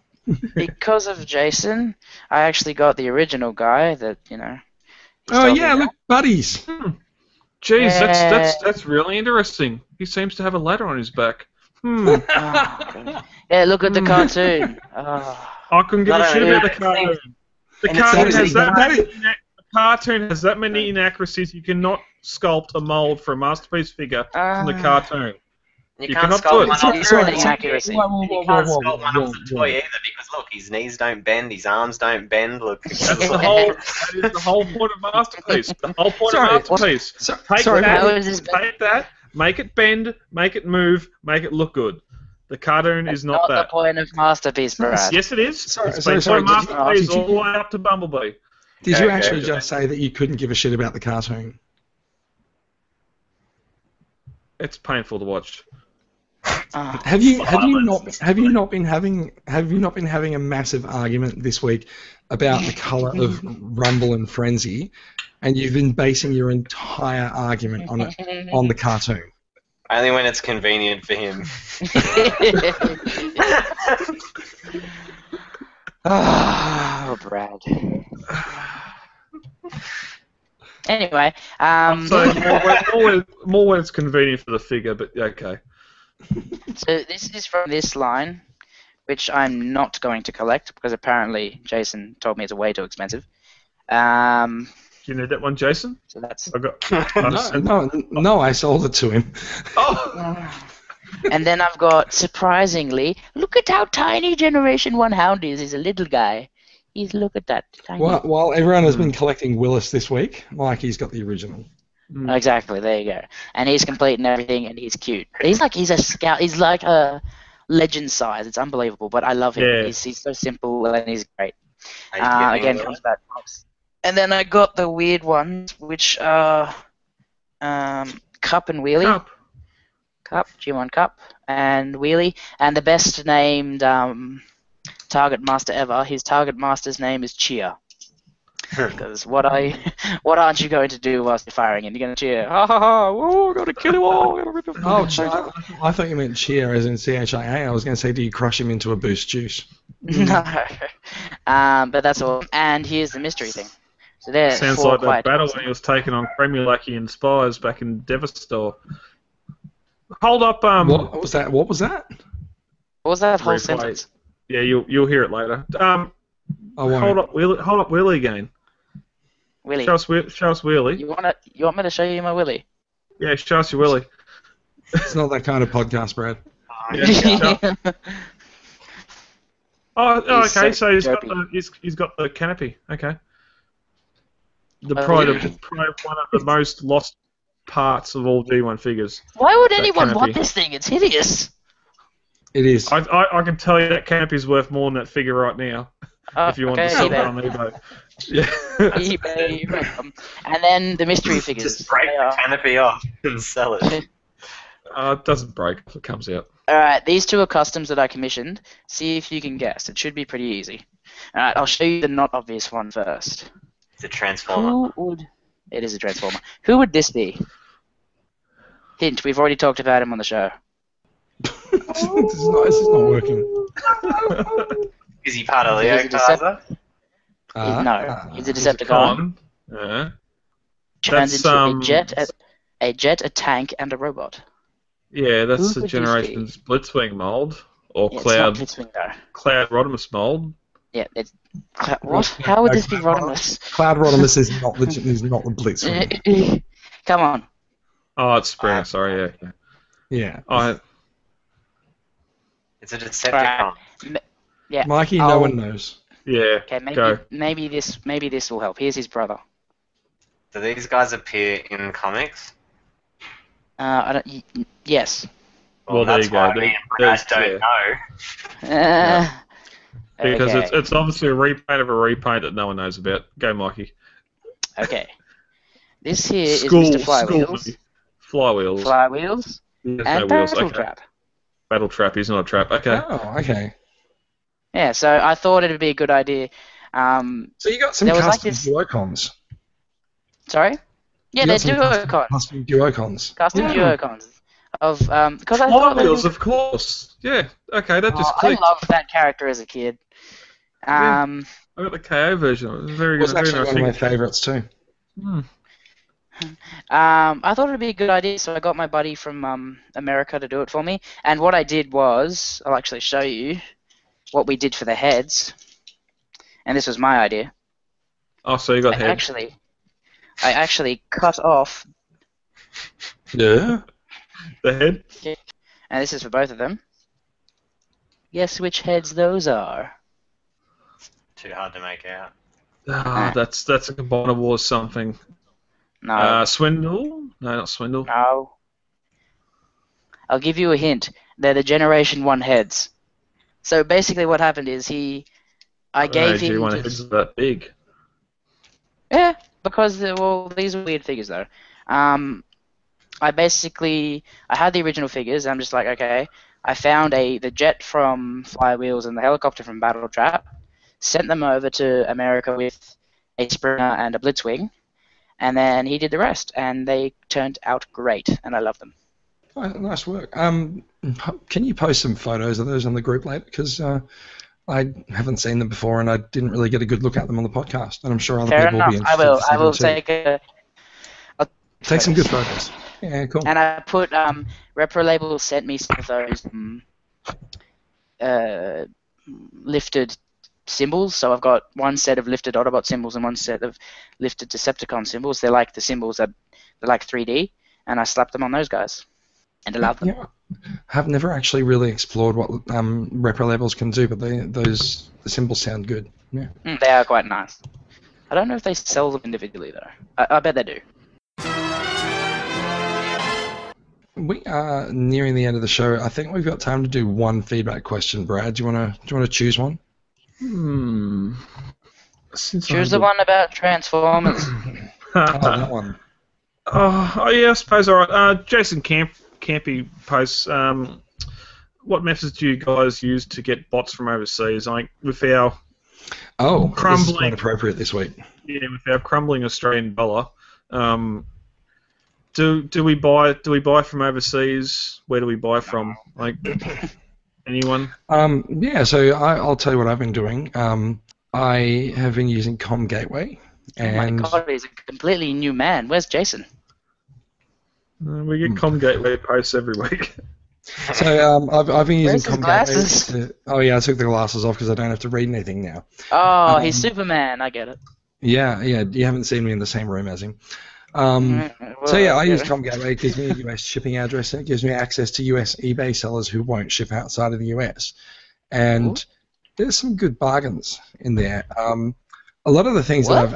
Speaker 5: because of Jason, I actually got the original guy that you know. he's
Speaker 7: Oh
Speaker 5: told me
Speaker 7: yeah,
Speaker 5: about.
Speaker 7: look, buddies.
Speaker 4: Hmm. Jeez, that's that's
Speaker 5: Yeah.
Speaker 4: that's really interesting. He seems to have a ladder on his back. Hmm.
Speaker 5: Oh, God. yeah, look
Speaker 7: Hmm.
Speaker 5: at the
Speaker 7: [laughs]
Speaker 5: cartoon. Oh.
Speaker 4: I couldn't give
Speaker 6: No,
Speaker 4: a
Speaker 6: no,
Speaker 4: shit
Speaker 6: no,
Speaker 4: about the
Speaker 6: no, no,
Speaker 4: cartoon. The
Speaker 6: and it's
Speaker 4: cartoon has
Speaker 7: obviously
Speaker 4: that
Speaker 7: not-
Speaker 4: many ina- the cartoon has that many inaccuracies. You cannot sculpt a mold for a masterpiece figure from the
Speaker 5: Ah.
Speaker 4: cartoon.
Speaker 6: You,
Speaker 4: You
Speaker 6: can't
Speaker 4: cannot
Speaker 6: sculpt
Speaker 4: do it.
Speaker 6: one
Speaker 5: It's
Speaker 6: off
Speaker 5: not
Speaker 6: your
Speaker 5: true
Speaker 6: own.
Speaker 5: inaccuracy.
Speaker 7: Whoa, whoa,
Speaker 6: And
Speaker 7: whoa,
Speaker 6: You can't
Speaker 7: whoa, whoa,
Speaker 6: sculpt one
Speaker 7: whoa,
Speaker 6: off the
Speaker 7: whoa.
Speaker 6: toy either because look, his knees don't bend, his arms don't bend.
Speaker 4: [laughs]
Speaker 6: Look,
Speaker 4: That's the whole. That is the whole point of masterpiece. The whole point
Speaker 7: Sorry,
Speaker 4: of masterpiece.
Speaker 7: So,
Speaker 4: Take
Speaker 7: sorry,
Speaker 4: that.
Speaker 5: How is this better?
Speaker 4: Take that. Make it bend. Make it move. Make it look good. The cartoon
Speaker 5: That's
Speaker 4: is not,
Speaker 5: the
Speaker 4: that.
Speaker 5: point of masterpiece, Brad.
Speaker 4: Yes, it is.
Speaker 7: Sorry,
Speaker 4: it's
Speaker 7: sorry,
Speaker 4: been
Speaker 7: sorry,
Speaker 4: point of
Speaker 7: did you-
Speaker 4: masterpiece
Speaker 7: did you-
Speaker 4: all the way up to Bumblebee.
Speaker 7: did
Speaker 6: Okay,
Speaker 7: you
Speaker 6: okay,
Speaker 7: actually
Speaker 6: okay.
Speaker 7: just say that you couldn't give a shit about the cartoon?
Speaker 4: It's painful to watch. [laughs]
Speaker 5: Ah, [laughs]
Speaker 7: Have you have you
Speaker 6: Violence.
Speaker 7: not have you not been having have you not been having a massive argument this week about the color of Rumble and Frenzy, and you've been basing your entire argument on it on the
Speaker 4: [laughs]
Speaker 7: cartoon?
Speaker 6: Only when it's convenient for him.
Speaker 5: oh, Brad. Anyway, um,
Speaker 4: So
Speaker 5: so,
Speaker 4: more when, more, when, more when it's convenient for the figure, but yeah, okay.
Speaker 5: this is from this line, which I'm not going to collect because apparently Jason told me it's way too expensive. Um,
Speaker 4: Do you need that one, Jason?
Speaker 5: so that's
Speaker 4: I
Speaker 5: [laughs]
Speaker 4: got. I just sent-
Speaker 7: No, no, no, I sold it
Speaker 4: [laughs]
Speaker 7: to him.
Speaker 4: Oh,
Speaker 5: and then I've got surprisingly, look at how tiny Generation One Hound is. He's a little guy. He's look at that tiny.
Speaker 7: While, while everyone has been collecting Willis this week, Mikey's got the original.
Speaker 5: Mm-hmm. Exactly. There you go. And he's complete and everything, and he's cute. He's like he's a scout. He's like a legend size. It's unbelievable, but I love him.
Speaker 4: Yeah.
Speaker 5: He's, he's so simple and he's great.
Speaker 6: Are you
Speaker 5: Uh,
Speaker 6: getting
Speaker 5: again,
Speaker 6: all
Speaker 5: comes
Speaker 6: that?
Speaker 5: back. And then I got the weird ones, which are um, cup and wheelie.
Speaker 4: up.
Speaker 5: Cup, G1 Cup, and Wheelie, and the best named um, target master ever. His target master's name
Speaker 4: [laughs]
Speaker 5: is Cheer. Because what I, [laughs] what aren't you going to do whilst you're firing? And you're going to cheer. Ha ha ha! Oh, we're going to kill him all. We're gonna rip him
Speaker 7: Oh,
Speaker 5: apart."
Speaker 7: I, I thought you meant cheer as in C-H-I-A. I was going to say, do you crush him into a boost juice?
Speaker 5: [laughs] no. Um, but that's all. And here's the mystery thing. So there.
Speaker 4: Sounds
Speaker 5: four
Speaker 4: like that
Speaker 5: quite
Speaker 4: battle when he was taken on Kremulaki and Spires back in Devastor. Hold up, um,
Speaker 7: what was that? What was that?
Speaker 5: What was that whole
Speaker 4: Replay.
Speaker 5: sentence?
Speaker 4: yeah, you'll you'll hear it later. Um,
Speaker 7: I won't.
Speaker 4: hold up, wheelie, hold up, wheelie again.
Speaker 5: Willie,
Speaker 4: Show us, Whe- show us wheelie.
Speaker 5: you want to? You want me to show you my Willie?
Speaker 4: Yeah, show us your
Speaker 5: [laughs]
Speaker 4: wheelie.
Speaker 7: It's not that kind of podcast, Brad.
Speaker 4: Yeah, show- oh, oh,
Speaker 5: He's
Speaker 4: okay.
Speaker 5: so
Speaker 4: So he's got
Speaker 5: derpy.
Speaker 4: the he's, he's got the canopy. Okay. The
Speaker 5: Oh,
Speaker 4: pride
Speaker 5: yeah.
Speaker 4: of pride of one of the most lost parts of all G1 figures.
Speaker 5: [laughs] Why would
Speaker 4: That
Speaker 5: anyone
Speaker 4: canopy.
Speaker 5: want this thing? It's hideous.
Speaker 7: It is.
Speaker 4: I, I, I can tell you that canopy's worth more than that figure right now.
Speaker 5: Oh,
Speaker 4: if you want
Speaker 5: okay,
Speaker 4: to sell
Speaker 5: then.
Speaker 4: that on eBay. Yeah.
Speaker 5: eBay, Redbum. Um, and then the mystery figures.
Speaker 6: Just break
Speaker 5: They
Speaker 6: the
Speaker 5: are-
Speaker 6: canopy off and sell it.
Speaker 4: uh, it doesn't break if it comes
Speaker 5: [laughs]
Speaker 4: out.
Speaker 5: All right, these two are customs that I commissioned. See if you can guess. It should be pretty easy. All right, I'll show you the not obvious one first.
Speaker 6: It's a transformer.
Speaker 5: Who would? It is a transformer. Who would this be? Hint: We've already talked about him on the show.
Speaker 7: this, is not, this is not working.
Speaker 6: Is he part of
Speaker 5: It is
Speaker 6: Leo
Speaker 5: a decept-
Speaker 6: Kaiser?
Speaker 4: Uh-huh.
Speaker 7: Uh,
Speaker 5: no,
Speaker 7: uh,
Speaker 5: he's a
Speaker 4: It's a
Speaker 5: Decepticon.
Speaker 4: Yeah.
Speaker 5: Turns
Speaker 4: That's,
Speaker 5: into
Speaker 4: um,
Speaker 5: a jet, a, a jet, a tank, and a robot.
Speaker 4: Yeah, that's the
Speaker 5: Who would this be?
Speaker 4: generation's Blitzwing mold or
Speaker 5: Yeah, it's not
Speaker 4: Cloud
Speaker 5: Blitzwing though.
Speaker 4: Cloud Rodimus mold.
Speaker 5: Yeah, it's Cla- what? How would this be Rodimus?
Speaker 7: Cloud Rodimus is not the
Speaker 5: [laughs]
Speaker 7: is not the Blitzwing.
Speaker 5: Come on.
Speaker 4: Oh, it's
Speaker 5: Ah.
Speaker 4: Springer. Sorry, yeah. yeah.
Speaker 7: Yeah,
Speaker 4: Oh,
Speaker 6: It's a Decepticon.
Speaker 7: Mikey,
Speaker 5: Oh.
Speaker 7: no one knows.
Speaker 4: yeah.
Speaker 5: Okay, maybe
Speaker 4: Go.
Speaker 5: maybe this maybe this will help. Here's his brother.
Speaker 6: Do these guys appear in comics?
Speaker 5: Uh, I don't. Y- y-
Speaker 4: [laughs]
Speaker 5: yes.
Speaker 4: Well, there
Speaker 6: that's
Speaker 4: you go.
Speaker 6: why
Speaker 4: There-
Speaker 6: me and Brad
Speaker 4: there's-
Speaker 6: don't
Speaker 4: yeah.
Speaker 6: know.
Speaker 5: Uh,
Speaker 4: Because
Speaker 5: okay.
Speaker 4: it's, it's obviously a repaint of a repaint that no one knows about. Go, Mikey.
Speaker 5: okay. This here is
Speaker 4: school,
Speaker 5: Mr. Flywheels.
Speaker 4: school. Flywheels.
Speaker 5: Flywheels
Speaker 4: There's
Speaker 5: and
Speaker 4: no wheels.
Speaker 5: Battle
Speaker 4: Okay.
Speaker 5: Trap.
Speaker 4: Battle trap. He's not a trap. Okay.
Speaker 7: Oh, okay.
Speaker 5: Yeah, so I thought it would be a good idea. Um,
Speaker 7: So you got some
Speaker 5: There was
Speaker 7: custom
Speaker 5: like this-
Speaker 7: duocons.
Speaker 5: sorry. Yeah,
Speaker 7: You
Speaker 5: they're
Speaker 7: got some
Speaker 5: duocons,
Speaker 7: Custom duocons.
Speaker 5: custom
Speaker 4: Yeah.
Speaker 5: duocons of um because I thought
Speaker 4: Flywheels, of course. Yeah. Okay, that just
Speaker 5: Oh, I
Speaker 4: clicked.
Speaker 5: loved that character as a kid.
Speaker 4: Yeah.
Speaker 5: Um,
Speaker 4: I got the KO version. It was very
Speaker 7: It was
Speaker 4: good. Very
Speaker 7: actually
Speaker 4: nice.
Speaker 7: one of my
Speaker 4: thing.
Speaker 7: favourites too.
Speaker 4: Hmm.
Speaker 5: Um, I thought it'd be a good idea, so I got my buddy from um, America to do it for me. And what I did was, I'll actually show you what we did for the heads. And this was my idea.
Speaker 4: Oh, so you got
Speaker 5: I
Speaker 4: head.
Speaker 5: actually, I actually cut off,
Speaker 7: Yeah.
Speaker 4: The head.
Speaker 5: and this is for both of them. Guess which heads those are?
Speaker 6: Too hard to make out.
Speaker 4: Ah, that's that's a combiner wars something.
Speaker 5: No,
Speaker 4: Uh, swindle? No, not swindle.
Speaker 5: no. I'll give you a hint. They're the Generation One heads. So basically, what happened is he, I gave him.
Speaker 4: G1
Speaker 5: just-
Speaker 4: heads are that big.
Speaker 5: Yeah, because they- well, these are weird figures though. Um, I basically I had the original figures. And I'm just like, okay, I found a the jet from Flywheels and the helicopter from Battle Trap, sent them over to America with a Sprinter and a Blitzwing, and then he did the rest, and they turned out great, and I love them.
Speaker 7: Oh, Nice work. Um, can you post some photos of those on the group later? Because uh, I haven't seen them before, and I didn't really get a good look at them on the podcast. And I'm sure other
Speaker 5: Fair
Speaker 7: people will
Speaker 5: enough.
Speaker 7: be
Speaker 5: I
Speaker 7: interested.
Speaker 5: will.
Speaker 7: to see
Speaker 5: I will
Speaker 7: them too.
Speaker 5: take a. I'll
Speaker 7: Take some good photos. Yeah, cool.
Speaker 5: and I put um, Repro Label sent me some of those um, uh, lifted symbols. So I've got one set of lifted Autobot symbols and one set of lifted Decepticon symbols. They're like the symbols that they're like 3D, and I slapped them on those guys, and I love them.
Speaker 7: Yeah. I've never actually really explored what um, repro labels can do, but they, those the symbols sound good. Yeah.
Speaker 5: Mm, they are quite nice. I don't know if they sell them individually though. I, I bet they do.
Speaker 7: We are nearing the end of the show. I think we've got time to do one feedback question, Brad. Do you want to do you want to choose one?
Speaker 4: Hmm. Since
Speaker 5: Choose
Speaker 7: Mm-hmm.
Speaker 5: the
Speaker 4: I'm-
Speaker 5: one about
Speaker 7: [clears throat]
Speaker 5: Transformers. Uh,
Speaker 7: Oh, that one.
Speaker 4: Oh, [laughs] oh, yeah, I suppose all right. Uh, Jason Camp Campy posts. Um, what methods do you guys use to get bots from overseas? Like with our
Speaker 7: Oh, this is
Speaker 4: Crumbling.
Speaker 7: quite appropriate this week.
Speaker 4: yeah, with our crumbling Australian dollar, um, do do we buy do we buy from overseas? Where do we buy from? Like anyone?
Speaker 7: Um, yeah, so I, I'll tell you what I've been doing. Um, I have been using Com Gateway,
Speaker 5: oh my
Speaker 7: and
Speaker 5: god, he's a completely new man. Where's Jason?
Speaker 4: Uh, we get Comgateway posts every week.
Speaker 7: so um, I've, I've been using
Speaker 5: Where's his
Speaker 7: Com Gateway.
Speaker 5: glasses?
Speaker 7: To, oh yeah, I took the glasses off because I don't have to read anything now.
Speaker 5: Oh,
Speaker 7: Um,
Speaker 5: he's Superman. I get it.
Speaker 7: Yeah, yeah, you haven't seen me in the same room as him. Um,
Speaker 5: Mm, Mm-hmm.
Speaker 7: So yeah, I use Com Gateway. It gives me a US shipping address and it gives me access to US eBay sellers who won't ship outside of the US. And there's some good bargains in there. Um, a lot of the things that I've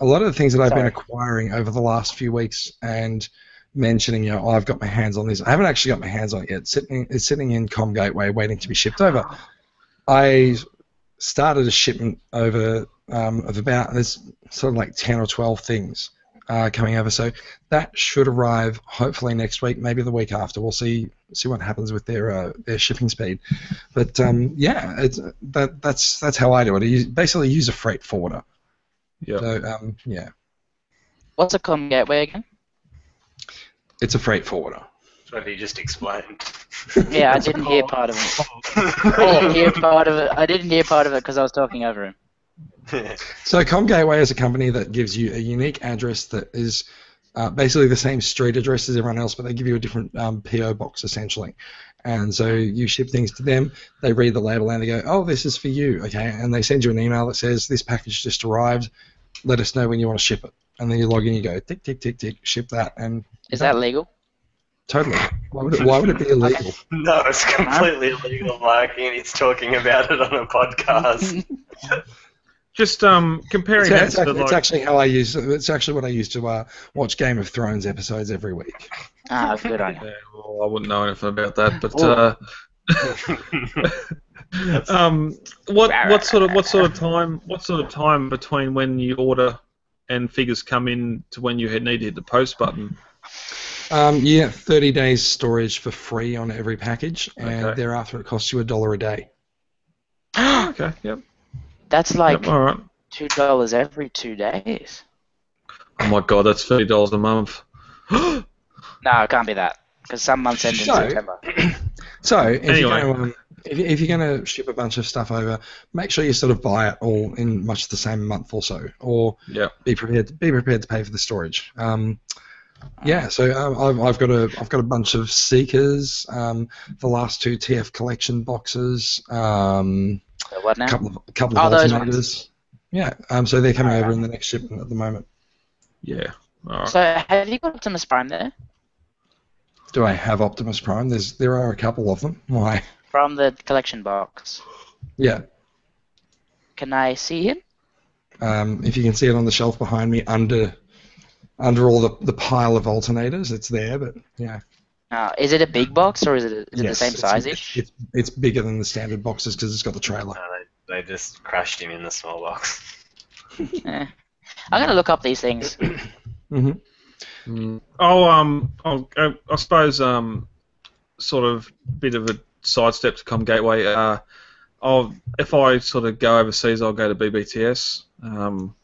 Speaker 7: a lot of the things that I've been
Speaker 5: Sorry.
Speaker 7: acquiring over the last few weeks and mentioning, you know, oh, I've got my hands on this. I haven't actually got my hands on it yet. It's sitting it's sitting in Com Gateway waiting to be shipped over. I started a shipment over um, of about there's sort of like ten or twelve things uh, coming over. So that should arrive hopefully next week, maybe the week after. We'll see see what happens with their uh, their shipping speed. But um, yeah, it's, that that's that's how I do it. I use, basically use a freight forwarder.
Speaker 4: Yeah.
Speaker 7: So um, yeah,
Speaker 5: What's a com gateway again?
Speaker 7: it's a freight forwarder.
Speaker 6: That's what he just explained. [laughs]
Speaker 5: Yeah, I didn't hear part of it. [laughs] I didn't hear part of it. I didn't hear part of it because I was talking over him.
Speaker 7: So ComGateway is a company that gives you a unique address that is uh, basically the same street address as everyone else, but they give you a different um, PO box essentially. And so you ship things to them. They read the label and they go, "Oh, this is for you." Okay, and they send you an email that says, "This package just arrived. Let us know when you want to ship it." And then you log in, you go, "Tick, tick, tick, tick, ship that." And
Speaker 5: Is that legal?
Speaker 7: totally? Why would it, why would it be illegal?
Speaker 6: no, it's completely illegal, Marky, and he's talking about it on
Speaker 4: [laughs]
Speaker 6: a podcast.
Speaker 4: Just um comparing
Speaker 7: So
Speaker 4: that
Speaker 7: that's,
Speaker 4: to
Speaker 7: actually,
Speaker 4: like
Speaker 7: that's actually how I use. It's actually what I used to uh, watch Game of Thrones episodes every week.
Speaker 5: Ah, good on you.
Speaker 4: Yeah, well, I wouldn't know anything about that, but
Speaker 5: Oh.
Speaker 4: uh, um, what what sort of what sort of time what sort of time between when you order and figures come in to when you had need to hit the post button?
Speaker 7: Um, yeah, 30 days storage for free on every package, and
Speaker 4: Okay.
Speaker 7: thereafter it costs you a dollar a day.
Speaker 4: Okay, yep.
Speaker 5: That's like
Speaker 4: Yep, all right.
Speaker 5: two dollars every two days.
Speaker 4: Oh my god, that's thirty dollars a month.
Speaker 5: No, it can't be that because some months end in
Speaker 7: So-
Speaker 5: September.
Speaker 7: So if
Speaker 4: Anyway.
Speaker 7: you're going um, if, you- if you're going to ship a bunch of stuff over, make sure you sort of buy it all in much the same month or so, or
Speaker 4: Yeah.
Speaker 7: be prepared be prepared to pay for the storage. Um, yeah, so um, I've, I've got a I've got a bunch of seekers, um, the last two TF collection boxes, um,
Speaker 5: So what now?
Speaker 7: couple of couple of
Speaker 5: Oh, those Oh,
Speaker 7: alternators. Yeah, um, so they're coming over in the next shipment at the moment.
Speaker 4: Yeah. All right.
Speaker 5: So have you got Optimus Prime there
Speaker 7: Do I have Optimus Prime? There's there are a couple of them. Why?
Speaker 5: from the collection box?
Speaker 7: Yeah.
Speaker 5: Can I see him?
Speaker 7: Um, if you can see it on the shelf behind me, under under all the, the pile of alternators, it's there. But yeah,
Speaker 5: Uh, is it a big box or is it, is it
Speaker 7: Yes,
Speaker 5: the same
Speaker 7: it's-
Speaker 5: size ish?
Speaker 7: It's, it's bigger than the standard boxes because it's got the
Speaker 6: [laughs]
Speaker 7: trailer.
Speaker 6: No, they, they just crushed him in the small box.
Speaker 5: I'm gonna look up these
Speaker 7: [coughs]
Speaker 5: things.
Speaker 4: Oh, um, I'll, I, I suppose, um, sort of bit of a sidestep to Com Gateway. Uh, I'll, if I sort of go overseas, I'll go to BBTS. Um,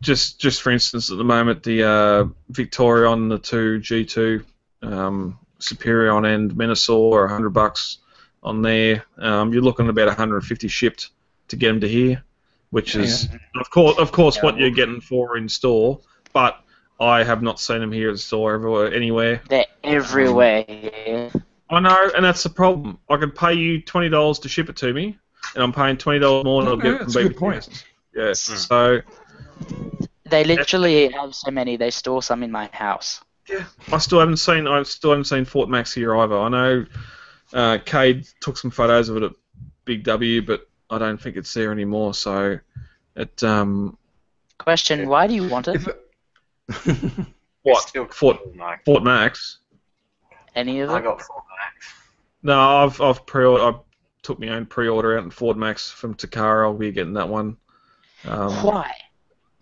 Speaker 4: just, just for instance, at the moment, the uh, Victorion, the two G2, um, Superion and Minosaur are 100 bucks on there. Um, you're looking at about 150 shipped to get them to here, which is, of course, of course, what you're getting for in store, but I have not seen them here at the store everywhere, anywhere.
Speaker 5: They're everywhere. here.
Speaker 4: I know, and that's the problem. I could pay you twenty dollars to ship it to me, and I'm paying twenty dollars more than I'll get
Speaker 7: Yeah,
Speaker 4: from
Speaker 7: Oh, that's a good
Speaker 4: BBTS. [laughs]
Speaker 7: point.
Speaker 4: Yeah, so
Speaker 5: They literally have so many. They store some in my house.
Speaker 4: I still haven't seen I still haven't seen Fort Max here either. I know uh, Cade took some photos of it at Big W, but I don't think it's there anymore. So it um
Speaker 5: Question: Why do you want it?
Speaker 4: what
Speaker 6: Still
Speaker 4: Fort
Speaker 6: Mike.
Speaker 4: Fort Max?
Speaker 5: Any of
Speaker 6: I
Speaker 5: them?
Speaker 6: got four Max.
Speaker 4: No, I've I've pre I took my own pre order out in Fort Max from Takara. I'll be getting that one. Um,
Speaker 5: Why?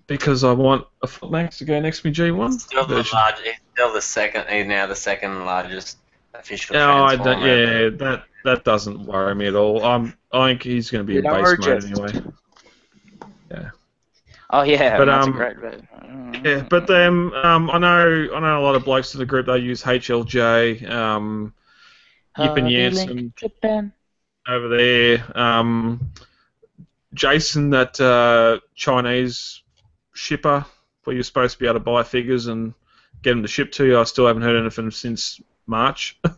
Speaker 4: because I want a Fort Max to go next to my G1.
Speaker 6: Still the
Speaker 4: version.
Speaker 6: large, he's still the second. He's now the second largest official.
Speaker 4: No, Oh, I don't,
Speaker 6: Transformer.
Speaker 4: yeah, that that doesn't worry me at all. I'm, I think he's going to be
Speaker 5: You
Speaker 4: in
Speaker 5: know,
Speaker 4: base
Speaker 5: we're
Speaker 4: mode
Speaker 5: just-
Speaker 4: anyway.
Speaker 5: Oh yeah,
Speaker 4: But,
Speaker 5: that's a
Speaker 4: um,
Speaker 5: great. but- mm.
Speaker 4: Yeah, but um, um, I know I know a lot of blokes in the group. They use HLJ, um, Yip and
Speaker 5: Honey,
Speaker 4: Yanson
Speaker 5: Lincoln, Japan.
Speaker 4: over there. Um, Jason, that uh, Chinese shipper where you're supposed to be able to buy figures and get them to ship to you. I still haven't heard anything since March. [laughs]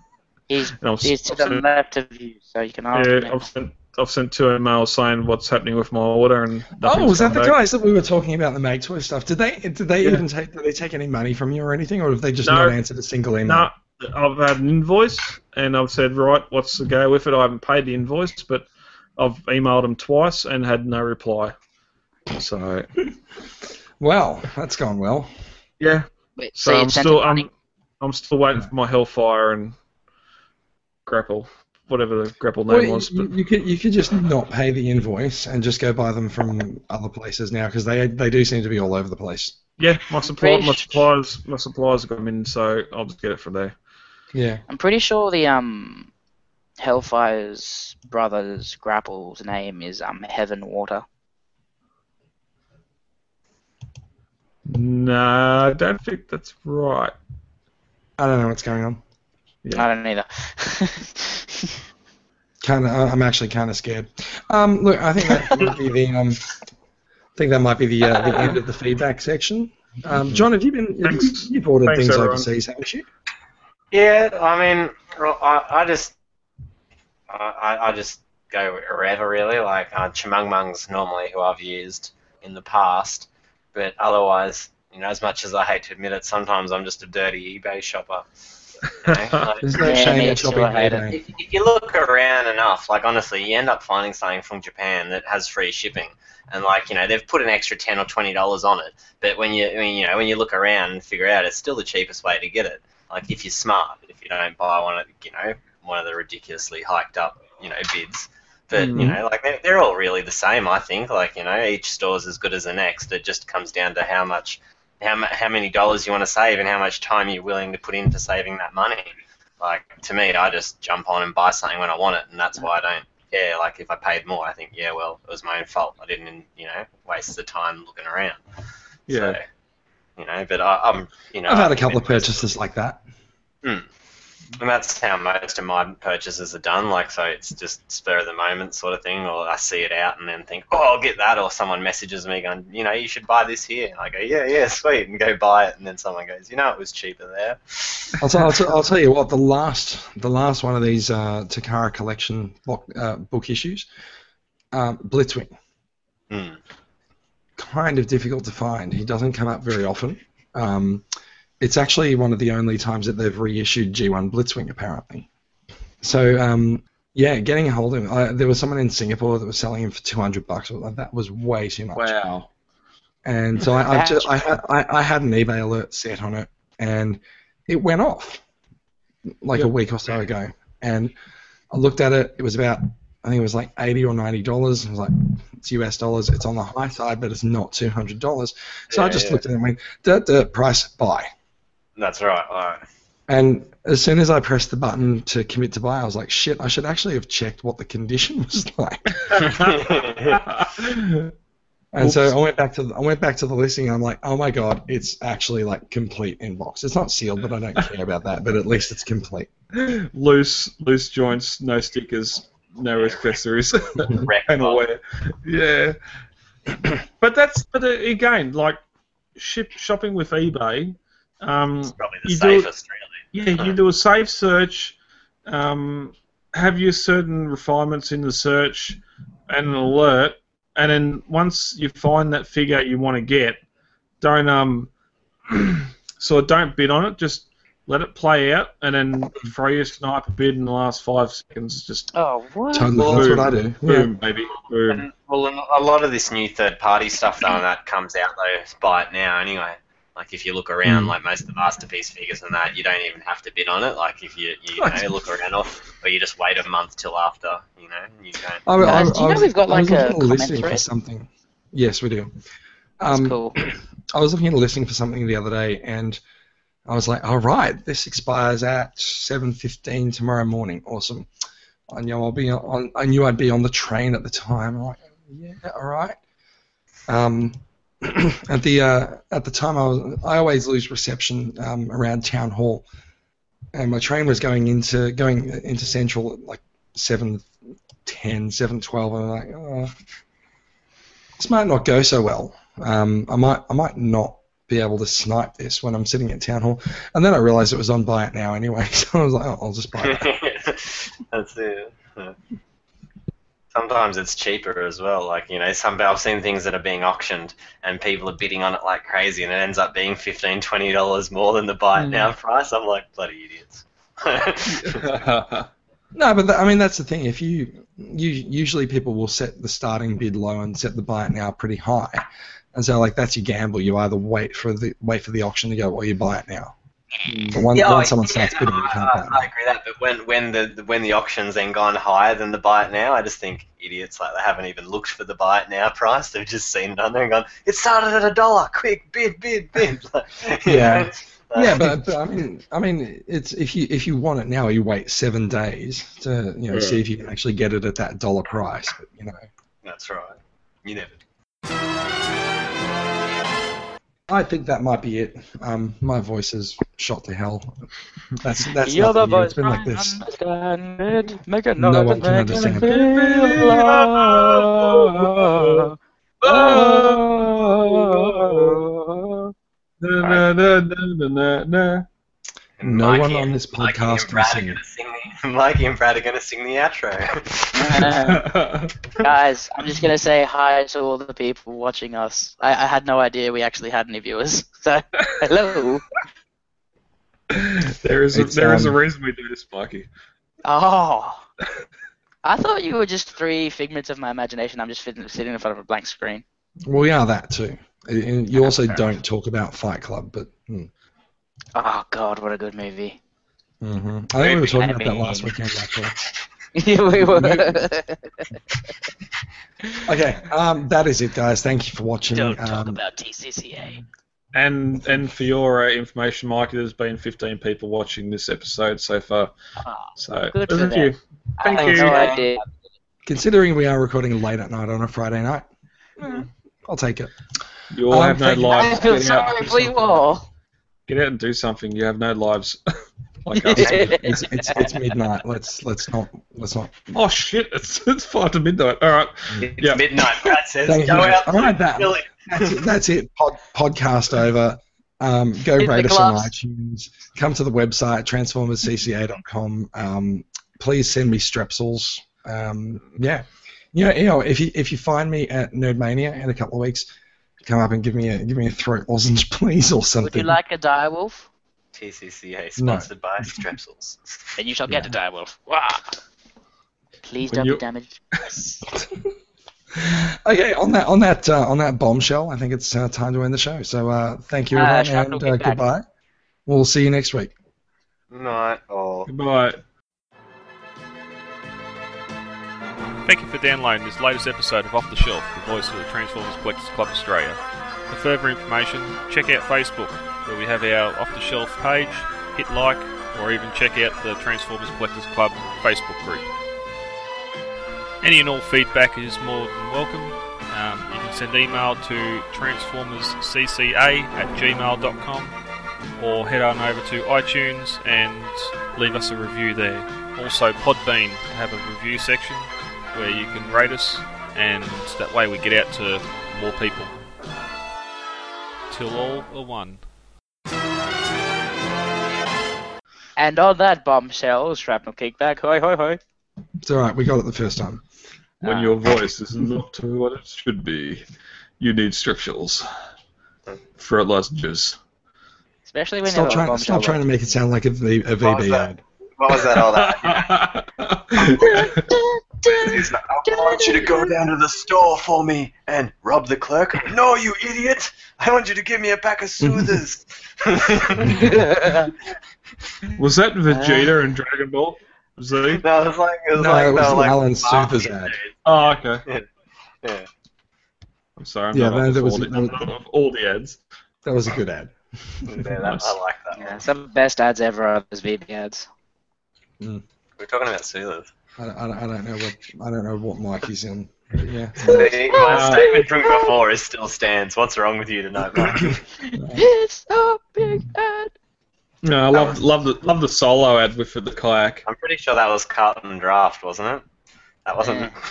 Speaker 4: And
Speaker 5: He's,
Speaker 4: I'm s-
Speaker 5: he's to
Speaker 4: I'm
Speaker 5: the
Speaker 4: so-
Speaker 5: left of you, so you can ask
Speaker 4: Yeah,
Speaker 5: him.
Speaker 4: I've sent I've sent two emails saying what's happening with my order and
Speaker 7: Oh,
Speaker 4: nothing's
Speaker 7: was that
Speaker 4: come
Speaker 7: the
Speaker 4: back.
Speaker 7: guys that we were talking about the Mag Toy stuff? Did they did they
Speaker 4: Yeah.
Speaker 7: even take did they take any money from you or anything, or have they just
Speaker 4: No.
Speaker 7: not answered a single email?
Speaker 4: No, I've had an invoice and I've said right, what's the go with it? I haven't paid the invoice, but I've emailed them twice and had no reply. So
Speaker 7: Well, that's gone well.
Speaker 4: yeah,
Speaker 5: Wait,
Speaker 4: so,
Speaker 5: you
Speaker 4: I'm
Speaker 5: sent
Speaker 4: still
Speaker 5: him money?
Speaker 4: I'm, I'm still waiting for my Hellfire and Grapple, whatever the Grapple name
Speaker 7: Well, you,
Speaker 4: was. But
Speaker 7: you could you could just not pay the invoice and just go buy them from other places now because they they do seem to be all over the place.
Speaker 4: yeah, my supply, my
Speaker 5: British.
Speaker 4: suppliers, my suppliers have got them in, so I'll just get it from there.
Speaker 7: Yeah.
Speaker 5: I'm pretty sure the um, Hellfire's brother's grapple's name is um Heaven Water.
Speaker 4: Nah, I don't think that's
Speaker 7: [laughs]
Speaker 4: right.
Speaker 7: I don't know what's going on.
Speaker 4: Yeah.
Speaker 5: I don't either. [laughs]
Speaker 7: Kind of, I'm actually kind of scared. Um, look, I think that might be the um, I think that might be the uh, the end of the feedback section. Um, John, have you been have you-
Speaker 4: Thanks.
Speaker 7: you've ordered
Speaker 4: Thanks,
Speaker 7: things
Speaker 4: everyone.
Speaker 7: overseas, haven't you?
Speaker 6: Yeah, I mean, I, I just, I- I, I just go wherever really. Like uh, Chimangmang's normally who I've used in the past, but otherwise, you know, as much as I hate to admit it, sometimes I'm just a dirty eBay shopper. you
Speaker 4: [laughs]
Speaker 6: know? Like,
Speaker 7: There's no
Speaker 5: Yeah,
Speaker 7: shame
Speaker 5: me
Speaker 7: in
Speaker 5: too,
Speaker 7: shopping.
Speaker 5: I hate
Speaker 7: eBay.
Speaker 6: if, if you look around enough, like honestly, you end up finding something from Japan that has free shipping, and like you know they've put an extra ten or twenty dollars on it. But when you I mean, you know when you look around and figure out, it's still the cheapest way to get it. Like if you're smart, if you don't buy one of you know one of the ridiculously hiked up you know bids. But you know, like they're, they're all really the same. I think, like you know, each store's as good as the next. It just comes down to how much, how, mu- how many dollars you want to save, and how much time you're willing to put into saving that money. Like to me, I just jump on and buy something when I want it, and that's why I don't care. Like if I paid more, I think yeah, well, it was my own fault. I didn't, you know, waste the time looking around.
Speaker 4: Yeah.
Speaker 6: So, you know, but I, I'm, you know,
Speaker 7: I've had a
Speaker 6: I've
Speaker 7: couple of
Speaker 6: been-
Speaker 7: purchases like that.
Speaker 6: and that's how most of my purchases are done. Like, so it's just spur of the moment sort of thing, or I see it out and then think, oh, I'll get that, or someone messages me going, you know, you should buy this here. And I go, yeah, yeah, sweet, and go buy it. And then someone goes, you know, it was cheaper there.
Speaker 7: I'll, t- I'll, t- I'll tell you what. The last, the last one of these uh, Takara collection book, uh, book issues, um, Blitzwing,
Speaker 6: Hmm.
Speaker 7: kind of difficult to find. He doesn't come up very often. Um, it's actually one of the only times that they've reissued G1 Blitzwing, apparently. So um, yeah, getting a hold of him. I, there was someone in Singapore that was selling him for two hundred bucks. That was way too much.
Speaker 4: Wow.
Speaker 7: And so I, I, just, I, had, I, I had an eBay alert set on it, and it went off like a week or so ago. And I looked at it. It was about, I think it was like eighty or ninety dollars. I was like, it's US dollars. It's on the high side, but it's not two hundred dollars. So I
Speaker 6: Yeah,
Speaker 7: just
Speaker 6: yeah.
Speaker 7: looked at it and went, dirt, dirt, price, buy.
Speaker 6: That's right. All right.
Speaker 7: And as soon as I pressed the button to commit to buy, I was like, shit, I should actually have checked what the condition [laughs] was like. [laughs]
Speaker 6: [laughs]
Speaker 7: And so I went back to the, I went back to the listing. And I'm like, oh my god, it's actually like complete inbox. It's not sealed, but I don't care about that. But at least it's complete.
Speaker 4: loose, loose joints, no stickers, no accessories.
Speaker 6: Wreck
Speaker 4: [laughs] and
Speaker 6: box.
Speaker 4: aware. Yeah. [clears throat] but that's but uh, again like ship shopping with eBay. Um,
Speaker 6: It's probably the
Speaker 4: You do-
Speaker 6: safest, really.
Speaker 4: yeah, you do a safe search. Um, have your certain refinements in the search and an alert, and then once you find that figure you want to get, don't um, [clears throat] so don't bid on it. Just let it play out, and then throw your sniper bid in the last five seconds. Just
Speaker 5: Oh, what?
Speaker 7: Totally, that's what I do. Yeah.
Speaker 4: boom, baby, boom.
Speaker 6: [laughs] And, well, a lot of this new third-party stuff though, and that comes out though by it now anyway. Like if you look around, like most of the masterpiece figures and that, you don't even have to bid on it. Like if you you know, look around, or, or you just wait a month till after, you know, you don't.
Speaker 7: I, I,
Speaker 5: Guys, do you
Speaker 7: I
Speaker 5: know
Speaker 7: was-
Speaker 5: we've got,
Speaker 7: I
Speaker 5: like,
Speaker 7: was
Speaker 5: a
Speaker 7: looking at
Speaker 5: comment
Speaker 7: listing for
Speaker 5: thread?
Speaker 7: something. Yes, we do.
Speaker 5: That's
Speaker 7: Um,
Speaker 5: cool.
Speaker 7: I was looking at a listing for something the other day, and I was like, "All right, this expires at seven fifteen tomorrow morning. Awesome." I knew I'll be on. I knew I'd be on the train at the time. I'm like, "Yeah, all right." Um, [clears throat] at the uh, at the time, I was I always lose reception um, around town hall, and my train was going into going into central at like seven ten, seven twelve, and I'm like, "Oh, this might not go so well." um, I might I might not be able to snipe this when I'm sitting at town hall. And then I realised it was on buy it now anyway, [laughs] so I was like, oh, I'll just buy it.
Speaker 6: [laughs] That's it. yeah. Sometimes it's cheaper as well. Like you know, some I've seen things that are being auctioned and people are bidding on it like crazy, and it ends up being fifteen, twenty dollars more than the buy it now
Speaker 7: Mm.
Speaker 6: price. I'm like bloody idiots. [laughs]
Speaker 7: No, but tha I mean that's the thing. If you, you usually people will set the starting bid low and set the buy it now pretty high, and so like that's your gamble. You either wait for the wait for the auction to go, or you buy it now. But once,
Speaker 6: Yeah,
Speaker 7: once
Speaker 6: I-
Speaker 7: someone
Speaker 6: yeah,
Speaker 7: starts bidding,
Speaker 6: no,
Speaker 7: you
Speaker 6: I,
Speaker 7: can't buy it.
Speaker 6: I- I agree with that, but when when the the- when the auction's then gone higher than the buy it now, I just think idiots like they haven't even looked for the buy it now price. They've just seen it on there and gone, it started at a dollar. Quick bid, bid, bid. [laughs] Like, you
Speaker 7: Yeah.
Speaker 6: know,
Speaker 7: yeah,
Speaker 6: like-
Speaker 7: but, but I mean, I mean, it's if you if you want it now, you wait seven days to you know
Speaker 4: Yeah.
Speaker 7: see if you can actually get it at that dollar price. But, you know,
Speaker 6: that's right. You never. do.
Speaker 7: I think that might be it. Um, my voice is shot to hell. That's that's
Speaker 5: You're the
Speaker 7: nothing new.
Speaker 5: voice
Speaker 7: It's been like this.
Speaker 5: misunderstood. Make a
Speaker 7: No
Speaker 5: noise
Speaker 7: one
Speaker 5: and
Speaker 7: can
Speaker 5: make
Speaker 7: understand.
Speaker 5: me
Speaker 4: [laughs]
Speaker 5: feel love. Oh.
Speaker 4: Na, na, na, na, na.
Speaker 6: And
Speaker 7: No
Speaker 6: Mikey
Speaker 7: one on
Speaker 6: and-
Speaker 7: this
Speaker 6: Mikey
Speaker 7: podcast
Speaker 6: and Brad are
Speaker 7: can sing
Speaker 6: gonna sing the, [laughs] Mikey and Brad are going to sing the outro.
Speaker 5: [laughs]
Speaker 4: na.
Speaker 5: Guys, I'm just gonna say hi to all the people watching us. I, I had no idea we actually had any viewers. [laughs] So hello.
Speaker 4: There is a,
Speaker 7: It's,
Speaker 4: there is a
Speaker 7: um,
Speaker 4: reason we do this, Mikey.
Speaker 5: Oh. I thought you were just three figments of my imagination. I'm just sitting sitting in front of a blank screen.
Speaker 7: We are that too. And- and you also don't talk about Fight Club, but hmm.
Speaker 5: Oh God, what a good movie. [laughs]
Speaker 7: Mhm. I think we were talking
Speaker 5: I
Speaker 7: about that last
Speaker 5: mean-
Speaker 7: weekend. Actually.
Speaker 5: yeah, we were.
Speaker 7: Okay, um, that is it, guys. Thank you for watching.
Speaker 5: Don't talk
Speaker 7: um,
Speaker 5: about TCCA.
Speaker 4: And and for your uh, information, Mikey, there's been 15 people watching this episode so far.
Speaker 5: Ah,
Speaker 4: So
Speaker 5: Good for
Speaker 4: thank
Speaker 5: them.
Speaker 4: you. Thank
Speaker 5: I
Speaker 4: you.
Speaker 5: had no idea.
Speaker 7: Considering we are recording late at night on a Friday night,
Speaker 5: Hmm.
Speaker 7: eh, I'll take it.
Speaker 4: You all
Speaker 7: Um,
Speaker 4: have no
Speaker 7: thank you.
Speaker 5: I
Speaker 4: lives.
Speaker 5: feel
Speaker 4: Get out,
Speaker 5: sorry
Speaker 4: and do
Speaker 5: for you
Speaker 4: something.
Speaker 5: all.
Speaker 4: Get out and do something. You have no lives. [laughs] like us.
Speaker 5: [laughs]
Speaker 7: It's, it's, it's midnight. Let's let's not let's not.
Speaker 4: Oh shit! It's it's five to midnight. All right.
Speaker 6: It's
Speaker 4: Yeah.
Speaker 6: midnight. That says
Speaker 7: Thank
Speaker 6: go
Speaker 7: you.
Speaker 6: out.
Speaker 7: All right, that-
Speaker 6: kill it.
Speaker 7: That's it. That's it. Pod, podcast over. Um, go
Speaker 5: Hit the
Speaker 7: rate us on
Speaker 5: gloves.
Speaker 7: iTunes. Come to the website transformerscca.com. Um, please send me strepsils. Um, yeah, you know, you know, if you if you find me at Nerdmania in a couple of weeks, come up and give me a give me a throat lozenge, [laughs] please, or something.
Speaker 5: Would you like a dire wolf?
Speaker 6: TCCA sponsored by Strepsils.
Speaker 5: Then you shall get a dire wolf. Please
Speaker 4: When
Speaker 5: don't
Speaker 4: you-
Speaker 5: be damaged.
Speaker 7: Okay, on that on that uh, on that bombshell, I think it's uh, time to end the show. So uh, thank you
Speaker 5: Uh,
Speaker 7: everyone,
Speaker 5: Shark will
Speaker 7: and
Speaker 5: be
Speaker 7: uh,
Speaker 5: back.
Speaker 7: goodbye. We'll see you next week.
Speaker 6: Night all.
Speaker 4: Goodbye.
Speaker 10: Thank you for downloading this latest episode of Off the Shelf, the voice of the Transformers Collectors Club Australia. For further information, check out Facebook, where we have our Off the Shelf page. Hit like, or even check out the Transformers Collectors Club Facebook group. Any and all feedback is more than welcome. Um, you can send email to transformerscca at gmail.com or head on over to iTunes and leave us a review there. Also, Podbean have a review section where you can rate us, and that way we get out to more people. Till all are one.
Speaker 5: And on that bombshell, shrapnel kickback. Hoi hoi hoi.
Speaker 7: It's all right. We got it the first time.
Speaker 4: When
Speaker 5: Ah.
Speaker 4: your voice is not what it should be, you need strepsils. For [laughs] lozenges.
Speaker 5: Especially when
Speaker 7: Stop
Speaker 5: you're
Speaker 7: trying. Stop trying to make it sound like a, v, a
Speaker 6: What was
Speaker 7: VB
Speaker 6: that?
Speaker 7: ad.
Speaker 6: What was that all that? [laughs] It's not- I want you to go down to the store for me and rob the clerk. No, you idiot! I want you to give me a pack of [laughs] soothers. no,
Speaker 5: to.
Speaker 4: Was that Vegeta and Dragon Ball Z?
Speaker 6: it was like it was
Speaker 7: No,
Speaker 6: like
Speaker 7: it was
Speaker 6: the, like,
Speaker 7: Alan Super's
Speaker 6: market
Speaker 7: ad.
Speaker 6: days.
Speaker 4: Oh, okay.
Speaker 6: Yeah.
Speaker 4: I'm sorry. I'm
Speaker 7: Yeah,
Speaker 4: not
Speaker 7: no,
Speaker 4: up
Speaker 7: that
Speaker 4: with
Speaker 7: was-
Speaker 4: all the- I'm not up with all the ads.
Speaker 7: That was a good ad.
Speaker 6: Yeah, that,
Speaker 4: Nice.
Speaker 6: I like that.
Speaker 5: yeah, some of the best ads ever are those VB ads.
Speaker 6: We're talking about soothers.
Speaker 7: I, don't- I, don't- I don't know what I don't know what mic is in. But
Speaker 4: [laughs]
Speaker 7: yeah.
Speaker 6: See, my
Speaker 4: Uh,
Speaker 6: statement from before is still stands. What's wrong with you tonight, Mark?
Speaker 5: It's a big ad.
Speaker 4: No, I love love the love the solo ad with the kayak.
Speaker 6: I'm pretty sure that was Carlton Draft, wasn't it? That wasn't. [laughs]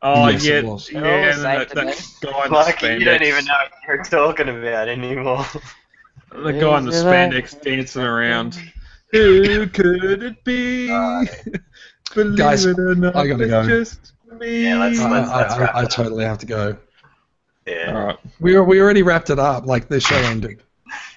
Speaker 4: Oh
Speaker 7: Yes, it
Speaker 4: yeah,
Speaker 7: was.
Speaker 4: yeah,
Speaker 5: They're all the
Speaker 4: and
Speaker 5: same
Speaker 4: that,
Speaker 5: to
Speaker 4: that
Speaker 5: me.
Speaker 4: guy in the
Speaker 6: Like [laughs] you don't
Speaker 4: spandex-
Speaker 6: even know what you're talking about anymore. [laughs]
Speaker 4: The guy in the
Speaker 5: Is that-
Speaker 4: spandex dancing
Speaker 7: [laughs]
Speaker 4: around. Who could it be? Believe
Speaker 7: Guys,
Speaker 4: it or not,
Speaker 7: I gotta
Speaker 4: it's
Speaker 7: go.
Speaker 4: just me.
Speaker 6: Yeah, let's-
Speaker 7: I,
Speaker 6: let's-
Speaker 7: I,
Speaker 6: let's wrap
Speaker 7: I, I
Speaker 6: it up.
Speaker 7: totally have to go.
Speaker 6: Yeah.
Speaker 4: All right.
Speaker 7: We were, we already wrapped it up. Like the show ended.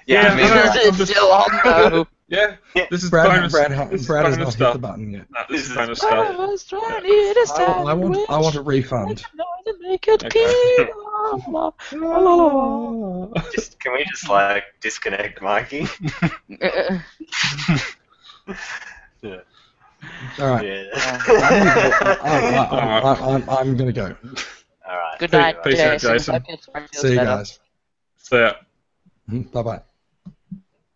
Speaker 4: Yeah,
Speaker 6: I mean,
Speaker 4: no,
Speaker 6: like,
Speaker 4: no, I'm
Speaker 5: This is
Speaker 4: just-
Speaker 5: still on
Speaker 4: [laughs]
Speaker 5: though.
Speaker 4: Yeah,
Speaker 6: Yeah.
Speaker 4: this is
Speaker 7: Brad,
Speaker 4: bonus.
Speaker 7: Brad, Brad,
Speaker 4: this is
Speaker 7: has
Speaker 4: bonus
Speaker 7: not hit
Speaker 4: stuff.
Speaker 7: the button yet.
Speaker 4: No, this is
Speaker 6: This [laughs]
Speaker 4: bonus
Speaker 6: is-
Speaker 5: One of
Speaker 4: stuff.
Speaker 5: us trying to eat a
Speaker 7: I,
Speaker 4: Oh,
Speaker 7: I want I want
Speaker 5: sandwich.
Speaker 7: a refund.
Speaker 5: I'm going to make it Oh.
Speaker 4: Okay.
Speaker 5: pee. La, la,
Speaker 7: [laughs]
Speaker 5: la, la,
Speaker 7: Ah.
Speaker 6: just, can we just like disconnect, Mikey?
Speaker 5: la.
Speaker 7: All right.
Speaker 6: Yeah.
Speaker 7: I, I, I, I'm, I'm gonna go.
Speaker 6: [laughs] All right.
Speaker 5: Good night,
Speaker 4: Peace out, Jason.
Speaker 5: Hope it's-
Speaker 7: See you guys.
Speaker 4: So.
Speaker 7: Bye bye.